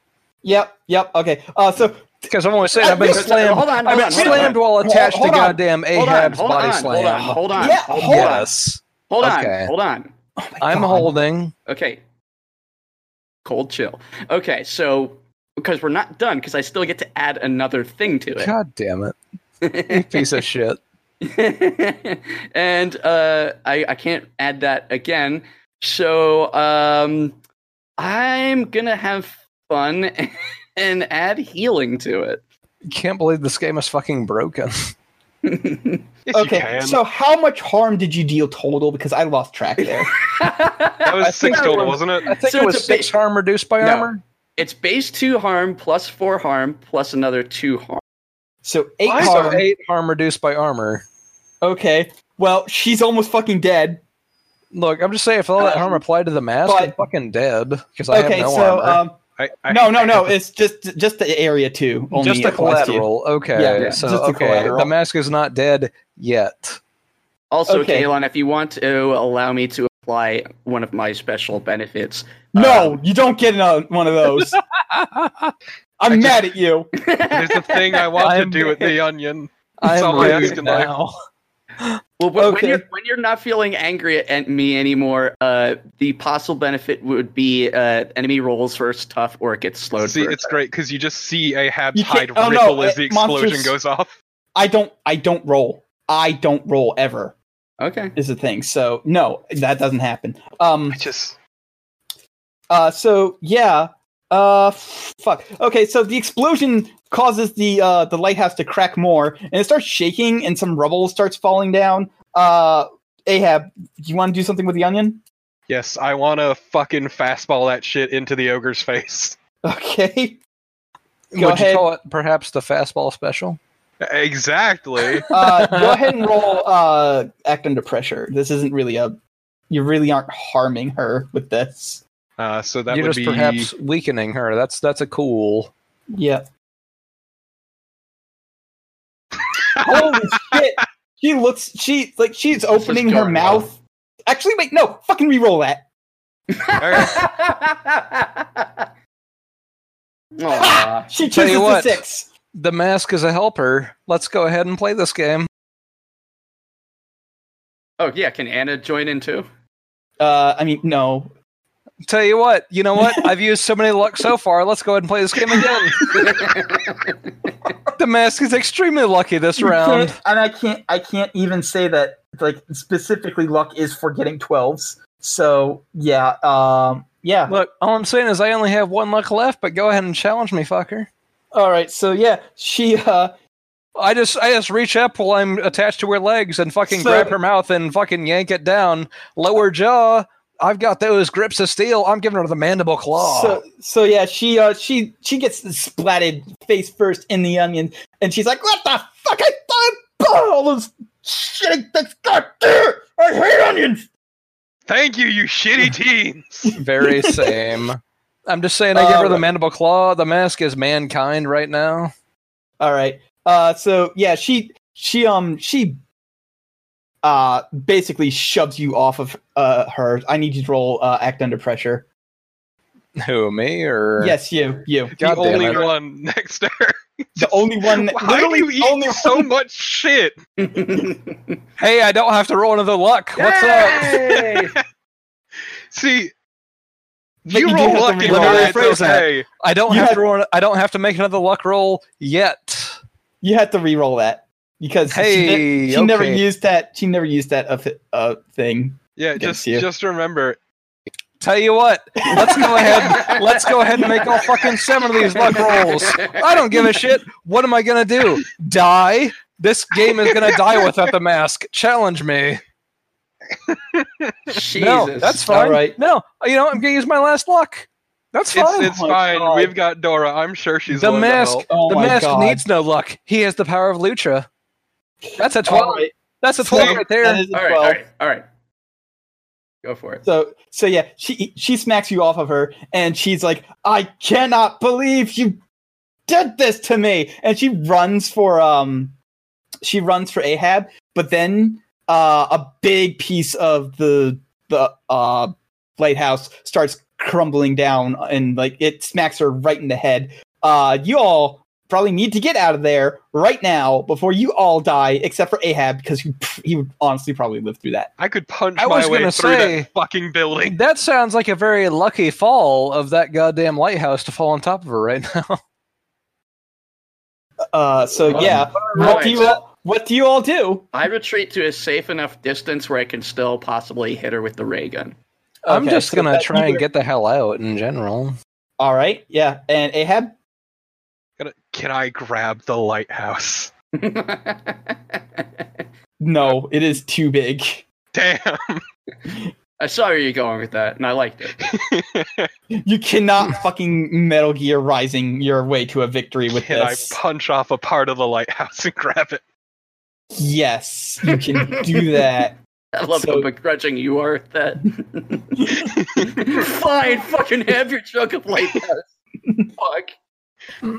A: Yep, yep, okay. Uh so
B: Because I'm always saying
A: Uh,
B: I've been
A: this-
B: slammed.
D: Hold
B: I've
D: on, hold
B: been
D: on, hold
B: slammed
D: on.
B: while attached
A: hold
B: to
A: on,
B: goddamn
D: Hold on,
B: Ahab's
D: hold
B: body
D: on, hold on,
B: slam.
D: hold on,
A: Yeah,
D: hold
A: hold
D: on,
B: yes,
D: hold on,
B: Okay.
D: hold on.
A: oh my
B: I'm
A: God.
B: holding.
D: Okay, cold chill. Okay, so because we're not done, because I still get to add another thing to it.
B: God damn it, you piece of shit.
D: and uh, I, I can't add that again. So um, I'm gonna have fun and add healing to
B: Can't believe this game is fucking broken.
D: it.
C: Yes, you
A: Okay.
C: can.
A: So how much harm did you deal total because I lost track there.
C: that
B: I
C: was six
B: think-
C: total, wasn't it?
B: I think
D: So
B: it
D: it's
B: was
D: a bit-
B: six harm reduced by
D: No.
B: armor.
D: it's base two harm plus four harm plus another two harm.
A: So 8
B: I saw
A: harm.
B: eight harm reduced by armor.
A: Okay. Well, she's almost fucking dead.
B: Look, I'm just saying, if all that harm applied to the mask,
A: Um, but-
B: I'm fucking dead because I
A: Okay,
B: have no
A: so
B: armor.
A: um
C: I, I,
A: no, no, no, it's just just the area 2 only
B: just the
A: applies to you.
B: collateral. Okay,
A: Yeah, yeah,
B: so
A: just the
B: okay,
A: collateral.
B: the mask is not dead yet.
D: Also,
A: Okay.
D: Kalon, if you want to allow me to apply one of my special benefits,
B: Um,
A: No, you don't get another one of those. I'm
C: I just-
A: mad at you.
C: There's a thing I want to
B: I'm-
C: do with the onion. That's
B: I'm
C: all I
B: rude
C: ask in life.
B: now.
D: Well, when,
A: Okay.
D: when, you're, when you're not feeling angry at, at me anymore, uh, the possible benefit would be uh, enemy rolls first tough or it gets slowed.
C: See,
D: for a
C: it's
D: turn.
C: great because you just see Ahab's
A: You can't-
C: hide
A: oh, no,
C: ripple as
A: uh,
C: the explosion
A: monsters-
C: goes off.
A: I don't I don't roll. I don't roll ever
D: Okay.
A: is the thing. So no, that doesn't happen. Um
C: I just
A: Uh, so yeah. Uh, f- fuck. Okay, so the explosion causes the uh the lighthouse to crack more, and it starts shaking, and some rubble starts falling down. Uh, Ahab, you want to do something with the onion?
C: yes, I want to fucking fastball that shit into the ogre's face.
A: Okay. Go
B: Would
A: ahead.
B: you call it perhaps the fastball special?
C: Exactly.
A: Uh, go ahead and roll. Uh, act under pressure. This isn't really a. You really aren't harming her with this.
C: Uh, so that
B: You're
C: would
B: just
C: be
B: perhaps weakening her. That's that's a cool.
A: Yeah. Holy shit! She looks. She like she's
D: is
A: opening her
D: going well.
A: mouth. Actually, wait, no. Fucking re-roll that.
C: Alright.
D: Aw.
A: She
B: Tell
A: chooses
B: you
A: the
B: what.
A: six.
B: The mask is a helper. Let's go ahead and play this game.
D: oh yeah, can Anna join in too?
A: Uh, I mean, no.
B: Tell you what, you know what? I've used so many luck so far. Let's go ahead and play this game again. the mask is extremely lucky this
A: You
B: round.
A: can't- and I can't I can't even say that like specifically luck is for getting twelves. So yeah, um yeah.
B: Look, all I'm saying is I only have one luck left, but go ahead and challenge me, fucker.
A: All right, so yeah, she uh
B: I just I just reach up while I'm attached to her legs and fucking
A: So-
B: grab her mouth and fucking yank it down. Lower jaw. I've got those grips of steel. I'm giving her the mandible claw.
A: so so yeah, she uh she she gets splatted face first in the onion and she's like, What the fuck I thought all those shit that's got there! I hate onions!
C: Thank you, you shitty teens.
B: Very same. I'm just saying I give her
A: Um,
B: the mandible claw. The mask is mankind right now.
A: All right. Uh, so yeah, she she um she uh basically shoves you off of uh her. I need you to roll uh, act under pressure.
B: Who me or
A: Yes, you you
B: God
C: the
B: damn
C: only
B: it.
C: one next to her.
A: the only one that-
C: Why do
A: literally
C: you
A: the only
C: eat so
A: one-
C: much shit?
B: Hey, I don't have to roll another luck. What's up?
D: Yay!
C: See,
A: But
C: you
A: you do
C: roll
A: have to
C: luck and
A: reroll.
C: die,
A: Let me
C: it's
B: rephrase that.
C: okay.
B: I don't
A: You
B: have
A: had-
B: to roll. I don't have to make another luck roll yet.
A: you had to re-roll that because she
B: Hey,
A: ne- she, never
B: okay.
A: used that she never used that of uh thing.
C: Yeah,
A: Against
C: just
A: you.
C: just remember.
B: Tell you what, let's go ahead. Let's go ahead and make all fucking seven of these luck rolls. I don't give a shit. What am I gonna do? Die? This game is gonna die without the mask. Challenge me.
D: Jesus.
B: No, that's fine.
A: All right.
B: No, you know I'm gonna use my last luck. That's
C: It's,
B: fine.
C: it's
A: Oh my
C: fine.
A: God.
C: We've got Dora. I'm sure she's
B: the
C: willing to
B: mask.
C: help.
A: Oh
B: the
A: my
B: mask
A: God.
B: needs no luck. He has the power of Lucha. That's a twelve.
A: All right,
B: That's a twelve
C: Sweet.
B: right
A: that
B: there.
A: is a
D: all right,
A: 12.
D: all right, all right. Go for it.
A: So so yeah, she she smacks you off of her and she's like, "I cannot believe you did this to me." And she runs for um she runs for Ahab, but then uh a big piece of the the uh lighthouse starts crumbling down and like it smacks her right in the head. Uh you all probably need to get out of there right now before you all die except for Ahab because he he would honestly probably live through that.
C: I could punch
B: I
C: my
B: was
C: way
B: gonna
C: through
B: say-
C: that fucking building.
B: That sounds like a very lucky fall of that goddamn lighthouse to fall on top of her right now.
A: Uh so
D: Um,
A: yeah. What do
D: Right.
A: you all, what do you all do?
D: I retreat to a safe enough distance where I can still possibly hit her with the ray gun.
B: I'm
A: Okay,
B: just
A: so
B: gonna
A: that
B: try and
A: either-
B: get the hell out in general.
A: All right, yeah, and Ahab.
C: Gonna- Can I grab the lighthouse?
D: I
A: No, it is too big.
C: Damn.
D: saw where you're going with that, and I liked it.
A: You cannot fucking Metal Gear Rising your way to a victory with
C: Can
A: this.
C: I punch off a part of the lighthouse and grab it?
A: yes, you can do that.
D: I love
A: So-
D: how begrudging you are at that. Fine, fucking have your chunk of light. Fuck.
B: Uh,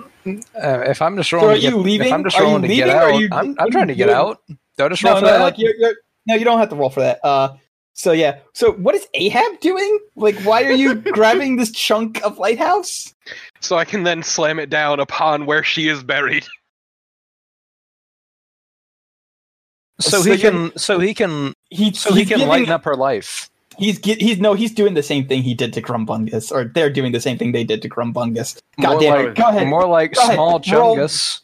B: if I'm just
A: So
B: rolling,
A: are
B: to
A: you
B: get-
A: leaving?
B: If I'm just
A: Are you
B: rolling to get
A: leaving, or are
B: out,
A: you-
B: I'm, I'm trying to get
A: you-
B: out. Do I just roll
A: No,
B: for
A: no,
B: that?
A: like you're, you're, no, you don't have to roll for that. Uh, so yeah. So what is Ahab doing? Like, why are you grabbing this chunk of lighthouse?
C: So I can then slam it down upon where she is buried.
B: so
A: So
B: he
A: you're-
B: can, so he can,
A: He
B: so he
A: he's
B: can
A: giving-
B: lighten up her life.
A: He's gi- he's no, he's doing the same thing he did to Grumbungus, or they're doing the same thing they did to Grumbungus. God
B: More
A: damn
B: like-
A: it! Go ahead.
B: More like
A: Go ahead,
B: small
A: roll.
B: chungus.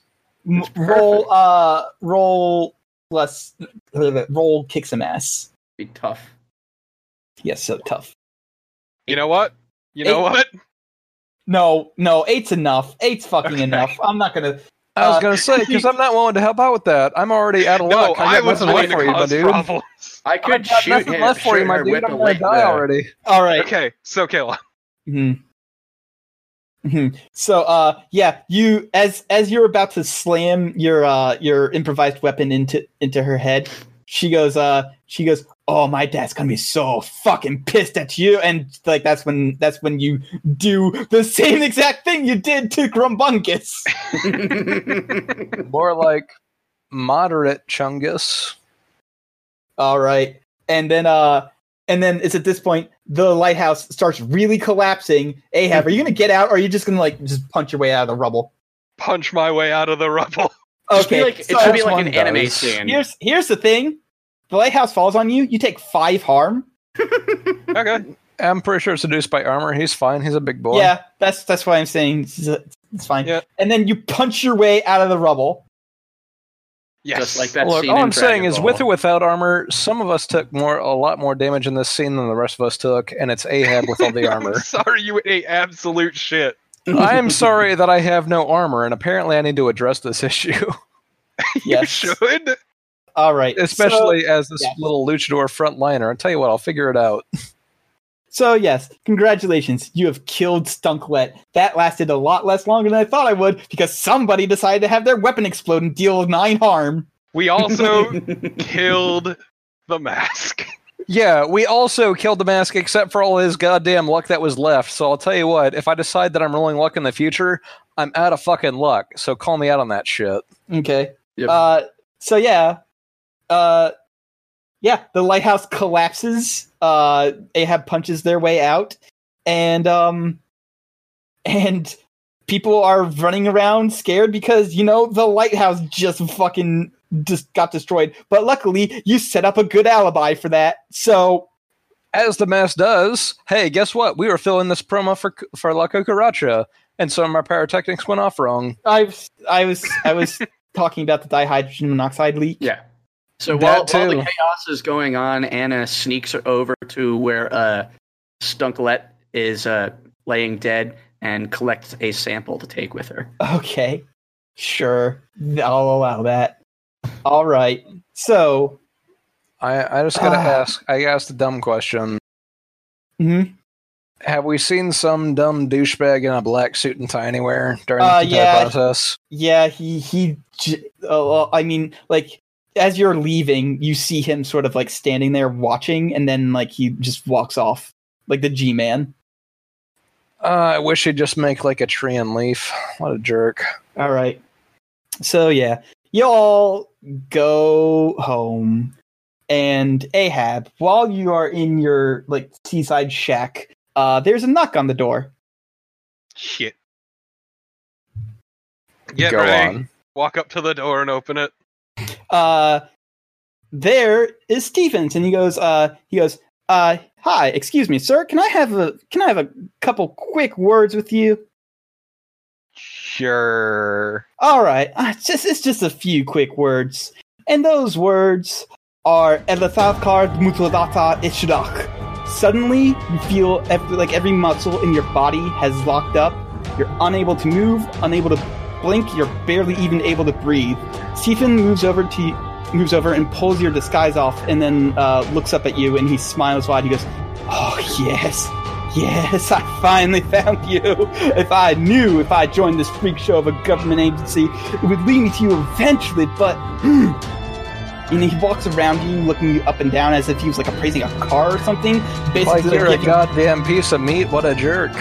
A: M-
D: It's perfect.
A: roll uh roll plus roll kick some ass
D: Be tough.
A: yes so tough
C: You know what? You know
A: Eight.
C: what?
A: no no eight's enough eight's fucking enough i'm not gonna
B: I was
A: Uh,
B: gonna say because I'm not willing to help out with that. I'm already out of
C: No,
B: luck.
C: I
B: got
C: was
B: nothing
C: going
B: left
C: to
B: for you, my
C: cause
B: dude.
C: problems.
D: I
B: I
D: could
B: got
D: shoot
B: nothing
D: him,
B: left for
D: shoot
B: you, my
D: her
B: dude.
D: with
B: I'm
D: the
B: gonna
D: light
B: die
D: gun.
B: already.
A: all right
C: Okay, so kill.
A: Mhm. Mhm. so uh yeah you as as you're about to slam your uh your improvised weapon into into her head she goes uh she goes oh my dad's gonna be so fucking pissed at you and like that's when that's when you do the same exact thing you did to grumbungus
B: More like moderate chungus.
A: All right. And then uh and then it's at this point the lighthouse starts really collapsing. Ahab, are you gonna get out or are you just gonna like just punch your way out of the rubble?
C: Punch my way out of the rubble.
D: It should be
A: Okay.
D: like-
A: so
D: it should be
B: That's
D: like an
B: one
D: anime
B: does.
D: scene.
A: here's here's the thing. The lighthouse falls on you, you take five harm.
C: Okay.
B: I'm pretty sure it's seduced by armor. He's fine. He's a big boy.
A: Yeah, that's that's why I'm saying it's, it's fine.
C: Yeah.
A: And then you punch your way out of the rubble.
C: Yes.
D: Just like that
B: Look,
D: scene
B: all
D: in
B: I'm saying
D: Dragon
B: is,
D: Ball.
B: with or without armor, some of us took more, a lot more damage in this scene than the rest of us took, and it's Ahab with all the
C: I'm
B: armor.
C: sorry, you ate absolute shit.
B: I am sorry that I have no armor, and apparently I need to address this issue,
C: You
A: Yes.
C: should.
A: All right. So-
B: especially as this
A: yeah.
B: little luchador frontliner. I'll tell you what, I'll figure it out.
A: So yes, congratulations, you have killed Stunklet. That lasted a lot less longer than I thought I would because somebody decided to have their weapon explode and deal nine harm.
C: We also killed the mask.
B: Yeah, we also killed the mask, except for all his goddamn luck that was left. So I'll tell you what, if I decide that I'm rolling luck in the future, I'm out of fucking luck. So call me out on that shit.
A: Okay.
D: Yep.
A: Uh, so yeah, uh, yeah, the lighthouse collapses. Uh, Ahab punches their way out, and um, and people are running around scared because you know the lighthouse just fucking just got destroyed. But luckily, you set up a good alibi for that. So
B: As the mask does, hey, guess what? We were filling this promo for for La Cucaracha, and some of our pyrotechnics went off wrong.
A: I was I was I was talking about the dihydrogen monoxide leak.
D: Yeah. So
B: That
D: while, while the
B: too.
D: chaos is going on, Anna sneaks over to where uh, Stunklet is uh, laying dead and collects a sample to take with her.
A: Okay, sure, I'll allow that. All right, so
B: I, I just gotta
A: Ah.
B: ask. I asked a dumb question.
A: mhm.
B: Have we seen some dumb douchebag in a black suit and tie anywhere during
A: Uh,
B: the entire
A: yeah.
B: process?
A: yeah, he he. j- Uh, well, I mean, like as you're leaving, you see him sort of like standing there watching, and then like he just walks off like the G man.
B: Uh, I wish he'd just make like a tree and leaf. What a jerk.
A: All right. So yeah, y'all go home, and Ahab, while you are in your like seaside shack, uh, there's a knock on the door.
C: Shit. Get
B: Go
C: ready.
B: on.
C: Walk up to the door and open it.
A: Uh, there is Stevens, and he goes, uh, he goes, uh, hi, excuse me, sir, can I have a can I have a couple quick words with you?
C: Sure.
A: All right, uh, it's just it's just a few quick words, and those words are Elathavkar Mutladata Ishdak. Suddenly, you feel ev- like every muscle in your body has locked up. You're unable to move, unable to blink. You're barely even able to breathe. Stephen moves over to moves over and pulls your disguise off, and then uh, looks up at you and he smiles wide. He goes, "Oh yes, Yes, I finally found you. If I knew if I joined this freak show of a government agency, it would lead me to you eventually, but. hmm. And he walks around you, looking you up and down as if he was like appraising a car or something.
B: Like
A: Basically,
B: you're
A: like, giving-
B: a goddamn piece of meat. What a jerk.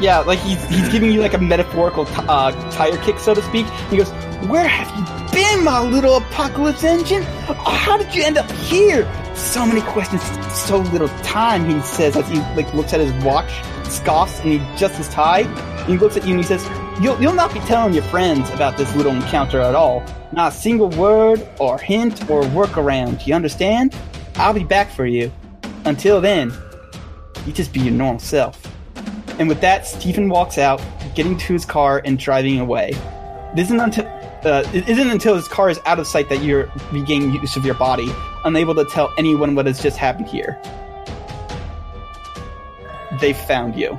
A: yeah, like he's, he's giving you like a metaphorical t- uh, tire kick, so to speak. He goes, Where have you been, my little apocalypse engine? How did you end up here? So many questions, so little time, he says as he like looks at his watch, scoffs, and he adjusts his tie. And he looks at you and he says, you'll, you'll not be telling your friends about this little encounter at all. Not a single word or hint or workaround. You understand? I'll be back for you. Until then, you just be your normal self. And with that, Stephen walks out, getting to his car and driving away. It isn't until uh, it isn't until his car is out of sight that you regain use of your body, unable to tell anyone what has just happened here. They found you.